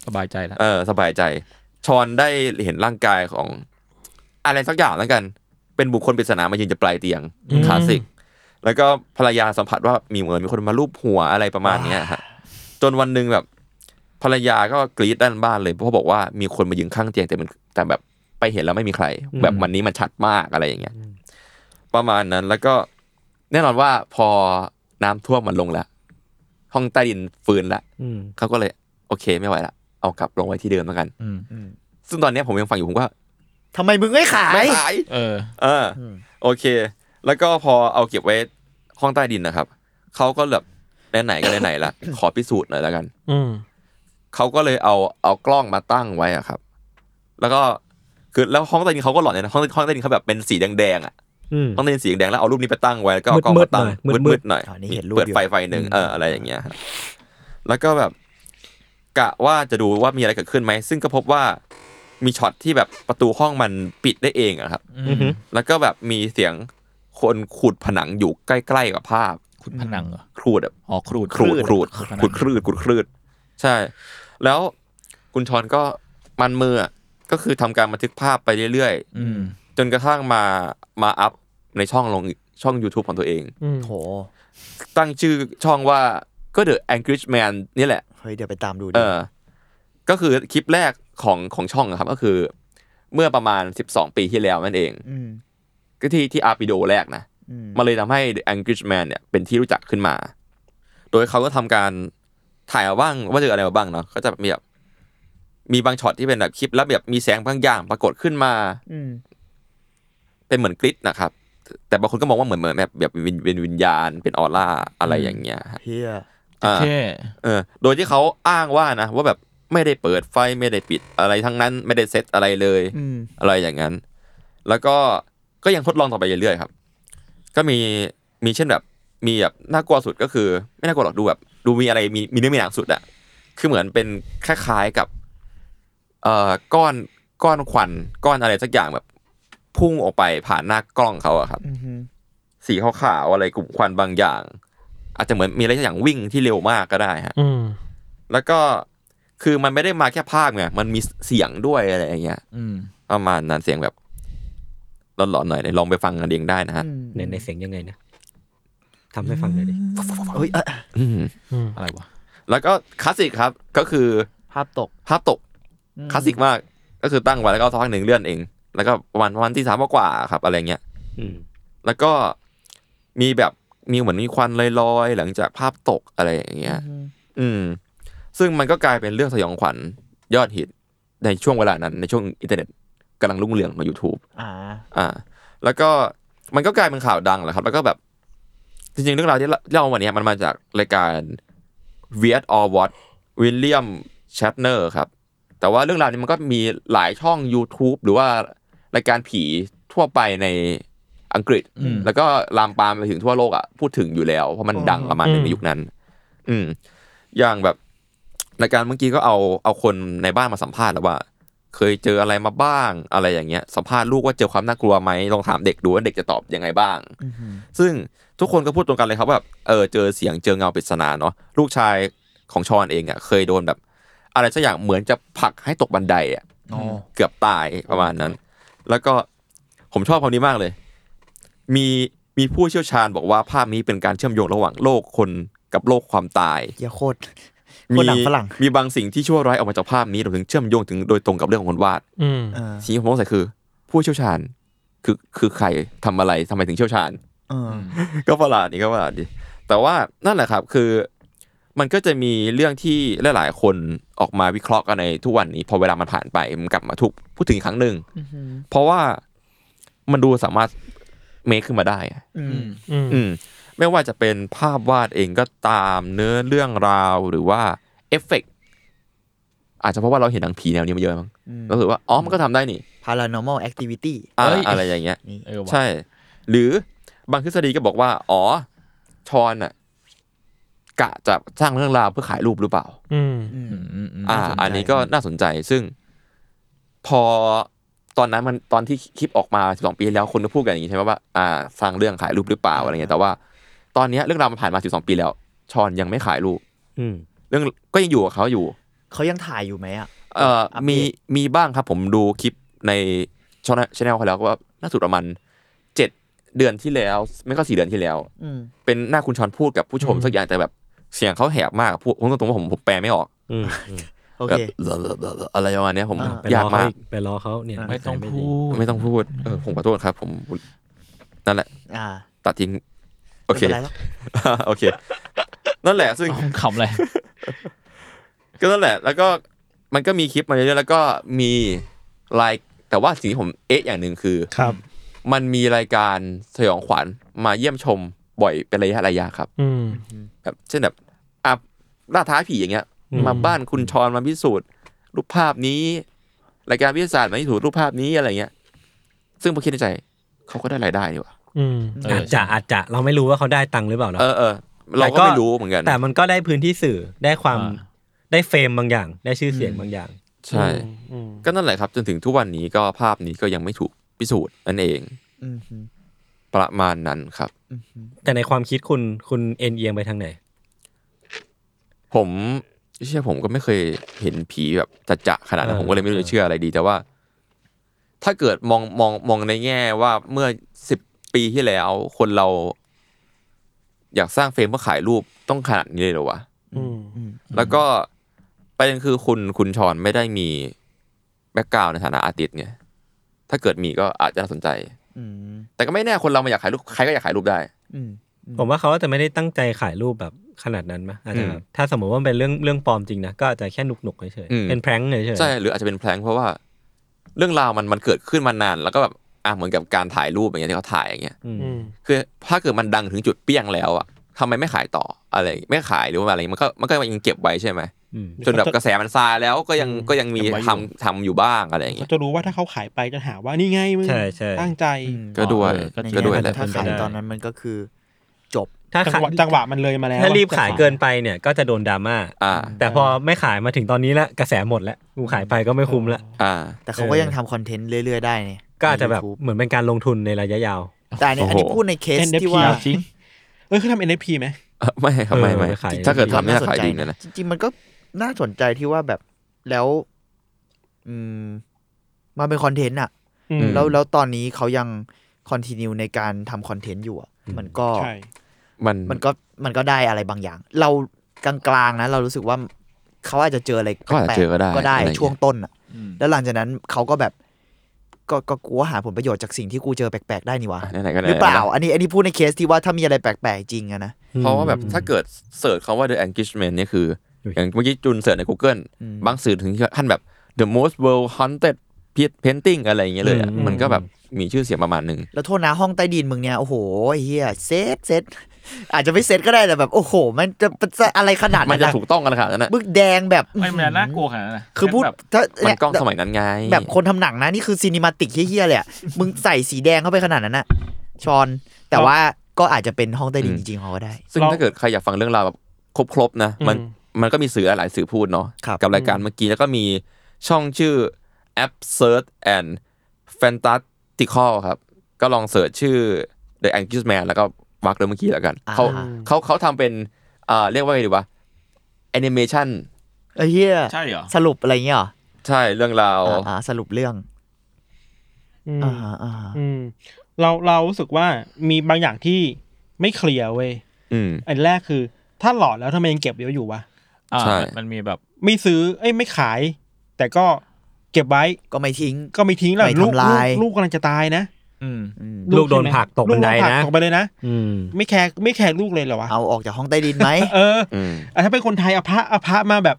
สบายใจแล้ว ๆเออสบายใจ ชอนได้เห็นร่างกายของ อะไรสักอย่างแล้วกัน เป็นบุคคลปริศนามายืนจะปลายเตียงคลาสสิก แล้วก็ภรรยาสัมผัสว่ามีเหมือนมีคนมาลูบหัวอะไรประมาณเนี้ยฮะจนวันหนึ่งแบบ ภรรยาก็กรีดด้านบ้านเลยเพราะบอกว่ามีคนมายืนข้างเตียงแต่มันแต่แบบไปเห็นแล้วไม่มีใคร แบบวันนี้มันชัดมากอะไรอย่างเงี้ยประมาณนั้นแล้วก็แน่นอนว่าพอน้ำท่วมมันลงแล้วห้องใต้ดินฟื้นละ อืม เขาก็เลย โอเคไม่ไหวละเอากลับลงไว้ที่เดิมแล้วกัน อืม อืม ซึ่งตอนเนี้ยผมยังฟังอยู่ผมก็ ทำไมมึงไม่ขาย ไม่ขาย เออ เอออ ม โอเค แล้วก็พอเอาเก็บไว้ห้องใต้ดินนะครับเขาก็แบบไหนๆก็ไหนๆละ [coughs] ขอพิสูจน์หน่อยแล้วกัน อืม เขาก็เลยเอาเอากล้องมาตั้งไว้อะครับ แล้วก็คือแล้วห้องใต้ดินเขาก็หลอนเลยนะห้องห้องใต้ดินเขาแบบเป็นสีแดงๆอ่ะ อืม ห้องใต้ดินสีแดงๆแล้วเอารูปนี้ไปตั้งไว้แล้วก็เอากล้องมาตั้ง มืดๆหน่อยมื มื ด ดๆหน่อย อ๋อนี่เห็นรูป เปิด อยู่ ไฟไฟหนึ่งเอออะไรอย่างเงี้ยฮะแล้วก็แบบกะว่าจะดูว่ามีอะไรเกิดขึ้นไหมซึ่งก็พบว่ามีช็อตที่แบบประตูห้องมันปิดได้เองอะครับ อืม แล้วก็แบบมีเสียงคนขูดผนังอยู่ใกล้ๆกับภาพ ขุดผนังเหรอ ครูดแบบ อ๋อครูด ครูดครูด ผนัง ขูดครืดขูดครืดใช่ แล้วคุณชอนก็มันมืออะก็คือทำการบันทึกภาพไปเรื่อย อืม ๆ จนกระทั่งมามาอัพในช่องลงช่อง YouTube ของตัวเอง โห ตั้งชื่อช่องว่าก็ The Angry Man นี่แหละ เฮ้ยเดี๋ยวไปตามดู เอ ดิ อ ก็คือคลิปแรกของของช่องอะครับ ก็คือ เมื่อประมาณ 12 ปีที่แล้วนั่นเอง ม ก็ที่ที่อัพวิดีโอแรกนะ อืม มันเลยทำให้ The Angry Man เนี่ยเป็นที่รู้จักขึ้นมา โดยเขาก็ทำการถ่ายมาบ้างว่าเจออะไรมาบ้างเนาะ ก็จะมีแบบมีบางช็อตที่เป็นแบบคลิปแล้วแบบมีแสงบางอย่างปรากฏขึ้นมา อืม เป็นเหมือนกริดนะครับ แต่บางคนก็มองว่าเหมือนเหมือนแบบแบบวิญเป็นวิญญาณ เป็นออร่าอะไรอย่างเงี้ยฮะ เฮีย อ่า เท่ เออ โดยที่เขาอ้างว่านะ ว่าแบบไม่ได้เปิดไฟไม่ได้ปิดอะไรทั้งนั้น ไม่ได้เซตอะไรเลย อืม อะไรอย่างนั้น แล้วก็ก็ยังทดลองต่อไปเรื่อยๆครับ ก็มีมีเช่นแบบ มีแบบน่ากลัวสุดก็คือ ไม่น่ากลัวหรอกดูแบบ ดูมีอะไรมีมีเนื้อมีหนังสุดอะคือเหมือนเป็นคล้ายๆกับเอ่อก้อนก้อนควันก้อนอะไรสักอย่างแบบ พุ่งออกไปผ่านหน้ากล้องเขาอะครับ อืม สีขาวๆอะไรกลุ่มควันบางอย่าง อาจจะเหมือนมีอะไรสักอย่างวิ่งที่เร็วมากก็ได้ฮะ อืม แล้วก็คือมันไม่ได้มาแค่ภาพไงมันมีเสียงด้วยอะไรอย่างเงี้ย อืม ประมาณนั้นเสียงแบบหลอนๆหน่อยเลยลองไปฟังกันเองได้นะฮะ อืม ในในเสียงยังไงนะทำให้ฟังหน่อยดิ เฮ้ยเอ้ย อืม อะไรวะ แล้วก็คลาสสิกครับก็คือ ภาพตก ภาพตก อืม คลาสสิกมากก็คือตั้งไว้แล้วก็สักพักหนึ่งเลื่อนเอง แล้วก็ประมาณวันที่สามกว่าๆครับ อะไรเงี้ย อืม แล้วก็มีแบบมีเหมือนมีควันลอยๆหลังจากภาพตกอะไรอย่างเงี้ย อืม อืม ซึ่งมันก็กลายเป็นเรื่องสยองขวัญยอดฮิตในช่วงเวลานั้นในช่วงอินเทอร์เน็ตกำลังรุ่งเรืองของ YouTube อ่า อ่าแล้วก็มันก็กลายเป็นข่าวดังแหละครับ แล้วก็แบบ จริงๆ เรื่องราวที่เล่าวันเนี้ยมันมาจากรายการ เวียดออวอตวิลเลียมแชตเนอร์ครับ แต่ว่าเรื่องราวนี้มันก็มีหลายช่อง YouTube หรือว่ารายการผีทั่วไปในอังกฤษ อืม แล้วก็ลามปามไปถึงทั่วโลกอ่ะ พูดถึงอยู่แล้ว เพราะมันดังประมาณหนึ่งในยุคนั้น อืม อย่างแบบรายการเมื่อกี้ก็เอาเอาคนในบ้านมาสัมภาษณ์แล้วว่า เคยเจออะไรมาบ้างอะไรอย่างเงี้ย สัมภาษณ์ลูกว่าเจอความน่ากลัวไหมลองถามเด็กดูว่าเด็กจะตอบยังไงบ้าง ซึ่งทุกคนก็พูดตรงกันเลยครับว่าแบบเออเจอเสียงเจอเงาปริศนาเนาะลูกชายของชอนเองอ่ะเคยโดนแบบ อะไรสักอย่างเหมือนจะผลักให้ตกบันไดอ่ะ อ๋อ เกือบตายประมาณนั้น แล้วก็ผมชอบคำนี้มากเลย มีมีผู้เชี่ยวชาญบอกว่าภาพนี้เป็นการเชื่อมโยงระหว่างโลกคนกับโลกความตาย อย่าโคตร ค มี นหนังฝรั่ง มีบางสิ่งที่ชั่วร้ายออกมาจากภาพนี้เราถึงเชื่อมโยงถึงโดยตรงกับเรื่องของคนวาด อืม เออ สิ่งที่ผมสงสัยคือ ผู้เชี่ยวชาญคือคือใครทำอะไรทำไมถึงเชี่ยวชาญ เออ ก็ประหลาดนี่ก็ประหลาดดี แต่ว่านั่นแหละครับคือมันก็จะมีเรื่องที่หลาย ๆ คนออกมาวิเคราะห์กันในทุกวันนี้ พอเวลามันผ่านไปมันกลับมาถูกพูดถึงอีกครั้งหนึ่งเพราะว่ามันดูสามารถเมคขึ้นมาได้อะ อืม อืม อืม ไม่ว่าจะเป็นภาพวาดเองก็ตามเนื้อเรื่องราวหรือว่าเอฟเฟกต์อาจจะเพราะว่าเราเห็นหนังผีแนวนี้มาเยอะมั้ง อืม รู้สึกว่าอ๋อมันก็ทำได้นี่ paranormal activity อ่ะ เอ้ย อะไรอย่างเงี้ย นี่ เออว่ะ ใช่ หรือบางทฤษฎีก็บอกว่า อ๋อ ชอนอ่ะ กะจะสร้างเรื่องราวเพื่อขายรูปหรือเปล่า อืม อืม อืมมม อ่า สใจ อันนี้ก็น่าสนใจซึ่ง พอตอนนั้นมันตอนที่คลิปออกมา 12 ปีที่แล้วคนก็พูดกันอย่างนี้ใช่ไหมว่าอ่าสร้างเรื่องขายรูปหรือเปล่าอะไรเงี้ยแต่ว่าตอนเนี้ยเรื่องราวมันผ่านมา 12 ปีแล้ว ชอนยังไม่ขายรูป อืม เรื่องก็ยังอยู่กับเขาอยู่ เขายังถ่ายอยู่ไหมอ่ะ เอ่อ อัปเดต มีมีบ้างครับผมดูคลิปในช่องชแนลเขาแล้วก็ว่าน่าสุดประมาณเจ็ดเดือนที่แล้ว ไม่ก็สี่เดือนที่แล้ว อืม เป็นหน้าคุณชอนพูดกับผู้ชมสักอย่างแต่แบบเสียงเขาแหบมากพูดผมตรงๆว่าผมผมแปลไม่ออก อืมอืม โอ แบบ เค อะไรประมาณเนี้ยผม อ่า ไปร ยาก อเขา มาก อีกไปรอเขาเนี่ย ไม่ต้องพูด ไม่ต้องพูดเออผมขอโทษครับ ผมนั่นแหละ อ่า ตัดทิ้งโอเค ไม่ป็นไรหรก [laughs] โอเค นั่นแหละ [laughs] ซึ่ง เอาขำเลย ก็นั่นแหละ แล้วก็มันก็มีคลิปมาเยอะๆแล้วก็มีรายแต่ว่าสิ่งที่ผมเอ๊ะอย่างหนึ่งคือ ครับ มันมีรายการสยองขวัญมาเยี่ยมชมบ่อยเป็นระยะระยะครับ อืม แบบเช่นแบบอ่ะล่าท้าผีอย่างเงี้ย มาบ้านคุณชอนมาพิสูจน์รูปภาพนี้ รายการวิทยาศาสตร์มาพิสูจน์รูปภาพนี้อะไรเงี้ย ซึ่งผมคิดในใจเขาก็ได้รายได้นี่หว่า อืม เอ อา อ จจะอาจจะเราไม่รู้ว่าเขาได้ตังค์หรือเปล่าเนาะ เออเออเราก็ไม่รู้เหมือนกัน แต่มันก็ได้พื้นที่สื่อได้ความ อ่า ได้เฟรมบางอย่าง ได้ชื่อเสียงบางอย่าง ใช่ ก็นั่นแหละครับ จนถึงทุกวันนี้ก็ภาพนี้ก็ยังไม่ถูกพิสูจน์นั่นเอง อืมอืม ประมาณนั้นครับ อืมอืม แต่ในความคิดคุณคุณเอ็นเอียงไปทางไหน ผมเชื่อผมก็ไม่เคยเห็นผีแบบจัจะๆขนาดนั้น เออ ผมก็เลยไม่รู้จะเชื่ออะไรดี แต่ว่า ถ้าเกิดมองมองมองในแง่ว่าเมื่อสิบปีที่แล้ว คนเรา อยากสร้างเฟรมเพื่อขายรูปต้องขนาดนี้เลยเหรอวะ อืม อืม แล้วก็ประเด็นคือคุณคุณชอนไม่ได้มีแบ็กกราวในฐานะอาร์ติสต์ไงถ้าเกิดมีก็อาจจะน่าสนใจ อืม แต่ก็ไม่แน่คนเรามาอยากขายรูปใครก็อยากขายรูปได้ อืม ผมว่าเขาอาจจะไม่ได้ตั้งใจขายรูปแบบขนาดนั้นมะอาจจะ อืม แบบถ้าสมมติว่ามันเป็นเรื่องเรื่องปลอมจริงนะก็อาจจะแค่หนุกหนุกๆเฉย อืม ๆเป็นแพร้งก์เฉยๆ ใช่หรืออาจจะเป็นแพลงเพราะว่า เรื่องราวมันมันเกิดขึ้นมานาน แล้วก็แบบอ่ะเหมือนกับการถ่ายรูปอย่างเงี้ยที่เขาถ่ายอย่างเงี้ย อืม อืม คือถ้าเกิดมันดังถึงจุดเปี้ยงแล้วอ่ะทำไมไม่ขายต่ออะไรไม่ขายหรือว่าอะไรมันก็มันก็ยังเก็บไว้ใช่ไหม อืม จนแบบกระแสมันซาแล้วก็ยัง อืม ก็ยังมี เก็บไว้อยู่ ทำทำอยู่บ้างอะไรอย่าง เขา เงี้ย จะรู้ว่าถ้าเขาขายไปจะหาว่านี่ไงมึง ใช่ใช่ ตั้งใจ อืม ก็ด้วย เออก็จริง ก็ด้วยแหละ ถ้าขายตอนนั้นมันก็คือจบ ถ้า จัง ขาย หวะจังหวะมันเลยมาแล้ว ถ้ารีบขายเกินไปเนี่ย ก็จะโดนดราม่า อ่า แต่พอไม่ขายมาถึงตอนนี้ละกระแสหมดแล้วกูขายไปก็ไม่คุ้มละ อ่า แต่เขาก็ยังทำคอนเทนต์เรื่อย ๆ ได้เนี่ย ก็อาจจะแบบ ใน YouTube เหมือนเป็นการลงทุนในระยะยาว แต่อันนี้อันนี้ โอ้โห พูดในเคส เอ็นเอฟ ที่ พี ว่า จริง เอ้ยเขาทำเอ็นเอฟพีไหม เอ่อ [laughs] ไม่ครับไม่ไม่ ออขย ถ้าเกิดทำเนี่ยขายดี นะ เนี่ยนะ จริงๆ มันก็น่าสนใจที่ว่าแบบแล้ว อืมมาเป็นคอนเทนต์อ่ะ อื อื ม ม แล้วแล้วตอนนี้เขายังคอนติเนียในการทำคอนเทนต์อยู่อะมันก็ ใช่ มัน มันก็มันก็ได้อะไรบางอย่าง เรากลางๆนะ เรารู้สึกว่าเขาอาจจะเจออะไร ก็อาจจะเจอก็ได้ ก็ได้ อะไรอย่างเงี้ย ช่วงต้นอ่ะ อืม แล้วหลังจากนั้นเขาก็แบบ ก็ก็กูว่าหาผลประโยชน์จากสิ่งที่กูเจอแปลกๆได้นี่วะ อ่ะไหนๆก็ไหนๆ หรือเปล่า นะ อันนี้อันนี้พูดในเคสที่ว่าถ้ามีอะไรแปลกๆจริงอะนะ อืม เพราะว่าแบบถ้าเกิดเสิร์ชคำว่า the engagement เนี่ยคือ อุ๊ย อย่างเมื่อกี้จุนเสิร์ชใน Google อืม บางสื่อถึงขั้นแบบ the most world haunted painting อะไรอย่างเงี้ยเลยอะ อืม มันก็แบบ มีชื่อเสียงประมาณหนึ่ง แล้วโทษนะห้องใต้ดินมึงเนี่ยโอ้โหไอ้เฮียเซตเซตอาจจะไม่เซตก็ได้แต่แบบโอ้โห มันจะจะอะไรขนาด มันั้นน จะ ล่ะ ถูกต้องกันขนาดนั้นนะ บึกแดงแบบ ไม่มันน่ากลัวขนาดนั้นนะ คือพูด แบบ ถ้า มั เนี่ นกล้องสมัยนั้นไง แบบคนทำหนังนะ นี่คือซีนิมาติกเฮี้ยๆเลยอะมึงใส่สีแดงเข้าไปขนาดนั้นอะชอน แต่ว่าก็อาจจะเป็นห้องใต้ดินจริงๆเขาก็ได้ ซึ่งถ้าเกิดใครอยากฟังเรื่องราวแบบครบๆนะมันมันก็มีสื่อหลายสื่อพูดเนาะ ครับ กับรายการเมื่อกี้แล้วก็มีช่องชื่อ absurd and fantastical ครับ ก็ลองเสิร์ชชื่อ the anxious man แล้วก็วักเรื่องเมื่อกี้แล้วกันเขาเขาเขาทำเป็นอ่าเรียกว่าไงดีวะ animation ไอ้เฮีย ใช่เหรอ สรุปอะไรเงี้ยเหรอ ใช่เรื่องราว อ่าๆสรุปเรื่อง อืม อ่าๆอ่าๆ อืมเราเรารู้สึกว่ามีบางอย่างที่ไม่เคลียร์เว้ย อืม อันแรกคือ ถ้าหลอดแล้วทำไมยังเก็บไว้อยู่วะ อ่า ใช่ มันมันมีแบบ ไม่ซื้อเอ้ยไม่ขาย แต่ก็เก็บไว้ ก็ไม่ทิ้ง ก็ไม่ทิ้งแล้ว ไม่ ลูก ทำลาย ลูกลูกกำลังจะตายนะ อืม ลูกโดนผลักตกบันได ลูโผลั นะ ตกไปเลยนะ อืม ไม่แคร์ไม่แคร์ลูกเลยเหรอวะ เอาออกจากห้องใต้ดินไหม เออ อืม อะถ้าเป็นคนไทยเอาพระเอาพระมาแบบ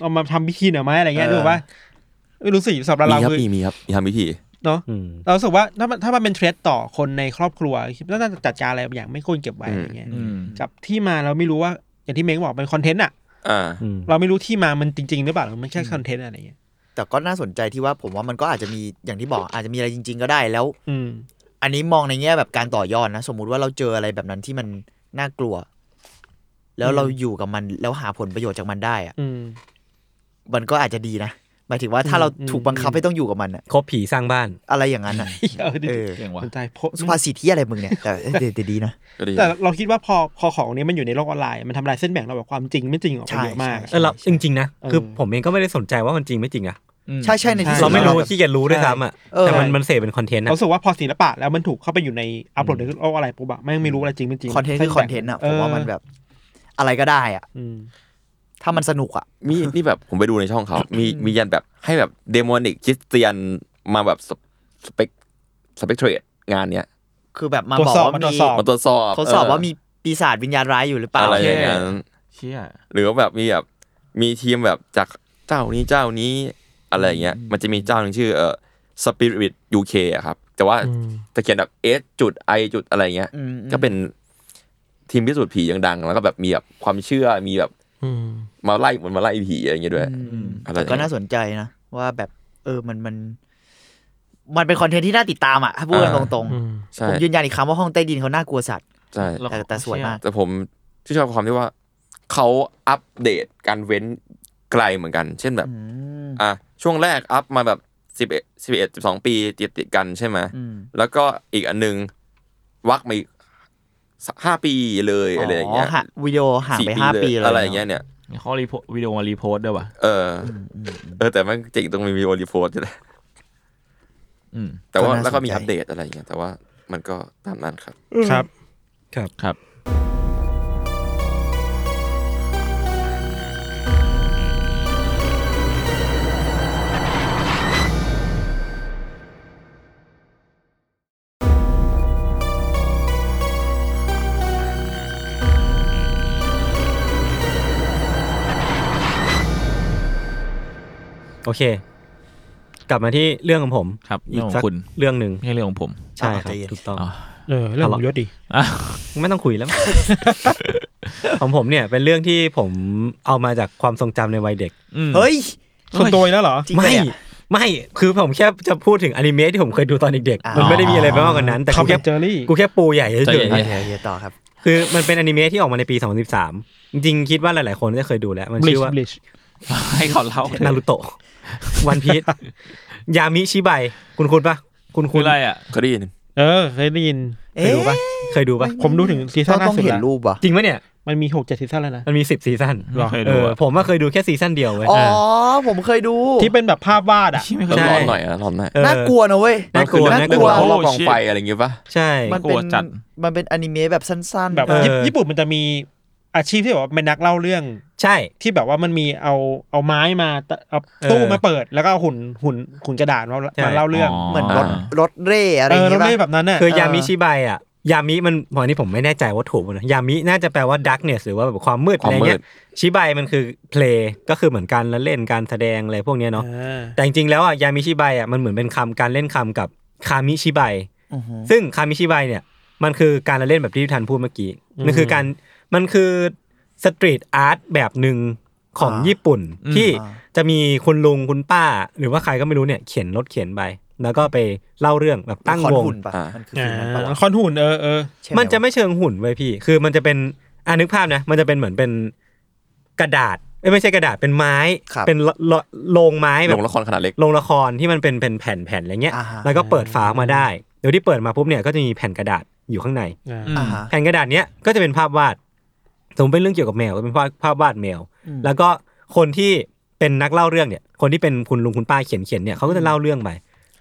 เอามาทำพิธีหน่อยไหมอะไรเงี้ย เออ ดูว่าไม่รู้สิสำหรับ มี เรา ครับ คือ มีมีครับมีทำพิธี เนาะ อืม เรารู้สึกว่าถ้ามันถ้ามันเป็นเทรดต่อคนในครอบครัวคิดว่าน่าจะจัดการอะไรบางอย่างไม่ควรเก็บไว้ อืม อะไรเงี้ย อืม กับที่มาเราไม่รู้ว่าอย่างที่เม้งบอกเป็นคอนเทนต์อะ อ่า อืม เราไม่รู้ที่มามันจริง ๆ หรือเปล่าหรือมันแค่คอนเทนต์อะไรเงี้ย แต่ก็น่าสนใจที่ว่าผมว่ามันก็อาจจะมีอย่างที่บอกอาจจะมีอะไรจริง ๆ ก็ได้แล้ว อืม อันนี้มองในแง่แบบการต่อยอดนะ สมมุติว่าเราเจออะไรแบบนั้นที่มันน่ากลัว แล้วเราอยู่กับมันแล้วหาผลประโยชน์จากมันได้อะ อืม มันก็อาจจะดีนะหมายถึงว่าถ้าเรา อืม ถูกบังคับให้ต้องอยู่กับมันอะ ครบผีสร้างบ้าน อะไรอย่างนั้นอะ เออดิ เออ เก่งว่ะ สนใจโพ สุภาษิตที่อะไรมึงเนี่ยแต่เออแต่ดีนะ ก็ดี แต่เราคิดว่าพอพอของนี้มันอยู่ในโลกออนไลน์มันทำลายเส้นแบ่งเราแบบความจริงไม่จริงออกไปเยอะมาก ใช่ เออเราจริงๆนะ เออ คือผมเองก็ไม่ได้สนใจว่ามันจริงไม่จริงอะ อืม ใช่ใช่ในที่สุด เราไม่รู้ แบบ ขี้เกียจรู้ด้วยซ้ำอะ เออ แต่มันมันเสพเป็นคอนเทนต์ เรา อะ รู้สึกว่าพอศิลปะแล้วมันถูกเข้าไปอยู่ในอัปโหลดในโลกอะไรปุ๊บอะแม่งไม่รู้อะไรจริงไม่จริง คอนเทนต์คือคอนเทนต์อะผมว่ามันแบบ อะไรก็ได้อะ อืม ถ้ามันสนุกอะ มี นี่แบบผมไปดูในช่องเขา มีมียันแบบให้แบบเดโมนิกคริสเตียนมาแบบสเปสเปกสเปกเทรดงานเนี้ย คือแบบมา ตรว บอก จสอบ ว่า มาตรว มี จสอบ มาตรวจสอบ ทดสอบ เ ว่ามีปีศาจวิญญาณร้ายอยู่หรือเปล่า อะไรอย่างนั้น เชี่ย หรือว่าแบบมีแบบมีทีมแบบจากเจ้านี้เจ้านี้อะไรอย่างเงี้ยมันจะมีเจ้าหนึ่งชื่อเออสปิริตยูเคอะครับ แต่ว่าจะเขียนแบบเอสจุดไอจุดอะไรเงี้ย อืมอืม ก็เป็นทีมพิสูจน์ผีอย่างดัง แล้วก็แบบมีแบบความเชื่อมีแบบมาไล่เหมือนมาไล่ผีอะไรอย่างเงี้ยด้วยอะไรอ แต่ ย่ [laughs] งก็ เงี้ย น่าสนใจนะว่าแบบเออมันมัน มันเป็นคอนเทนต์ที่น่าติดตามอ่ะถ้าพูดกัน อ่า ตรง ใช่ ๆผมยืนยันอีกครั้งว่าห้องใต้ดินเขาน่ากลัวสัตว์ ใช่ เรา แต่แต่สวยมาก แต่ผมที่ชอบความที่ว่าเขาอัปเดตการเว้นไกลเหมือนกัน เช่นแบบ อ่ะช่วงแรกอัพมาแบบสิบเอ็ดสิบเอ็ดสิบสองปีติดติดๆกันใช่ไหม อืม แล้วก็อีกอันนึงวักมาอีกสักห้าปีเลยอะไรอย่างเงี้ย ฮะวิดีโอห่างไป สี่ ห้าปี เลย เลย อะไรอย่างเงี้ยเนี่ย มีข้อรีโพวิดีโอมารีโพสต์ด้วยว่ะ เอออเออแต่มันเจ๋งตรงมีวีโอรีโพสต์แหละ อืม แต่ว่าแล้วก็มีอัปเดตอะไรอย่างเงี้ยแต่ว่ามันก็ตามนั้นครับ ครับ ครับ โอเค กลับมาที่เรื่องของผม ครับ อี เรื่อก งขอ สัก งคุณ เรื่องหนึ่ง ไม่ใช่เรื่องของผม [laughs] ใช่ครับ ใจเย็น ถูกต้อง อ๋อ เออเรื่องของยศดิ อ่ะ ไม่ต้องคุยแล้ว ของผมเนี่ย เป็นเรื่องที่ผมเอามาจากความทรงจำในวัยเด็ก อืม เฮ้ย ส่วนตัวอีกแล้วเหรอ จริง ไม่ เลยอะ ไม่คือผมแค่จะพูดถึงอนิเมะที่ผมเคยดูตอนเด็ก อ๋อ ๆมันไม่ได้มีอะไรไปมากกว่านั้น แต่กู Tom แค่ and Jerry กูแค่ปูใหญ่ ใจ เฉ เย็ ย น โอเคโอเคต่อครับ ๆคือมันเป็นอนิเมะที่ออกมาในปี 2013 จริงๆคิดว่าหลายๆคนน่าจะเคยดูแล้ว มันชื่อว่า Bleach ให้เขาเล่าเถอะ นารูโตะวันพี e ยามิชิบายคุณคุณปะคุณ คื คุ อ ณ อะไรอ่ะ เคยได้ยิน เออเคยได้ยิน เอ๊ะ เคยดูปะเคยดูปะ ผมดูถึงซีซั่ เรา นล่า ต้อง สุด เห็น แล้ว รูปเหรอ จริงปะเนี่ย มันมีหกเจ็ดซีซั่นแล้วนะ มันมี 10 ซีซั่น ไม่เคยดู เออ อะ ผมว่าเคยดูแค่ซีซั่นเดียวเว้ย อ๋อผมเคยดู ที่เป็นแบบภาพวาดอ่ะ ไม่เคย แล้ว ใช่ ร้อนหน่อยอะร้อนหน่อย เออ น่ากลัวนะเว้ย น่ากลัว น่า น่าก ก ลั ลั ว ว เรื่องรอบกองไฟอะไรอย่างเงี้ยป่ะ ใช่ มันเป็น กลัวจัด มันเป็นอนิเมะแบบสั้นๆ แบบ เออ ญี่ญี่ปุ่นมันจะมีอาชีพที่แบบว่าเป็นนักเล่าเรื่อง ใช่ ที่แบบว่ามันมีเอาเอาไม้มาตะเอา เออ ตู้มาเปิด แล้วก็เอาหุ่นหุ่นหุ่นกระดาษมา ใช่ มาเล่าเรื่อง เหมือนรถ อ่า รถเร่อะไร เอ อย่า อง เรา เงี้ย เล่นแบ ปะ บนั้นน่ะ คือยา เออ มิชิบายอ่ะยามิมันหมอนี่ผมไม่แน่ใจว่าถูกไหมนะยามิน่าจะแปลว่าดักเน s หรือว่าแบบความมืด ค อะ วาม ไร มืด เงี้ยชิบายมันคือเพลงก็คือเหมือนการละเล่นการแสดงอะไรพวกเนี้ยเนาะ อ่า แต่จริงๆแล้วอ่ะยามิชิบายอ่ะมันเหมือนเป็นคำการเล่นคำกับ คามิชิไบ อือฮึ ซึ่งคามิชิไบเนี่ยมันคือการละเล่นแบบที่พี่ทันพูดเมื่อกี้ อืม มันคือการมันคือสตรีทอาร์ตแบบหนึ่งของ อ่า ญี่ปุ่น อืม ที่ อ่า จะมีคุณลุงคุณป้า หรือว่าใครก็ไม่รู้เนี่ยเขียนรถเขียนไปแล้วก็ไปเล่าเรื่องแบบตั้ง คอน วง หุ่นปะ อ่ามั มันคือ อ่ ฟิลนั้นาวปะะ คอนหุ่นเออเออ ใช่ไหว มันจะไม่เชิงหุ่นเว้ยพี่ คือมันจะเป็นอ่านึกภาพนะ มันจะเป็นเหมือนเป็นกระดาษเอ้ยไม่ใช่กระดาษเป็นไม้ ครับ เป็นโลโลโรงไม้แบ ล บ งละครขนาดเล็ก โรงละครที่มันเป็นเป็นแผ่นแผ่นอะไรเงี้ย อ่าฮะ แล้วก็เปิดฝาออกมาได้ เดี๋ยวที่เปิดมาปุ๊บเนี่ยก็จะมีแผ่นกระดาษอยู่ข้างใน อ่า อ่าฮะ แผ่นกระดาษเนี้ยก็จะเป็นภาพวาด สมมติเป็นเรื่องเกี่ยวกับแมวก็เป็นภาพภาพวาดแมว อืม แล้วก็คนที่เป็นนักเล่าเรื่องเนี่ย คนที่เป็นคุณลุงคุณป้าเขียนเขียนเนี่ยเขาก็จะเล่าเรื่องไป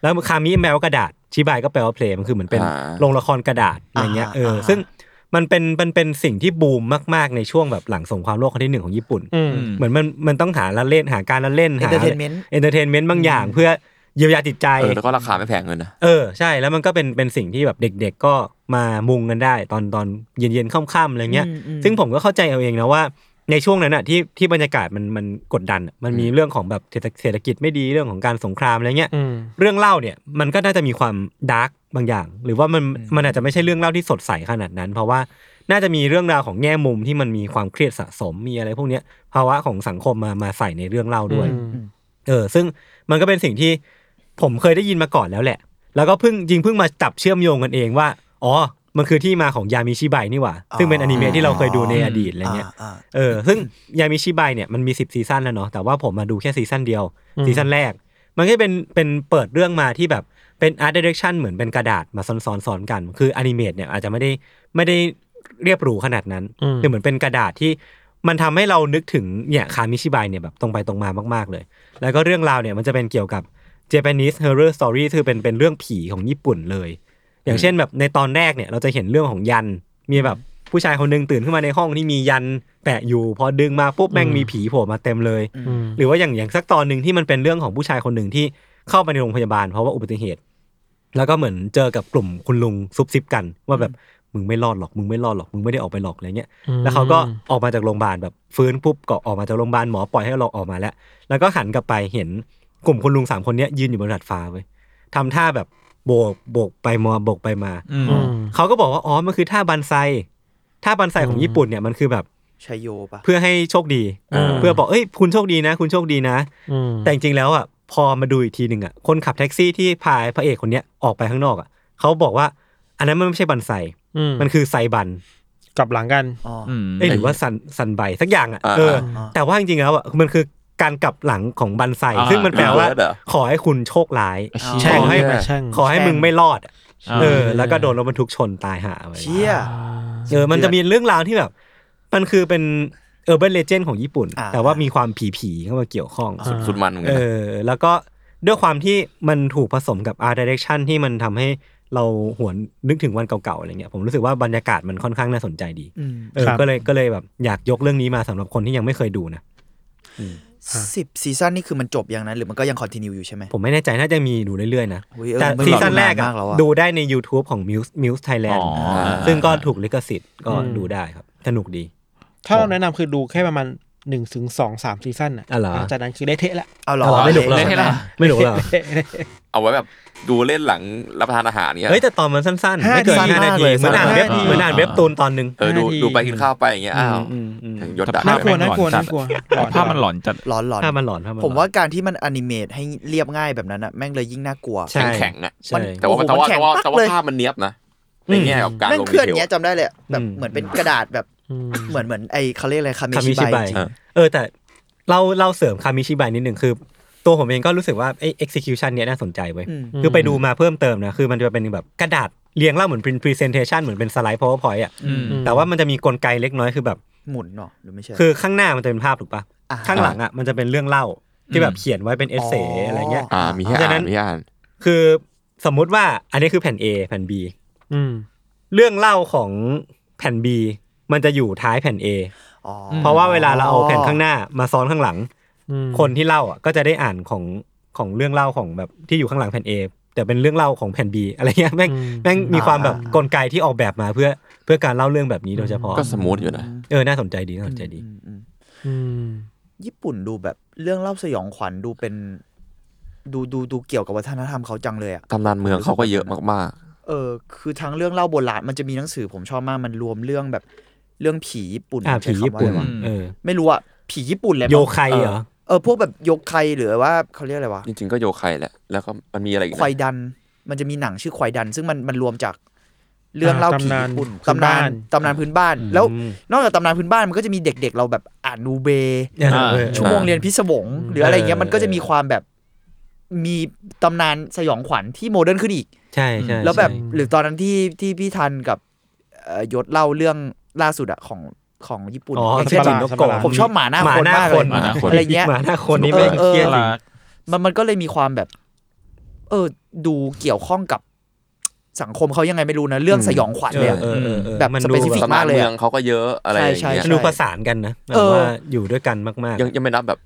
แล้วคามิแมวกระดาษชิบายก็แปลว่าเพลงมันคือเหมือนเป็น อ่า โรงละครกระดาษอะไรเงี้ย เออ อ่า ซึ่งมันเป็นมันเป็นสิ่งที่บูมมากๆในช่วงแบบหลังสงครามโลกครั้งที่หนึ่งของญี่ปุ่น อืม เหมือนมันมันต้องหาละเล่นหาการละเล่นหา Entertainment เอนเตอร์เทนเมนต์บางอย่าง เพื่อเยียวยาจิตใจ เออแล้วก็ราคาไม่แพงเงินนะ เออใช่แล้วมันก็เป็นเป็นสิ่งที่แบบเด็ก ๆ ก็มามุงกันได้ ตอนตอนเย็นๆค่ำๆอะไรเงี้ย อืมอืม ซึ่งผมก็เข้าใจเอาเองนะว่า ในช่วงนั้นอ่ะที่ที่บรรยากาศมันมันกดดันอะมันมีเรื่องของแบบเศรษฐเศรษฐกิจไม่ดีเรื่องของการสงครามอะไรเงี้ย อืม เรื่องเล่าเนี่ยมันก็น่าจะมีความดาร์กบางอย่าง หรือว่ามันมันอาจจะไม่ใช่เรื่องเล่าที่สดใสขนาดนั้น เพราะว่าน่าจะมีเรื่องราวของแง่มุมที่มันมีความเครียดสะสมมีอะไรพวกเนี้ยภาวะของสังคมมามาใส่ในเรื่องเล่าด้วย เออซึ่งมันก็เป็นสิ่งที่ผมเคยได้ยินมาก่อนแล้วแหละ แล้วก็เพิ่งจริงเพิ่งมาจับเชื่อมโยงกันเองว่า อ๋อ มันคือที่มาของยามิชิไบนี่หว่า ซึ่งเป็นอนิเมะที่เราเคยดูในอดีตอะไรเงี้ย อ่าอ่า เออ ซึ่งยามิชิไบเนี่ยมันมี 10 ซีซั่นแล้วเนาะ แต่ว่าผมมาดูแค่ซีซั่นเดียว อืม ซีซั่นแรก มันก็เป็นเป็นเปิดเรื่องมาที่แบบเป็นอาร์ตด r เรคชั่นเหมือนเป็นกระดาษมาซ้อนๆซ้อนกัน คืออนิเมตเนี่ยอาจจะไม่ได้ไม่ได้เรียบหรูขนาดนั้น อืม คือเหมือนเป็นกระดาษที่มันทำให้เรานึกถึงเนี่ยคามิชิไบเนี่ยแบบตรงไปตรงมามากๆเลย แล้วก็เรื่องราวเนี่ยมันจะเป็นเกี่ยวกับ Japanese horror story คือเป็นเป็นเรื่องผีของญี่ปุ่นเลย อย่างเช่นแบบในตอนแรกเนี่ยเราจะเห็นเรื่องของยัน มีแบบผู้ชายคนหนึงตื่นขึ้นมาในห้องที่มียันแปะอยู่ พอดึงมาปุ๊บแม่งมีผีโผล่มาเต็มเลย อืม หรือว่าอย่างอย่างสักตอนหนึ่งที่มันเป็นเรื่องของผู้ชายคนหนึ่งที่เข้าไปในโรงพยาบาลเพราะว่าอุบัติเหตุ แล้วก็เหมือนเจอกับกลุ่มคุณลุงซุบซิบกัน ว่าแบบมึงไม่รอดหรอกมึงไม่รอดหรอกมึงไม่ได้ออกไปหรอกอะไรเงี้ย อืม แล้วเขาก็ออกมาจากโรงพยาบาลแบบฟื้นปุ๊บก็ออกมาจากโรงพยาบาลหมอปล่อยให้เราออกมาแล้ว แล้วก็หันกลับไปเห็นกลุ่มคุณลุงสามคนเนี้ยยืนอยู่บนดาดฟ้าเว้ยทำท่าแบบโบกโบกไปมาโบกไปมา อืม อืม เขาก็บอกว่าอ๋อมันคือท่าบันไซท่าบันไซของญี่ปุ่นเนี่ยมันคือแบบ ชัยโยปะ เพื่อให้โชคดี อ่า เพื่อบอกเอ้ยคุณโชคดีนะ คุณโชคดีนะ อืม แต่จริงๆแล้วอ่ะพอมาดูอีกทีหนึ่งอ่ะคนขับแท็กซี่ที่พาพระเอกคนเนี้ยออกไปข้างนอกอ่ะเขาบอกว่าอันนั้นมันไม่ใช่บันไซ อืม มันคือไซบัน กลับหลังกัน อ๋ออ อืม เอ้ยหรือว่าซันซันใบสักอย่างอ่ะ อ่า เอออา แต่ว่าจริงๆแล้วอ่ะมันคือการกลับหลังของบันไซ อ่า ซึ่งมันแปลว่า เวิร์ดเหรอ ขอให้คุณโชคร้าย เอา แช่ง ขอให้ เออ มาแช่ง ขอให้มึงไม่รอดอะ อ่า เออ แล้วก็โดนรถบรรทุกชนตายหาไป เชี่ย เออ มันจะมีเรื่องราวที่แบบ มันคือเป็นเออร์เบิร์เลเจนของญี่ปุ่น อ่า แต่ว่ามีความผีผีๆเข้ามาเกี่ยวข้อง อ่า สุดมันเหมือน เอ กันนะ อ แล้วก็ด้วยความที่มันถูกผสมกับ art direction ที่มันทำให้เราหวนนึกถึงวันเก่าๆอะไรเงี้ย ผมรู้สึกว่าบรรยากาศมันค่อนข้างน่าสนใจดี อืม เออ ครับ ก็เลยก็เลยแบบอยากยกเรื่องนี้มาสำหรับคนที่ยังไม่เคยดูนะ สิบซีซั่นนี่คือมันจบยังนะหรือมันก็ยังคอนติเนียอยู่ใช่ไหม ผมไม่แน่ใจน่าจะมีดูเรื่อยๆนะ อุ๊ยเออ แต่ มัอซียู่ ซั่นแรก า อะ มากแล้วอะ ดูได้ใน YouTube ของ Muse Muse Thailand อ๋ออ่า ซึ่งก็ถูกลิขสิทธิ์ก็ดูได้ครับ สนุกดี ถ้าเราแนะนำคือดูแค่ประมาณหนึ่งถึงสองสามซีซั่นอ่ะ อ่ะเหรอ หลังจากนั้นคือได้เทะละ เอาหรอ เอาหรอไม่หนุกหรอ ใช่ไหม ไม่รู้เหรอ เทะเทะ เอาไว้แบบดูเล่นหลังรับประทานอาหารเงี้ย เฮ้ยแต่ตอนมันสั้นๆ ห้า ไม่เกิน ที ห้านาทีเหมือสั้นอ่ามนานก เว็บ เลย เหมือนอ่านเว็บตูนตอนหนึ่ง เออดู ห้าที ดูไปกินข้าวไปอย่างเงี้ยอ้าว อืมอืมอืม ยศด่า น่ากลัว ไป น่ากลัวน่ากลัว แต่ภาพมันหลอนจัด หลอนหลอน ถ้ามันหลอนถ้ามันหลอน ผมว่าการที่มันอนิเมตให้เรียบง่ายแบบนั้นอะแม่งเลยยิ่งน่ากลัว ใช่ แข็งแข็งๆอ่ะ ใช่ แต่ว่า โอ้โห แต่มัว่านแข็ แต่ ง ว่า ปั๊ก แต่ว่า เลย ภาพมันเนียบนะในแง่ของการ แม่ง ลง เคลื่ดีอน เทล เงี้ยจำได้เลยอะแบบ อืม เหมือนเป็นกระดาษแบบ อืม เหมือนเหมือนไอเขาเรียกอะไรคาเม คามิ ชิ ชิ ไบ บาย จริง อ่ะ เออแต่เราเราเสริมคามิชิบายนิดหนึ่งคือ ตัวผมเองก็รู้สึกว่าไอ้ execution เนี้ยน่าสนใจเว้ย อืม คือไปดูมาเพิ่มเติมนะ คือมันจะเป็นแบบกระดาษเรียงเล่าเหมือนเป็น presentation เหมือนเป็นสไลด์ powerpoint อ่ะ อืม แต่ว่ามันจะมีกลไกเล็กน้อยคือแบบ หมุนเนาะหรือไม่ใช่ คือข้างหน้ามันจะเป็นภาพถูกปะ อ่า ข้างหลังอ่ะมันจะเป็นเรื่องเล่าที่แบบเขียนไว้เป็นเอเซอะไรเงี้ย อ่ามีให้ เพราะฉะนั้ อ่าน นมีให้อ่าน คือสมมุติว่าอันนี้คือแผ่น A แผ่น B อืม เรื่องเล่าของแผ่น B มันจะอยู่ท้ายแผ่น A อ๋อ เพราะว่าเวลาเราเอาแผ่นข้างหน้ามาซ้อนข้างหลัง อืม คนที่เล่าอ่ะก็จะได้อ่านของของเรื่องเล่าของแบบที่อยู่ข้างหลังแผ่น A แต่เป็นเรื่องเล่าของแผ่น B อะไรเงี้ยแม่งแม่งมีความแบบกลไกที่ออกแบบมาเพื่อเพื่อการเล่าเรื่องแบบนี้โดยเฉพาะ ก็สมูทอยู่นะ เออน่าสนใจดีน่าสนใจดี อืมอืม อืม ญี่ปุ่นดูแบบเรื่องเล่าสยองขวัญดูเป็น ดูดูดูเกี่ยวกับวัฒนธรรมเขาจังเลยอ่ะ ตำนานเมืองเขาก็เยอะมาก เออคือทั้งเรื่องเล่าโบราณมันจะมีหนังสือผมชอบมากมันรวมเรื่องแบบเรื่องผีญี่ปุ่น อ่า ใช้ ผี คำ ญี่ ว่า ปุ่น อะไรวะ เออ ไม่รู้อ่ะผีญี่ปุ่นเลยมั้ง โยไคเหรอ เออพวกแบบโยไคหรือว่าเขาเรียกอะไรวะ ๆ จริงๆก็โยไคแหละ แล้วก็มันมีอะไรอีกนะ ควายดัน มันจะมีหนังชื่อควายดัน ซึ่งมันมันรวมจากเรื่องเล่าผี ตำนาน ญี่ปุ่น พื้น ตำนา บ้าน น ตำนานพื้นบ้าน อืม แล้วนอกจากตำนานพื้นบ้านมันก็จะมีเด็กๆ เราแบบอ่านนูเบย์ เนี่ย อ่า เออ ชั่วโมงเรียนพิศวงหรืออะไรเงี้ยมันก็จะมีความแบบมีตำนานสยองขวัญที่โมเดิร์นขึ้นอีก ใช่ใช่ แล้วแบบ ใช่ หรือตอนนั้นที่ที่พี่ทันกับเอ่อยศเล่าเรื่างล่าสุดอะของของญี่ปุ่น อ๋อ อย่าง ส เช่น ปารินนกโกะ ผมชอบหมาหน้า หมา คหน้ามนากเลยคนมานะคน อะไรเงี้ย หมาหน้าคนนี่ไม่ง เออ เครียดจริง รัก มันมันก็เลยมีความแบบ เออ ดูเกี่ยวข้องกับสังคมเขายังไงไม่รู้นะ เรื่องสยองขวัญเลยอะ เออเออเออ แบบ มันดูตำนาม specific าน กเลย เมือง อะ เขาก็เยอะอะไรอย่าง ใช่ เงี้ย ใช่ ดูประสานกันนะแบ เอบ อ ว่าอยู่ด้วยกันมาก ยังยังไม่นับแบบ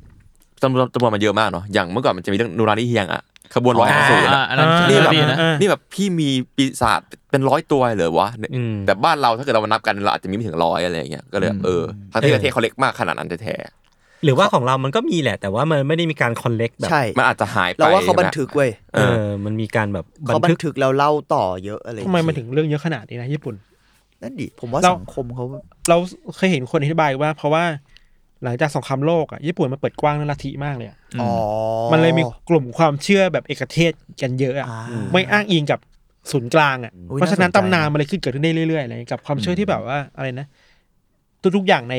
จำนวนจำนวนมันเยอะมากเนาะอย่างเมื่อก่อนมันจะมีเรื่องนูรานิเฮียงอะขบวนร้อยห้าสิบ อ่าอันนั้น อ่า นี่ แบบ ดีนะ อ่า นี่แบบพี่มีปีศาจเป็นร้อยตัวเลยเหรอวะ ๆอืม แต่บ้านเราถ้าเกิดเรามานับกันเราอาจจะมีไม่ถึงร้อยอะไรอย่างเงี้ยก็เลยแบบเออทั้งที่ เออ ประเทศเขาเล็กมากขนาดนั้นแท้ หรือว่าของเรามันก็มีแหละ แต่ว่ามันไม่ได้มีการคอนเล็กแบบ ใช่ ๆมันอาจจะหายไป เราว่าเขา ใช่ไหม บันทึกเว้ย เออมันมีการแบบบัน เขาบั ทึ น ก ทึกแล้วเล่าต่อเยอะอะไร ทำไมมันถึงเรื่องเยอะขนาดนี้นะญี่ปุ่น นั่นดิผมว่า เรา สังคมเขา เราเคยเห็นคนอธิบายว่า เพราะว่าหลังจากสงครามโลกอ่ะญี่ปุ่นมันเปิดกว้างเรื่องลัทธิมากเลยอะ อ๋อ มันเลยมีกลุ่มความเชื่อแบบเอกเทศกันเยอะอ่ะ อ่า ไม่อ้างอิงกับศูนย์กลางอ่ะ อุ๊ย เพราะฉะนั้น น่าสนใจ ตำนานมันเลยขึ้นเกิดขึ้นได้เรื่อยๆอะไรอย่างเงี้ยกับความเชื่อที่แบบว่าอะไรนะทุกๆอย่างใน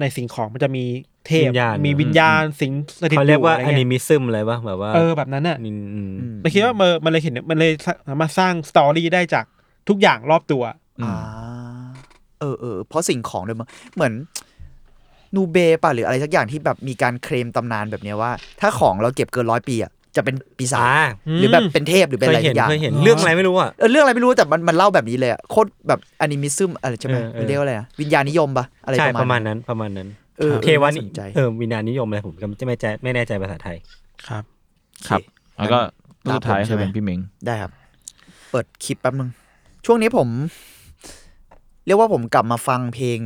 ในสิ่งของมันจะมีเทพ วิญญาณ มีวิญญาณสิงสถิต เขา อ เรียก ยู่ ว่า อะไร อนิ เงี้ย มิซึมอะไรปะแบบว่า เออแบบนั้นอ่ะ นินอืม อืม มันคิดว่ามันมันเลยเห็นมันเลยสามารถสร้างสตอรี่ได้จากทุกอย่างรอบตัว อ่าเออเออเพราะสิ่งของด้วยมั้งเหมือนนูเบย์ป่ะหรืออะไรสักอย่างที่แบบมีการเคลมตำนานแบบเนี้ยว่า ถ้าของเราเก็บเกินร้อยปีอ่ะจะเป็นปีศา อ่า จหรือแบบเป็นเทพหรือเป็นอะไรเคยเห็ สักนอย่าง เคยเห็นเรื่องอะไรไม่รู้อ่ะ เออเรื่องอะไรไม่รู้แต่มันมันเล่าแบบนี้เลยอะโคตรแบบอนิมิซึมอะไรใช่ไหม เออเออ มันเรียกว่าอะไรนะวิญญาณนิยมป่ะอะไร ใช่ ป ประ ระ มา มา ณ ณ นั้น นั้นประมาณนั้น เออเออ เทวานิ น่าสนใจ เออวิญญาณนิยมอะไรผมก็ไม่แน่ใจไม่แน่ใจภาษาไทย ครับ ครับ แล้วก็ ตามผม สุดท้าย ใช่ คือ ไหม เป็นพี่เม้ง ได้ครับ เปิดคลิปแป๊บนึง ช่วงนี้ผม เรียกว่าผมกลับมาฟังเพลง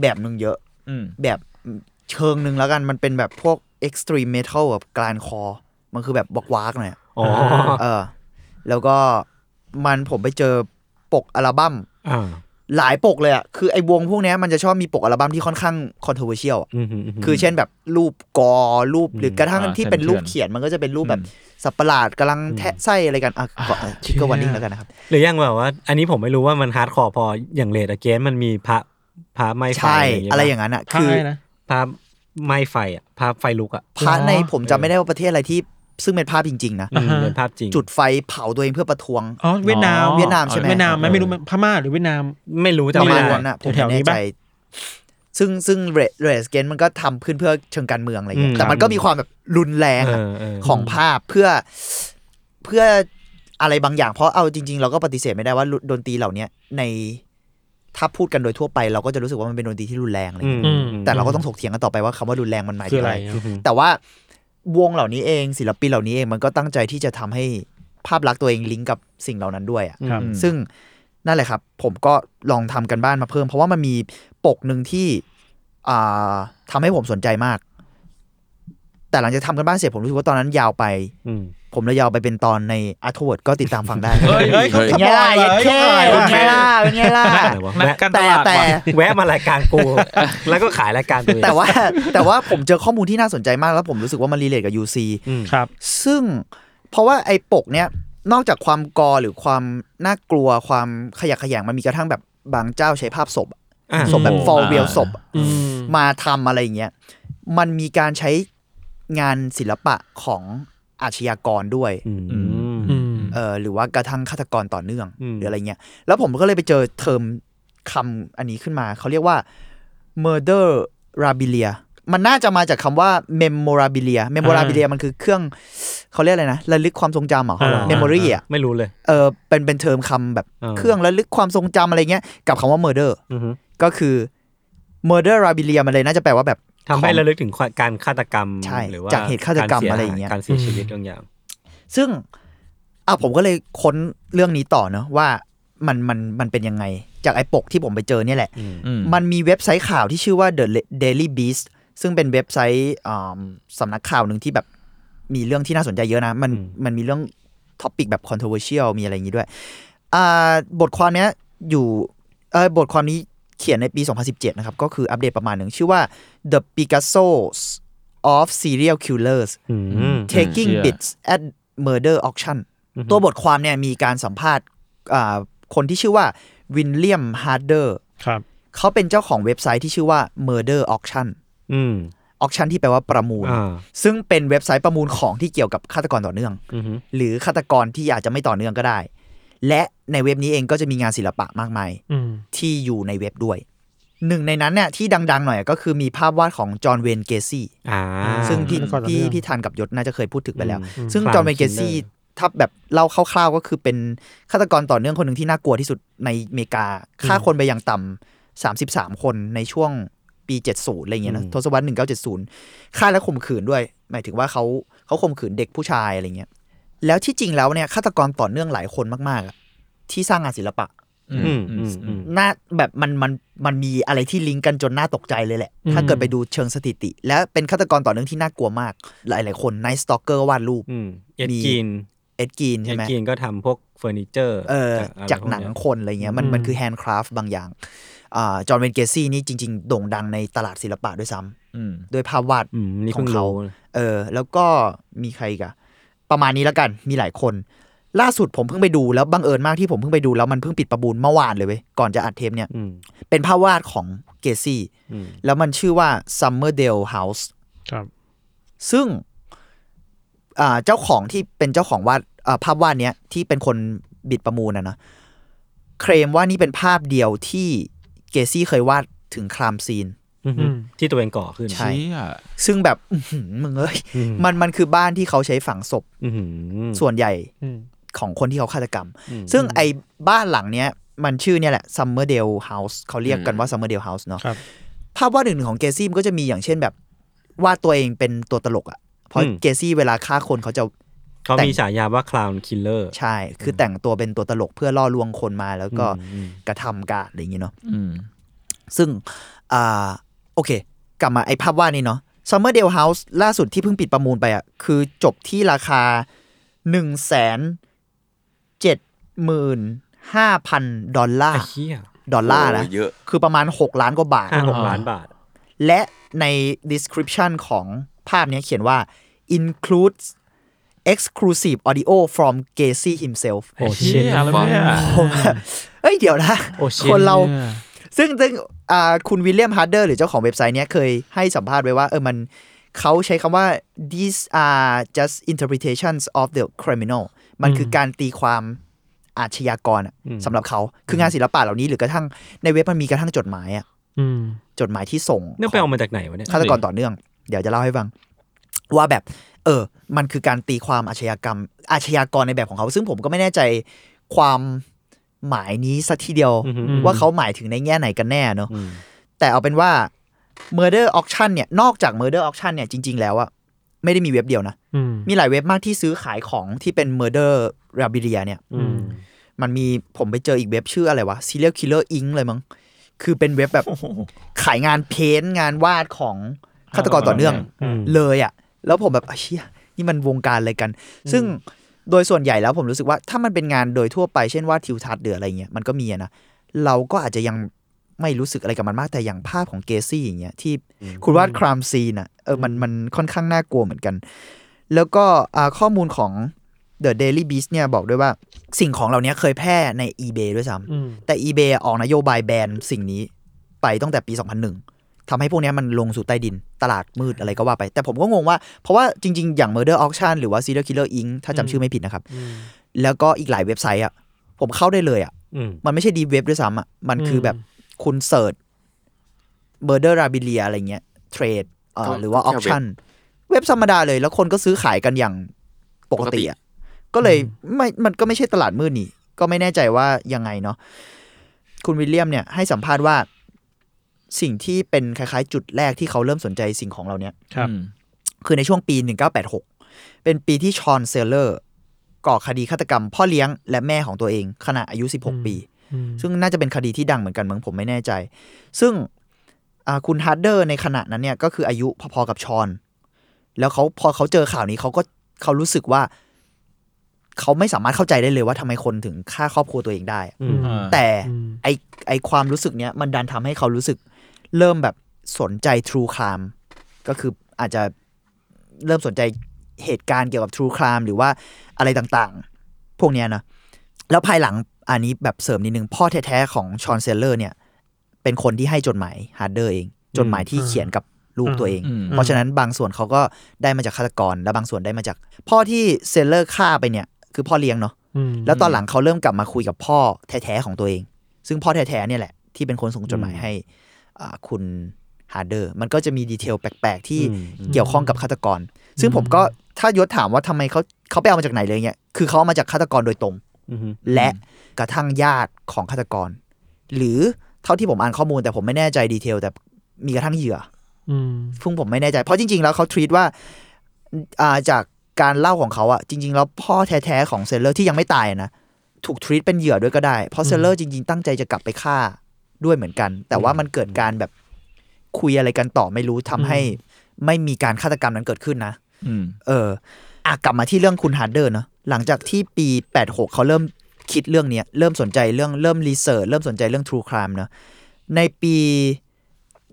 แบบหนึ่งเยอะ อืม แบบเชิงหนึ่งแล้วกันมันเป็นแบบพวก extreme metal แบบกลานคอ มันคือแบบบอกวากหน่อยอะ อ๋อ เออ แล้วก็มันผมไปเจอปกอัลบั้ม อ่า หลายปกเลยอะคือไอ้วงพวกเนี้ยมันจะชอบมีปกอัลบั้มที่ค่อนข้าง controversial อะ อืมมม คือเช่นแบบรูปกอรูปหรือกระทั่ง อ่า ที่ เส้น เป็น เทือน รูปเขียนมันก็จะเป็นรูปแบบสับประหลาดกำลังแทะไส้อะไรกันอ่ะก็ชิคเกอร์วันนิ่งแล้วกันนะครับ หรือยังแบบว่า อันนี้ผมไม่รู้ว่ามันฮาร์ดคอร์พออย่างเลดอะเกนมันมีพระพระไม้ไฟ ใช่ อะ อะไรไรอย่อา ย่าง เงี้ย งนั้นอะ ใช่ คือ นะ ปะพระไม้ไฟอ่ะพระไฟลุกอ่ะ พระในผมจำไม่ได้ว่าประเทศอะไรที่ซึ่งเป็นภาพจริง ๆ นะ อืม อ่าฮะ เป็นภาพจริง จุดไฟเผาตัวเองเพื่อประท้วง อ๋อเวียดนาม เวียดนามใช่ไหม เวียดนามไหมไม่รู้มันพม่าหรือเวียดนาม ไม่รู้ ป จำ ระ ไม่ มาณ ได้ นั้นอะผม แถว ไม่ ๆนี้ แน่ ปะ ใจ ซึ่งซึ่งเรสเกนมันก็ทำขึ้นเพื่อเชิงการเมืองอะไรอย่างเงี้ยแต่มันก็มีความแบบรุนแรง เอ อะ อเออ ของภาพเพื่อเพื่ออะไรบางอย่าง เพราะเอาจริง ๆ เราก็ปฏิเสธไม่ได้ว่าดนตรีเหล่าเนี้ยในถ้าพูดกันโดยทั่วไป เราก็จะรู้สึกว่ามันเป็นดนตรีที่รุนแรงอะไรอย่าง อื เงี้ย ม แต่เราก็ต้องถกเถียงกันต่อไปว่าคำว่ารุนแรงมันหมาย คื ถึ อง อะ อะไร ไร อะ อืม แต่ว่าวงเหล่านี้เองศิลปินเหล่านี้เองมันก็ตั้งใจที่จะทำให้ภาพลักษณ์ตัวเองลิงก์กับสิ่งเหล่านั้นด้วยอะ ครับ อืมซึ่งนั่นแหละครับ ผมก็ลองทำกันบ้านมาเพิ่ม เพราะว่ามันมีปกหนึ่งที่อ่าทำให้ผมสนใจมาก แต่หลังจากทำกันบ้านเสร็จผมรู้สึกว่าตอนนั้นยาวไป อืม ผมเลยยาวไปเป็นตอนในอาร์ทเวิร์ดก็ติดตามฟังได้ เฮ้ยเฮ้ย เฮ้ย เป็นไงล่ะเย็ดเข้เป็นไงล่ะเป็นไงล่ะ อะไรวะ นัก แวะ การต แต่ ลาด แต่ ว่ะ แวะมารายการกู แล้วก็ขายรายการตัวเอง แต่ว่าแต่ว่าผมเจอข้อมูลที่น่าสนใจมากแล้วผมรู้สึกว่ามันรีเลทกับ UC อืม ครับ ซึ่งเพราะว่าไอ้ปกเนี่ยนอกจากความกอหรือความน่ากลัวความขยะแขยงมันมีกระทั่งแบบบางเจ้าใช้ภาพศพอะ อ่ะ ศพแบบ อืม ฟอลเวล อ่า ศพอะ อืม มาทำอะไรอย่างเงี้ยมันมีการใช้งานศิลปะของอาชญากรด้วย อืม อืม เออหรือว่ากระทั่งฆาตกรต่อเนื่อง อืม หรืออะไรเงี้ย แล้วผมก็เลยไปเจอเทอมคำอันนี้ขึ้นมา เขาเรียกว่า murder rabilia มันน่าจะมาจากคำว่า memorabilia memorabilia มันคือเครื่องเขาเรียกอะไรนะระลึกความทรงจำเหรอ อ่า memory อ่ะ ไม่รู้เลย เออเป็นเป็นเทอมคำแบบ อ่า เครื่องระลึกความทรงจำอะไรเงี้ยกับคำว่า murder อือฮึ ก็คือ murder rabilia มันเลยน่าจะแปลว่าแบบ ทำให้ระลึกถึงการฆาตกรรม ใช่ หรือว่า จากเหตุฆาตกรรมอะไรอย่างเงี้ย การเสียชีวิตบางอย่าง ซึ่งอ่ะผมก็เลยค้นเรื่องนี้ต่อเนอะว่ามันมันมันเป็นยังไง จากไอ้ปกที่ผมไปเจอเนี่ยแหละ อืม มันมีเว็บไซต์ข่าวที่ชื่อว่า The Daily Beast ซึ่งเป็นเว็บไซต์อ่าสำนักข่าวหนึ่งที่แบบ มีเรื่องที่น่าสนใจเยอะนะ มัน อืม มันมีเรื่องท็อปิกแบบ controversial มีอะไรอย่างนี้ด้วยอ่าบทความเนี้ยอยู่เออบทความนี้เขียนในปี 2017 นะครับ ก็คืออัปเดตประมาณหนึ่งชื่อว่า The Picassos of Serial Killers อืม taking เชี่ย bids at murder auction ตัวบทความเนี่ยมีการสัมภาษณ์อ่าคนที่ชื่อว่าวินเลียมฮาร์เดอร์ ครับ เขาเป็นเจ้าของเว็บไซต์ที่ชื่อว่า murder auction อืม auction ที่แปลว่าประมูล อ่า ซึ่งเป็นเว็บไซต์ประมูลของที่เกี่ยวกับฆาตกรต่อเนื่อง อืม หรือฆาตกรที่อาจจะไม่ต่อเนื่องก็ได้ และในเว็บนี้เองก็จะมีงานศิลปะมากมาย อืม ที่อยู่ในเว็บด้วย หนึ่งในนั้นเนี่ยที่ดังๆหน่อยก็คือมีภาพวาดของจอห์นเวนเกซี่ อ่า ซึ่งพี่ แล้วก็ต่อเนื่ พี่ อง พี่ทันกับยศน่าจะเคยพูดถึงไปแล้ว อืม ซึ่ง คลาม จอห์นเวนเกซี่ Killer ถ้าแบบเล่าคร่าวๆ ก็คือเป็นฆาตกรต่อเนื่องคนหนึ่งที่น่ากลัวที่สุดในอเมริกาฆ่าคนไปอย่างต่ำ33 คนในช่วงปี 70 อะไรเงี้ยนะ อืม ทศวรรษ 1970ฆ่าและข่มขืนด้วย หมายถึงว่าเขาเขาข่มขืนเด็กผู้ชายอะไรเงี้ยแล้วที่จริงแล้วเนี่ยฆาตกรต่อเนื่องหลายคนมากๆอะที่สร้างงานศิลปะ อืม อืม อื อื ม มอืม น่าแบบมันมันมันมีอะไรที่ลิงก์กันจนน่าตกใจเลยแหละ อืม ถ้าเกิดไปดูเชิงสถิติ และเป็นฆาตกรต่อเนื่องที่น่ากลัวมาก หลายหลายๆคนไนสตอกเกอร์วาดรูป อืมเอ็ด มี กีน เอ็ดกีน เอ็ ใช่ ด ไหม กีนก็ทำพวกเฟอร์นิเจอร์ เออ อะไร จาก พว หนัง เย คนอะไรเงี้ยมันมันคือแฮนด์คราฟบางอย่างอ่าจอห์นเวนเกซี่นี่จริง ๆ โด่งดังในตลาดศิลปะด้วยซ้ำ อืม ด้วยภาพวาด อืมนี่ ขอ เพิ่ ง ง เขา รู้ เออแล้วก็มีใครอีกอะประมาณนี้แล้วกันมีหลายคน ล่าสุดผมเพิ่งไปดูแล้วบังเอิญมากที่ผมเพิ่งไปดูแล้วมันเพิ่งปิดประมูลเมื่อวานเลยเว้ยก่อนจะอัดเทปเนี่ย อืม เป็นภาพวาดของเกซี่ อืม แล้วมันชื่อว่า Summerdale House ครับ ซึ่งอ่าเจ้าของที่เป็นเจ้าของวาดอ่าภาพวาดเนี้ยที่เป็นคนบิดประมูลนะเนอะเคลมว่านี่เป็นภาพเดียวที่เกซี่เคยวาดถึงครามซีน อืม อืม ที่ตัวเองก่อขึ้น ใช่ เชี่ย ซึ่งแบบ อื้อหือมึงเอ้ย อืม มันมันคือบ้านที่เขาใช้ฝังศพ อืม ส่วนใหญ่ อืม ของคนที่เขาฆาตกรรม อืม ซึ่งไอ้บ้านหลังเนี้ย มันชื่อเนี่ยแหละ Summerdale House เขาเรียกกันว่า Summerdale House เนอะ ครับ ภาพวาดอื่นๆของเกซี่มันก็จะมีอย่างเช่นแบบวาดตัวเองเป็นตัวตลกอะ่ะ เพราะ อืม เกซี่เวลาฆ่าคนเขาจะ เขามีฉายาว่าคลาว n คิลเลอร์ ใช่ คือแต่งตัวเป็นตัวตลกเพื่อล่อลวงคนมาแล้วก็ อืมอืม กระทำการอะไรอย่างเงี้เนาะ อืม ซึ่งอ่าโอเค กลับมาไอ้ภาพวาดนี่เนาะ Summerdale House ล่าสุดที่เพิ่งปิดประมูลไปอะ่ะ คือจบที่ราคา1นึ่งแสนเจ็ดหมื่นห้าพันดอลลา ไอ้ ร์ เหี้ย ดอลลาร์นะ โอ้เยอะ คือประมาณ 6 ล้านกว่าบาท ห้าหกล้านบาท และใน description ของภาพเนี้ยเขียนว่า includes exclusive audio from Gacy himself โอ้ เชี่ เชี่ย ยแล้วเนี่ย ผมว่าเอ้ยเดี๋ยวนะ โอ้เชี่ย คนเรา ซึ่งซึ่งอ่าคุณวิลเลียมฮาร์เดอร์หรือเจ้าของเว็บไซต์เนี้ยเคยให้สัมภาษณ์ไว้ว่า เออมันเขาใช้คำว่า these are just interpretations of the criminal มันคือการตีความอาชญากรอะสำหรับเขา คืองานศิลปะเหล่านี้หรือกระทั่งในเว็บมันมีกระทั่งจดหมายอะ อืม จดหมายที่ส่ง เนี่ยไปเอามาจากไหนวะเนี่ย ฆาตกรต่อเนื่อง เดี๋ยวจะเล่าให้ฟัง ว่าแบบ เออ มันคือการตีความอาชญากรรม อาชญากรในแบบของเขา ซึ่งผมก็ไม่แน่ใจความหมายนี้สัทีเดียว อือฮึ ว่าเขาหมายถึงในแง่ไหนกันแน่เนอะ อืม แต่เอาเป็นว่า Murder Auction เนี่ย นอกจาก Murder Auction เนี่ยจริง ๆ แล้วอะไม่ได้มีเว็บเดียวนะ อืม มีหลายเว็บมากที่ซื้อขายของที่เป็น Murder r a b i l i a เนี่ย อืม มันมีผมไปเจออีกเว็บชื่ออะไรวะ Serial Killer Inc เลยมั้ง คือเป็นเว็บแบบขายงานเพ้นท์งานวาดของฆาตกรต่อเนื่อง อืม เลยอะ่ะ แล้วผมแบบอ่ะเชี่ยนี่มันวงการอะไรกัน ซึ่งโดยส่วนใหญ่แล้วผมรู้สึกว่าถ้ามันเป็นงานโดยทั่วไปเช่นวาดทิวทัศน์หรืออะไรเงี้ยมันก็มีอะนะ เราก็อาจจะยังไม่รู้สึกอะไรกับมันมากแต่อย่างภาพของเกซี่อย่างเงี้ยที่คุณวาดครามซีนอ่ะเออมันมันค่อนข้างน่ากลัวเหมือนกัน แล้วก็อ่าข้อมูลของ The Daily Beast เนี่ยบอกด้วยว่าสิ่งของเหล่านี้เคยแพร่ใน eBay ด้วยซ้ อืม ำแต่ eBay ออกนโยบายแบนสิ่งนี้ไปตั้งแต่ปี 2001ทำให้พวกเนี้ยมันลงสู่ใต้ดินตลาดมืดอะไรก็ว่าไป แต่ผมก็งงว่า เพราะว่าจริง ๆ อย่าง Murder Auction หรือว่า Serial Killer Inc ถ้าจำชื่อไม่ผิดนะครับ แล้วก็อีกหลายเว็บไซต์อ่ะผมเข้าได้เลยอ่ะ อืม มันไม่ใช่ดีเว็บด้วยซ้ำอ่ะ มันคือแบบคุณเสิร์ชเบอร์เดอร์ราบิเลียอะไรเงี้ยเทรดเอ่อ ก็ หรือว่าอ ก็ อปแค่เว็บ ชั่น เว็บธรรมดาเลย แล้วคนก็ซื้อขายกันอย่างปก ปกติ ติอ่ะ ก็เลยไม่มันก็ไม่ใช่ตลาดมืดนี่ ก็ไม่แน่ใจว่ายังไงเนาะคุณวิลเลียมเนี่ยให้สัมภาษณ์ว่าสิ่งที่เป็นคล้ายๆ จุดแรกที่เขาเริ่มสนใจสิ่งของเราเนี้ย ครับ อืม คือในช่วงปี 1986 เป็นปีที่ชอนเซลเลอร์ก่อคดีฆาตกรรม พ่อเลี้ยงและแม่ของตัวเองขณะอายุ 16 ปี อืม ซึ่งน่าจะเป็นคดีที่ดังเหมือนกันมั้งผมไม่แน่ใจ ซึ่งอ่าคุณฮาร์ดเดอร์ในขณะนั้นเนี่ยก็คืออายุพอๆกับชอน แล้วเขาพอเขาเจอข่าวนี้เขาก็ เขารู้สึกว่า เขาไม่สามารถเข้าใจได้เลยว่าทำไมคนถึงฆ่าครอบครัวตัวเองได้อะ อืม เออ แต่ อืม ไอไอความรู้สึกเนี้ยมันดันทำให้เขารู้สึก เริ่มแบบสนใจ True Crime ก็คืออาจจะเริ่มสนใจเหตุการณ์เกี่ยวกับ True Crime หรือว่าอะไรต่างๆ พวกเนี้ยนะแล้วภายหลังอันนี้แบบเสริมนิดนึง พ่อแท้ๆของชอนเซลเลอร์เนี่ย เป็นคนที่ให้จดหมายฮาร์เดอร์เอง จดหมายที่เขียนกับลูกตัวเอง อืม เพราะฉะนั้นบางส่วนเขาก็ได้มาจากฆาตกร และบางส่วนได้มาจาก พ่อที่เซลเลอร์ฆ่าไปเนี่ย คือพ่อเลี้ยงเนาะ อืม แล้วตอนหลังเขาเริ่มกลับมาคุยกับพ่อแท้ๆของตัวเอง ซึ่งพ่อแท้ๆเนี่ยแหละ ที่เป็นคนส่งจดหมายให้อ่าคุณฮาร์เดอร์ มันก็จะมีดีเทลแปลกๆ ที่ อืม เกี่ยวข้องกับฆาตกร ซึ่งผมก็ถ้ายศถามว่าทำไมเขาเขาไปเอามาจากไหนเลยเนี่ยคือเขาเอามาจากฆาตกรโดยตรง อือฮึ และกระทั่งญาติของฆาตกร หรือเท่าที่ผมอ่านข้อมูลแต่ผมไม่แน่ใจดีเทล แต่มีกระทั่งเหยื่อ อืม ซึ่งผมไม่แน่ใจ เพราะจริง ๆ แล้วเขาทรีตว่าอ่าจากการเล่าของเขาอะจริง ๆ แล้วพ่อแท้ ๆ ของเซลเลอร์ที่ยังไม่ตายนะถูกทรีตเป็นเหยื่อด้วยก็ได้ เพราะเซลเลอร์จริง ๆ ตั้งใจจะกลับไปฆ่าด้วยเหมือนกัน แต่ว่ามันเกิดการแบบคุยอะไรกันต่อไม่รู้ทำให้ไม่มีการฆาตกรรมนั้นเกิดขึ้นนะ อืม เอออ่ะกลับมาที่เรื่องคุณฮาร์เดอร์เนาะหลังจากที่ปี 86 เขาเริ่มคิดเรื่องเนี้ย เริ่มสนใจเรื่องเริ่มรีเสิร์ชเริ่มสนใจเรื่อง True Crime เนาะในปี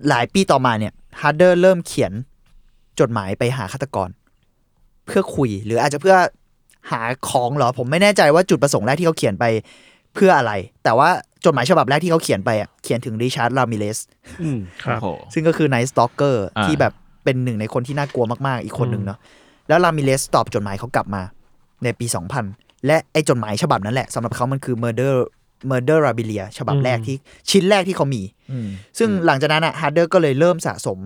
หลายปีต่อมาเนี่ยฮาร์เดอร์เริ่มเขียนจดหมายไปหาฆาตกร เพื่อคุยหรืออาจจะเพื่อหาของเหรอ ผมไม่แน่ใจว่าจุดประสงค์แรกที่เขาเขียนไปเพื่ออะไร แต่ว่าจดหมายฉบับแรกที่เขาเขียนไปอ่ะเขียนถึงริชาร์ดลามิเลส อืม ครับ โอ้โห ซึ่งก็คือไนท์สตอกเกอร์ อ่า ที่แบบเป็นหนึ่งในคนที่น่ากลัวมาก ๆ อีกคนหนึ่งเนาะแล้วรามิเลสตอบจดหมายเขากลับมา ในปี 2000 และไอ้จดหมายฉบับนั้นแหละสำหรับเขามันคือ Murder Murder r a b i l i a ฉบับแรกที่ชิ้นแรกที่เขามี ซึ่งหลังจากนั้นอะฮาร์เดอร์ก็เลยเริ่มสะสม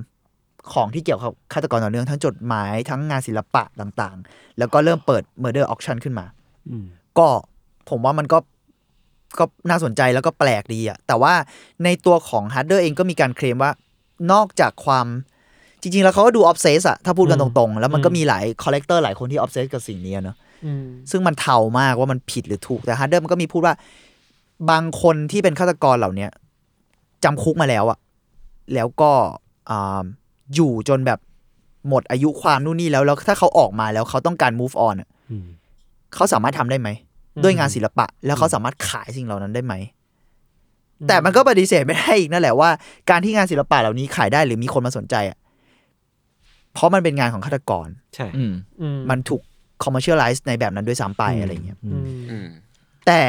ของที่เกี่ยวกับฆาตกรต่อเนื่องทั้งจดหมายทั้งงานศิลปะต่างๆ แล้วก็เริ่มเปิด Murder Auction ขึ้นมา อืม ก็ผมว่ามันก็ก็น่าสนใจแล้วก็แปลกดีอะแต่ว่าในตัวของฮาร์ดเดอร์เองก็มีการเคลมว่านอกจากความจริง ๆ แล้วเขาก็ดูออฟเซสอะถ้าพูดกันตรงๆ แล้วมันก็มีหลายคอลเลกเตอร์หลายคนที่ออฟเซสกับสิ่งนี้อะเนอะ อืม ซึ่งมันเทามากว่ามันผิดหรือถูก แต่ฮาร์ดเดอร์มันก็มีพูดว่า บางคนที่เป็นฆาตกรเหล่าเนี้ยจำคุกมาแล้วอะแล้วก็อ่าอยู่จนแบบหมดอายุความนู่นนี่แล้วแล้วถ้าเขาออกมาแล้วเขาต้องการ move on อะ อืม เขาสามารถทำได้ไหม ด้วยงานศิลปะ แล้วเขาสามารถขายสิ่งเหล่านั้นได้ไหม แต่มันก็ปฏิเสธไม่ได้อีกนั่นแหละว่าการที่งานศิลปะเหล่านี้ขายได้หรือมีคนมาสนใจอ่ะเพราะมันเป็นงานของฆาตกร ใช่ อืม อื มันถูกคอมเมอร์เชียลไลซ์ในแบบนั้นด้วยซ้ำไปอะไรเงี้ย อืม อืม แต่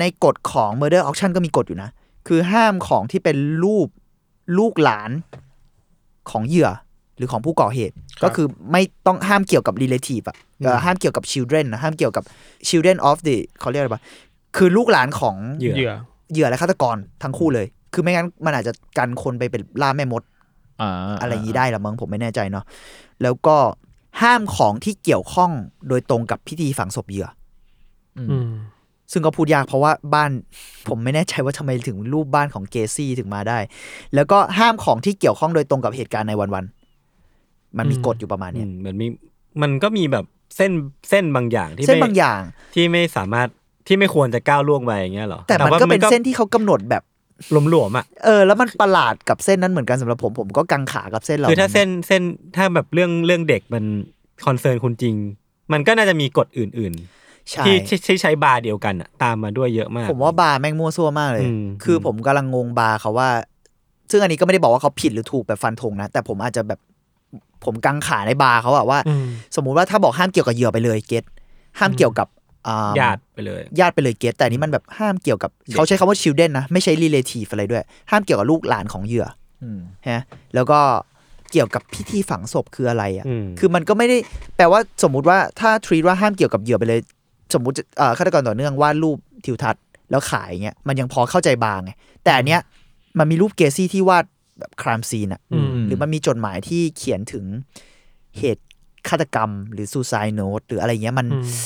ในกฎของ Murder Auction ก็มีกฎอยู่นะ คือห้ามของที่เป็นรูปลูกหลานของเหยื่อ หรือของผู้ก่อเหตุ ก็คือไม่ต้องห้ามเกี่ยวกับ relative อะเอ่อห้ามเกี่ยวกับ children นะห้ามเกี่ยวกับ children of the เขาเรียกอะไรปะคือลูกหลานของ เหยื่อ เหยื่อ เหยื่อและฆาตกรทั้งคู่เลย คือไม่งั้นมันอาจจะกันคนไปเป็นล่าแม่มด อ่า อะไรอย่างนี้ได้ละมั้งผมไม่แน่ใจเนาะแล้วก็ห้ามของที่เกี่ยวข้องโดยตรงกับพิธีฝังศพเหยื่อ อืม ซึ่งก็พูดยากเพราะว่าบ้านผมไม่แน่ใจว่าทำไมถึงรูปบ้านของเกซี่ถึงมาได้ แล้วก็ห้ามของที่เกี่ยวข้องโดยตรงกับเหตุการณ์ในวันวันๆมันมี อืม กฎอยู่ประมาณ อื เนี้ย มมันมีมันก็มีแบบเส้นเส้นบางอย่างที่ เส้น ไม่ บางอย่าง ที่ไม่สามารถที่ไม่ควรจะก้าวล่วงไปอย่างเงี้ยเหรอ แต่มัน ว่า ก็เป็นเส้นที่เขากำหนดแบบ หลวมๆอ่ะ เออ แล้วมันประหลาดกับเส้นนั้นเหมือนกันสำหรับผมผมก็กังขากับเส้นเหล่า คือถ้า ะ เส้นเส้นถ้าแบบเรื่องเรื่องเด็กมันคอนเซิร์นคุณจริง มันก็น่าจะมีกฎอื่น ใช่ ๆ ที่ที่ที่ใช้บาร์เดียวกันอะตามมาด้วยเยอะมาก ผมว่าบาร์แม่งมั่วซั่วมากเลย อืม คืออ ม ผมกำลังงงบาร์เขาว่า ซึ่งอันนี้ก็ไม่ได้บอกว่าเขาผิดหรือถูกแบบฟันธงนะ แต่ผมอาจจะแบบผมกังขาในบาร์เขาอะว่า อืม สมมุติว่าถ้าบอกห้ามเกี่ยวกับเหยื่อไปเลยเก็ตห้ามเกี่ยวกับอ่ ญาติไปเลย ญาติไปเลยเกตแต่อันนี้มันแบบห้ามเกี่ยวกับ เขาใช้คำว่า children นะ ไม่ใช้ relative อะไรด้วย ห้ามเกี่ยวกับลูกหลานของเหยื่อ อืม ฮะแล้วก็เกี่ยวกับพิธีฝังศพคืออะไรอะ่ะ อืม คือมันก็ไม่ได้แปลว่าสมมุติว่าถ้าทรีว่าห้ามเกี่ยวกับเหยื่อไปเลย สมมติจะเอ่อฆาตกรต่อเนื่องวาดรูปทิวทัศน์แล้วขายเงี้ยมันยังพอเข้าใจบางไงแต่อันเนี้ยมันมีรูปเกซี่ที่วาดแบบครามซีนอ่ะ อืม หรือมันมีจดหมายที่เขียนถึงเหตุฆาตกรรม หรือซูซายโนตหรืออะไรเงี้ยมัน อืม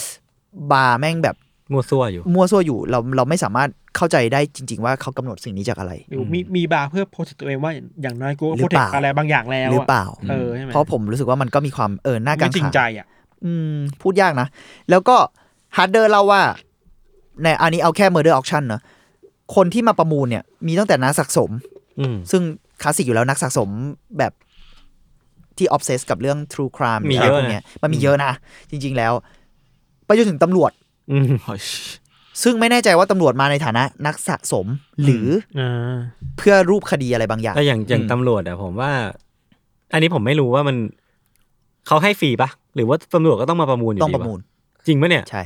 บาร์แม่งแบบ มั่วซั่วอยู่ มั่วซั่วอยู่เราเราไม่สามารถเข้าใจได้จริง ๆ ว่าเขากำหนดสิ่งนี้จากอะไร หรือมีมีบาร์เพื่อโพสต์ตัวเองว่าอย่างน้อยกูก็ หรื โพ อ ส เปล่า ต์อะไรบางอย่างแล้ว หรือเปล่า เออใช่ไหม เพราะผมรู้สึกว่ามันก็มีความเออหน้ากั ไม่ ง จริง ขา ใจอ่ะ อืม พูดยากนะ แล้วก็ฮาร์ดเดอร์เล่าว่าในอันนี้เอาแค่ Murder Auction เนอะคนที่มาประมูลเนี่ย มีตั้งแต่นักสะสม อืม ซึ่งคลาสสิกอยู่แล้วนักสะสมแบบ ที่ออฟเซสกับเรื่อง True Crime มี หรืไร เยอะ พวกเนี้ยมันมีเยอะนะ จริง ๆ แล้ว ไปจนถึงตำรวจ อืม เฮ้ย ซึ่งไม่แน่ใจว่าตำรวจมาในฐานะนักสะสมหรือ อ่า เพื่อรูปคดีอะไรบางอย่าง แต่อย่างอย่างตำรวจอะผมว่า อันนี้ผมไม่รู้ว่ามันเขาให้ฟรีปะหรือว่าตำรวจก็ต้องมาประมูลอยู่ ต้อง ดี ประมู วะ ล จริงปะเนี่ย ใช่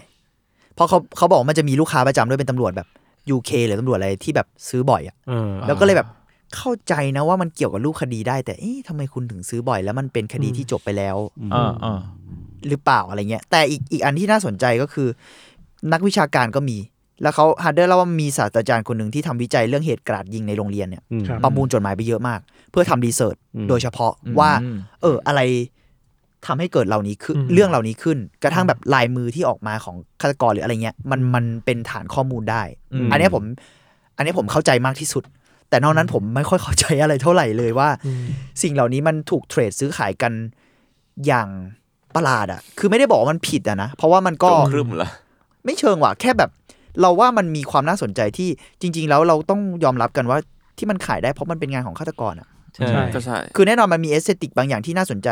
เพราะเขาเขาบอกว่ามันจะมีลูกค้าประจำด้วยเป็นตำรวจแบบ UK หรือตำรวจอะไรที่แบบซื้อบ่อยอะ เออ แล้วก็เลยแบบเข้าใจนะว่ามันเกี่ยวกับรูปคดีได้ แต่เอ๊ะทำไมคุณถึงซื้อบ่อย แล้วมันเป็นคดีที่จบไปแล้ว เออเออ หรือเปล่าอะไรเงี้ย แต่อีกอีกอันที่น่าสนใจก็คือ นักวิชาการก็มี แล้วเขาฮัดเดอร์เล่าว่ามีศาสตราจารย์คนหนึ่งที่ทำวิจัยเรื่องเหตุกราดยิงในโรงเรียนเนี่ย อืม ครับ ประมูลจดหมายไปเยอะมาก เพื่อทำรีเสิร์ช อืม โดยเฉพาะว่า อืม เอออะไรทำให้เกิดเหล่านี้ขึ้น อืม เรื่องเหล่านี้ขึ้น กระทั่งแบบลายมือที่ออกมาของฆาตกรหรืออะไรเงี้ยมันมันเป็นฐานข้อมูลได้ อันเนี้ยผม อันเนี้ยผมเข้าใจมากที่สุด แต่นอกนั้นผมไม่ค่อยเข้าใจอะไรเท่าไหร่เลยว่า สิ่งเหล่านี้มันถูกเทรดซื้อขายกันอย่างประหลาดอะคือไม่ได้บอกว่ามันผิดอะนะ เพราะว่ามันก็ จงครึมเหรอ ไม่เชิงว่ะแค่แบบเราว่ามันมีความน่าสนใจที่จริง ๆ แล้วเราต้องยอมรับกันว่าที่มันขายได้เพราะมันเป็นงานของฆาตกรอะ ใช่ ใช่ ก็ใช่ คือแน่นอนมันมีเอสเตติกบางอย่างที่น่าสนใจ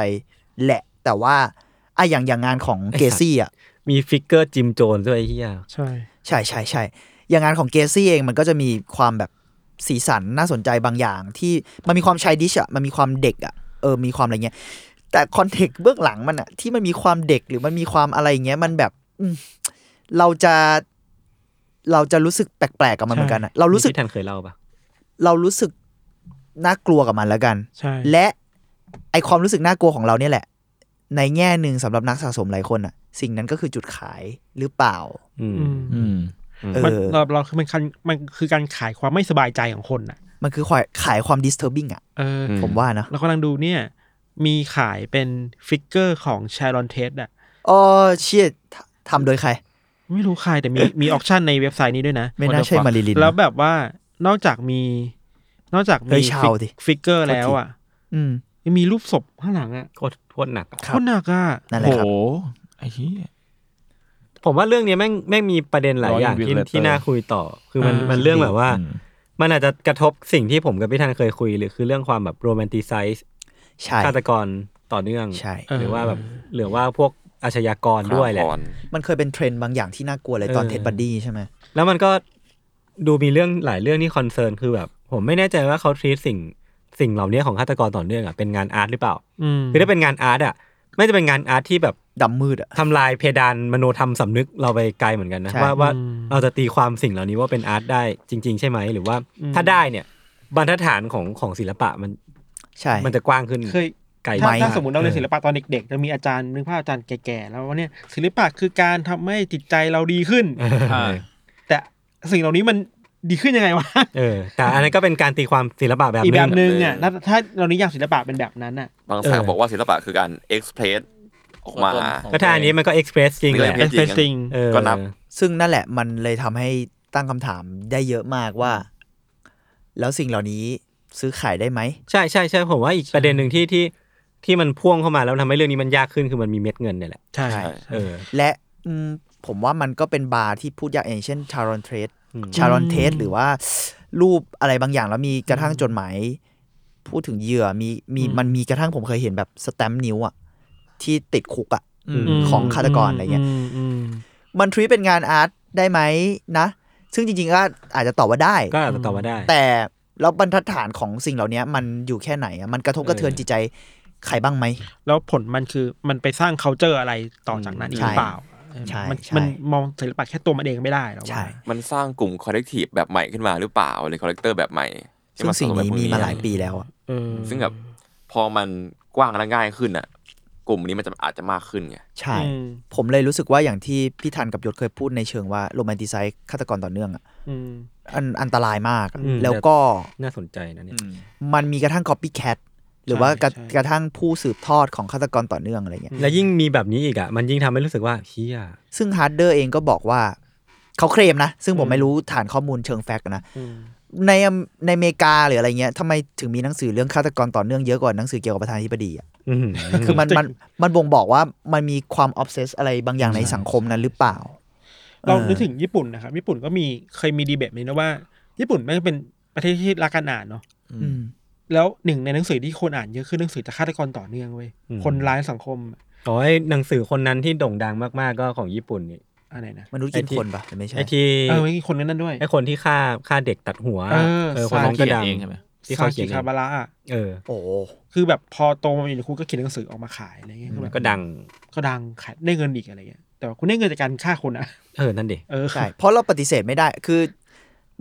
แหละ แต่ว่าไอะอย่างอย่างงานของเกซี่อ่ะ มีฟิกเกอร์จิมโจนด้วยไอ้เฮีย ใช่ ใช่ใช่ใช่อย่างงานของเกซี่เองมันก็จะมีความแบบสีสันน่าสนใจบางอย่าง ที่มันมีความชายดิชอ่ะมันมีความเด็กอ่ะเออมีความอะไรเงี้ยแต่คอนเทกต์เบื้องหลังมันอ่ะที่มันมีความเด็กหรือมันมีความอะไรเงี้ยมันแบบอืมเราจะเราจะรู้สึกแปลกๆกับมันเหมือนกันอะเรารู้สึก ที่ทันเคยเล่าปะ เรารู้สึกน่ากลัวกับมันแล้วกัน ใช่ และไอความรู้สึกน่ากลัวของเราเนี่ยแหละ ในแง่หนึ่งสำหรับนักสะสมหลายคนอะสิ่งนั้นก็คือจุดขายหรือเปล่า อืม อืม อืม เอ มัน อ เราเราคือมันคันมันคือการขายความไม่สบายใจของคนอ่ะ มันคือขายขายความ disturbing อะ เอออ ม ผมว่านะ เรากำลังดูเนี่ย มีขายเป็นฟิกเกอร์ของชารอนเทสอ่ะ อ๋อเชี่ยททำโดยใคร ไม่รู้ใครแต่มี มีออกชั่นในเว็บไซต์นี้ด้วยนะ ไม่น่า What the ใช่ fuck มาริลิน แล้วแบบว่านอกจากมี นอกจาก เฮ้ มี ยชาวดิ ฟิกเกอร์แล้วอ่ะ อืม ยังมีรูปศพข้างหลังอ่ะ โคตรโคตรหนักอะ ครับ โคตรหนักอ่ะ นั่นแห โห ละครับ ไอ้เหี้ย ผมว่าเรื่องเนี้ยแม่งแม่งมีประเด็นหลายอย่าง Royal ที่ Invisible ที่น่าคุยต่อ คือมัน อ่ามั มันเรื่องแบบว่า อืม มันอาจจะกระทบสิ่งที่ผมกับพี่ทันเคยคุยหรือคือเรื่องความแบบโรแมนติไซส์ ใช่ ฆาตกรต่อเนื่อง ใช่ หรือว่าแบบหรือว่าพวกอาชญากรด้วยแหละ ก่อน มันเคยเป็นเทรนด์บางอย่างที่น่ากลัวเลยตอน เออ เท็ดบัดดี้ใช่ไหม แล้วมันก็ดูมีเรื่องหลายเรื่องที่คอนเซิร์นคือแบบ ผมไม่แน่ใจว่าเขาท e a t สิ่งสิ่งเหล่านี้ของฆาตกรต่อเนื่องอ่ะเป็นงานอาร์ตหรือเปล่า อืม คือถ้าเป็นงานอาร์ตอ่ะไม่จะเป็นงานอาร์ตที่แบบ ดำมืดอะ ทำลายเพดานมโนธรรมสำนึกเราไปไกลเหมือนกันนะ ใช่ ว่าว่า อืม เราจะตีความสิ่งเหล่านี้ว่าเป็นอาร์ตได้จริง ๆ ใช่ไหมหรือว่า อืม ถ้าได้เนี่ยบรรทัดฐานของของศิลปะมัน ใช่ มันจะกว้างขึ้น เคย ไกถ้าลาก ถ้าสมมติเราเรียนศิลปะตอนเด็ก ๆ จะมีอาจารย์นึกภาพอาจารย์แก่ๆแล้วว่าเนี่ยศิลปะคือการทำให้จิตใจเราดีขึ้น เออ อ่า แต่สิ่งเหล่านี้มันดีขึ้นยังไงวะ เออ แต่อันนั้นก็เป็นการตีความศิลปะแบบ อีก ห แบ นึ บ ง หนึ่งอ่ะถ้าถ้าเรานิยามศิลปะเป็นแบบนั้นอ่ะ บางสาย เออ บอกว่าศิลปะคือการเอ็กซ์เพรสออกมา ก็ถ้าอันนี้มันก็เอ็กซ์เพรสจริงแหละ เป็นจริง Expressing เออ ก็นับ ซึ่งนั่นแหละมันเลยทำให้ตั้งคำถามได้เยอะมากว่า แล้วสิ่งเหล่านี้ซื้อขายได้ไหม ใช่ใช่ใช่ผมว่าอีกประเด็นหนึ่งที่ที่ที่มันพ่วงเข้ามาแล้วทำให้เรื่องนี้มันยากขึ้นคือมันมีเม็ดเงินเนี่ยแหละ ใช่ ใช่ เออ และอืมผมว่ามันก็เป็นบาร์ที่พูดยากอย่างเช่นชารอนเทส อืม ชารอนเทสหรือว่ารูปอะไรบางอย่างแล้วมีกระทั่งจดหมาย พูดถึงเหยื่อมีมีมันมีกระทั่งผมเคยเห็นแบบสแตมป์นิ้วอะที่ติดคุกอะ อืม ม ของฆาตกรอะไรเงี้ย มอืม มันทรีเป็นงานอาร์ตได้ไหมนะ ซึ่งจริงๆก็อาจจะตอบว่าได้ ก็อาจจะตอบมาได้ แต่แล้วบรรทัดฐานของสิ่งเหล่านี้มันอยู่แค่ไหนอะมันกระทบกระเทือน เออ จิตใจใครบ้างไหม แล้วผลมันคือมันไปสร้าง c u เจอร์อะไรต่อจากนั้นอีกหรือเปล่า ใช่ มัน ใช่ มันมองศิลปะแค่ตัวมันเองไม่ได้หรอกว่า ใช่ มันสร้างกลุ่มคอลเลกทีฟแบบใหม่ขึ้นมาหรือเปล่าหรือคอลเลกเตอร์แบบใหม่ที่ ซึ่ง มา สิ่ง ผส นี้ กับพวก มีมาหลายปีแล้วอะ เออ ซึ่งแบบพอมันกว้างและง่ายขึ้นอ่ะ กลุ่มนี้มันจะอาจจะมากขึ้นไง ใช่ อืม ผมเลยรู้สึกว่าอย่างที่พี่ทันกับยศเคยพูดในเชิงว่าโรแมนติไซส์ฆาตกรต่อเนื่องอะ อืม อันอันตรายมากอะ อืม แล้วก็ น่าสนใจนะเนี่ย มันมีกระทั่ง copycat หรือว่ากระ ใช่ กระทั่งผู้สืบทอดของฆาตกรต่อเนื่องอะไรเงี้ย แล้วยิ่งมีแบบนี้อีกอ่ะมันยิ่งทำให้รู้สึกว่าเฮีย ซึ่งฮาร์ดเดอร์เองก็บอกว่า เขาเคลมนะ ซึ่งผมไม่รู้ฐานข้อมูลเชิงแฟกต์นะ อืม ในอเมในอเมริกาหรืออะไรเงี้ยทำไมถึงมีหนังสือเรื่องฆาตกรต่อเนื่องเยอะกว่าหนังสือเกี่ยวกับประธานาธิบดีอะ อื้อหือ คือมัน จริง มันมันบ่งบอกว่ามันมีความออฟเซสอะไรบางอย่างในสังคมนั้นหรือเปล่า เรา เออ นึกถึงญี่ปุ่นนะครับ ญี่ปุ่นก็มีเคยมีดีเบตนี้นะว่า ญี่ปุ่นแม่งเป็นประเทศที่รักการอ่านเนาะ อืม แล้วหนึ่งในหนังสือที่คนอ่านเยอะคือหนังสือจากฆาตกรต่อเนื่องเว้ย อืม คนร้ายสังคม ขอให้หนังสือคนนั้นที่โด่งดังมากๆก็ของญี่ปุ่นนี่ อันไหนนะ มนุษย์กิน ไอ้ที่ คนปะหรือไม่ใช่ ไอ้ที่ เออเมื่อกี้คนนั้นนั่นด้วย ไอ้คนที่ฆ่าฆ่าเด็กตัดหัว เออ คนนั้นก็ดัง เองใช่ไหม ที่ ซา เขาเขี กิ ยนเอ คาง บาระอะ เออ โอ้โห คือแบบพอโตมาอยู่ในคุกก็เขียนหนังสือออกมาขายอะไรเงี้ยคือแบบ ก็ดัง ก็ดังขายได้เงินอีกอะไรเงี้ยแต่ว่าคุณได้เงินจากการฆ่าคนอะ เออนั่นเด็ก เออ ใช่เพราะเราปฏิเสธไม่ได้คือ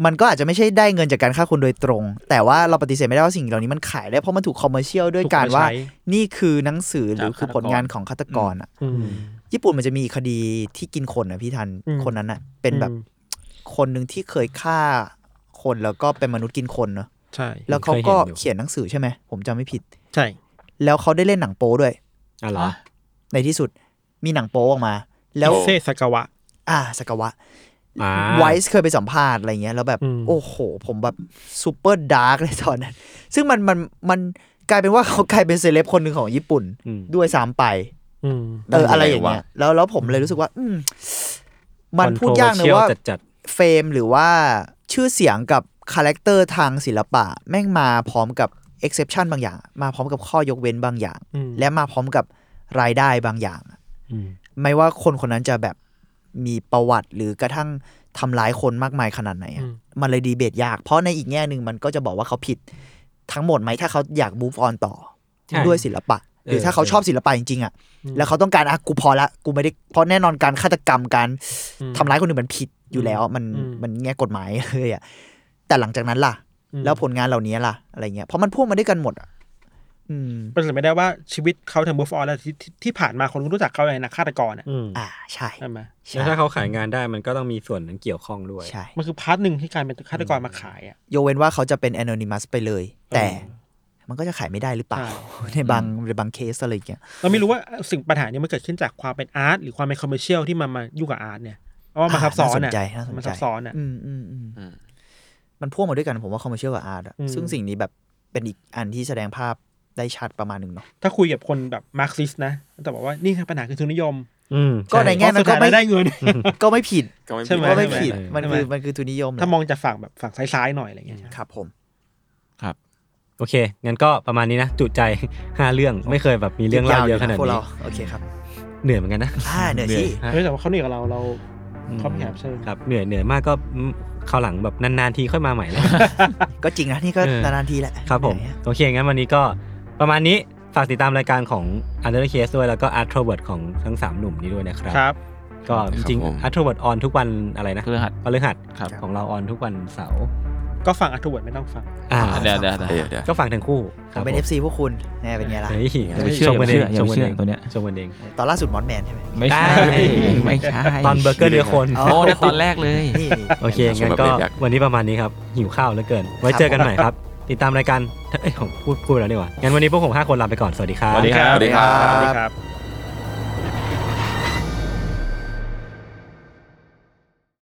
มันก็อาจจะไม่ใช่ได้เงินจากการฆ่าคนโดยตรง แต่ว่าเราปฏิเสธไม่ได้ว่าสิ่งเหล่านี้มันขายได้เพราะมันถูกคอมเมอร์เชียลด้วยการว่า ถูมใช้ นี่คือหนังสือหรือคือผลงานของฆาตกรอ่ะ อืม ญี่ปุ่นมันจะมีคดีที่กินคนนะพี่ทัน อืม คนนั้นอ่ะ เป็นแบบ อืม คนหนึ่งที่เคยฆ่าคนแล้วก็เป็นมนุษย์กินคนเนอะ ใช่ แล้วเขาก็เขียนหนังสือใช่ไหมผมจำไม่ผิด ใช่ แล้วเขาได้เล่นหนังโป๊ด้วย อ่ะเหรอ ในที่สุดมีหนังโป๊ออกมา แล้ว อิเซสากาวะ อ่าสกาวะ อ่า ไวส์เคยไปสัมภาษณ์อะไรเงี้ยแล้วแบบ อืม โอ้โห ผมแบบซูเปอร์ดาร์กเลยตอนนั้น ซึ่งมันมันมันกลายเป็นว่าเขากลายเป็นเซเลบคนหนึ่งของญี่ปุ่น อืม ด้วยซ้ำไป อืม เออ ได้ อะไร ไง อย่างเงี้ยว ะ แล้วแล้วผมเลยรู้สึกว่า อืมมันพูดยากนะ Controversial ว่า จัด เฟรมหรือว่าชื่อเสียงกับคาแรคเตอร์ทางศิลปะ แม่งมาพร้อมกับ exception บางอย่าง มาพร้อมกับข้อยกเว้นบางอย่าง อืม และมาพร้อมกับรายได้บางอย่าง ๆอืม ไม่ว่าคนคนนั้นจะแบบมีประวัติหรือกระทั่งทำร้ายคนมากมายขนาดไหนอะ อืม มันเลยดีเบตยาก เพราะในอีกแง่หนึ่งมันก็จะบอกว่าเขาผิดทั้งหมดไหมถ้าเขาอยาก move on ต่อ ใช่ ด้วยศิลปะ หรือ เออ ถ้าเขาชอบศิลปะจริงๆอ่ะ แล้วเขาต้องการอ่ะกูพอละกูไม่ได้เพราะแน่นอนการฆาตกรรมการทำร้ายคนอื่นมันผิดอยู่แล้ว มัน อืม มันแง่กฎหมาย [laughs] เลยอ่ะแต่หลังจากนั้นล่ะ แล้วผลงานเหล่านี้ล่ะอะไรเงี้ยเพราะมันพ่วงมาด้วยกันหมดอ่ะอืม เป็นไปได้ว่าชีวิตเขาทำ move on แล้วที่ที่ที่ผ่านมาคนก็รู้จักเขาในนักฆาตกรอะ อ่าใช่ ใช่ไหม ใช่ แล้วถ้าเขาขายงานได้มันก็ต้องมีส่วนนั้นเกี่ยวข้องด้วย ใช่ มันคือพาร์ทหนึ่งที่การเป็นฆาตกรมาขายอ่ะ ยกเว้นว่าเขาจะเป็น anonymous ไปเลย แต่มันก็จะขายไม่ได้หรือเปล่า ใช่ ในบางในบางเคสอะไรเงี้ย เราไม่รู้ว่าสิ่งปัญหาเนี้มันเกิดขึ้นจากความเป็นอาร์ตหรือความเป็นคอมเมอร์เชียลที่มันมายุ่งกับอาร์ตเนี่ยเพราะว่ามันซับซ้าอนสน อ่ะ ใจน่าสน มัน ใจ ซับซ้อนอ่ะ อืมอืมอืม อืม มันพ่วงมาด้วยกันผมว่าคอมเมอร์เชียลกับอาร์ตอะ อืม ซึ่งสิ่งนี้แบบเป็นอีกอันที่แสดงภาพได้ชัดประมาณหนึ่งเนาะ ถ้าคุยกับคนแบบมาร์กซิสนะแต่บอกว่านี่คือปัญหาคือทุนนิยม อืม ก็ใน ช่ แง่นั้นก็ไม่ เพราะสุดท้ายแล้วได้เงิน ก็ไม่ผิด ก็ไม่ ใช่ไห ก็ไม่ ใช่ห ผิดมันคือ ใช่ไหม มันคือทุนนิยมแหละ ถ้ามองจากฝั่งแบบฝั่งซ้ายๆหน่อยอะไรเงี้ย ครับผม โอเคงั้นก็ประมาณนี้นะจุ [laughs] ใจ ห้าเรื่องไม่เคยแบบมีเรื่องเล่าเยอะขนาด พวก นี้ เราโอเคครับ เหนื่อยเหมือนกันนะ อ่าเหนือที่ เหนื่อย เฮ้ยแต่ว่าเขาเหนื่อยกับเราเรา อืม เขาไม่แอบเชิญ ครับเหนื่อยเหนื่อยมากก็อืมคราวหลังแบบนานๆทีค่อยมาใหม่ [laughs] แล้ว ก็จริงนะนี่ก็ เออ นานๆทีแหละ ครับผม เหนื่อยอะ โอเคงั้นวันนี้ก็ประมาณนี้ฝากติดตามรายการของ u n d e r c a s e ด้วยแล้วก็ a r t r o v e r t ของทั้ง 3 หนุ่มนี้ด้วยนะครับ ครับ ก็จริง ครับผม ๆ a r t r o v e r t on ทุกวันอะไรนะ พฤหัส พฤหัส ครับ ของเราออนทุกวันเสาร์ ก็ฝั่งอัตเวิร์ดไม่ต้องฟัง อ่า เดี๋ยวเดี๋ยวเดี๋ยว เดี๋ยวเดี๋ยว ก็ฟังทั้งคู่ค ผ รั ม บ เป็น ผม FC พวกคุณแน่เป็นไงล่ะ เฮ้ย อย่าไปเชื่อ ชมกันเอง อย่า ชม ไป กัน เชื่อ เอง ตัวเนี้ย ชมกันเอง ตอนล่าสุดมอสแมนใช่ไหม ไม่ใช่ ได้ ไม่ใช่ ตอนเบอร์เกอร์เดียวคน อ๋ โอ้นั่นตอนแรกเลย นี่ โอเค ชม งั้น แบบ ก็ เรียบยักษ์ วันนี้ประมาณนี้ครับ หิวข้าวเหลือเกิน ไว้เจอกันใหม่ครับ ติดตามรายการเอ้ยผมพูดพูดแล้วดีกว่างั้นวันนี้พวกผมห้าคนลาไปก่อน สวัสดีครับ สวัสดีครับ สวัสดีครั สวัส บ ดีครับ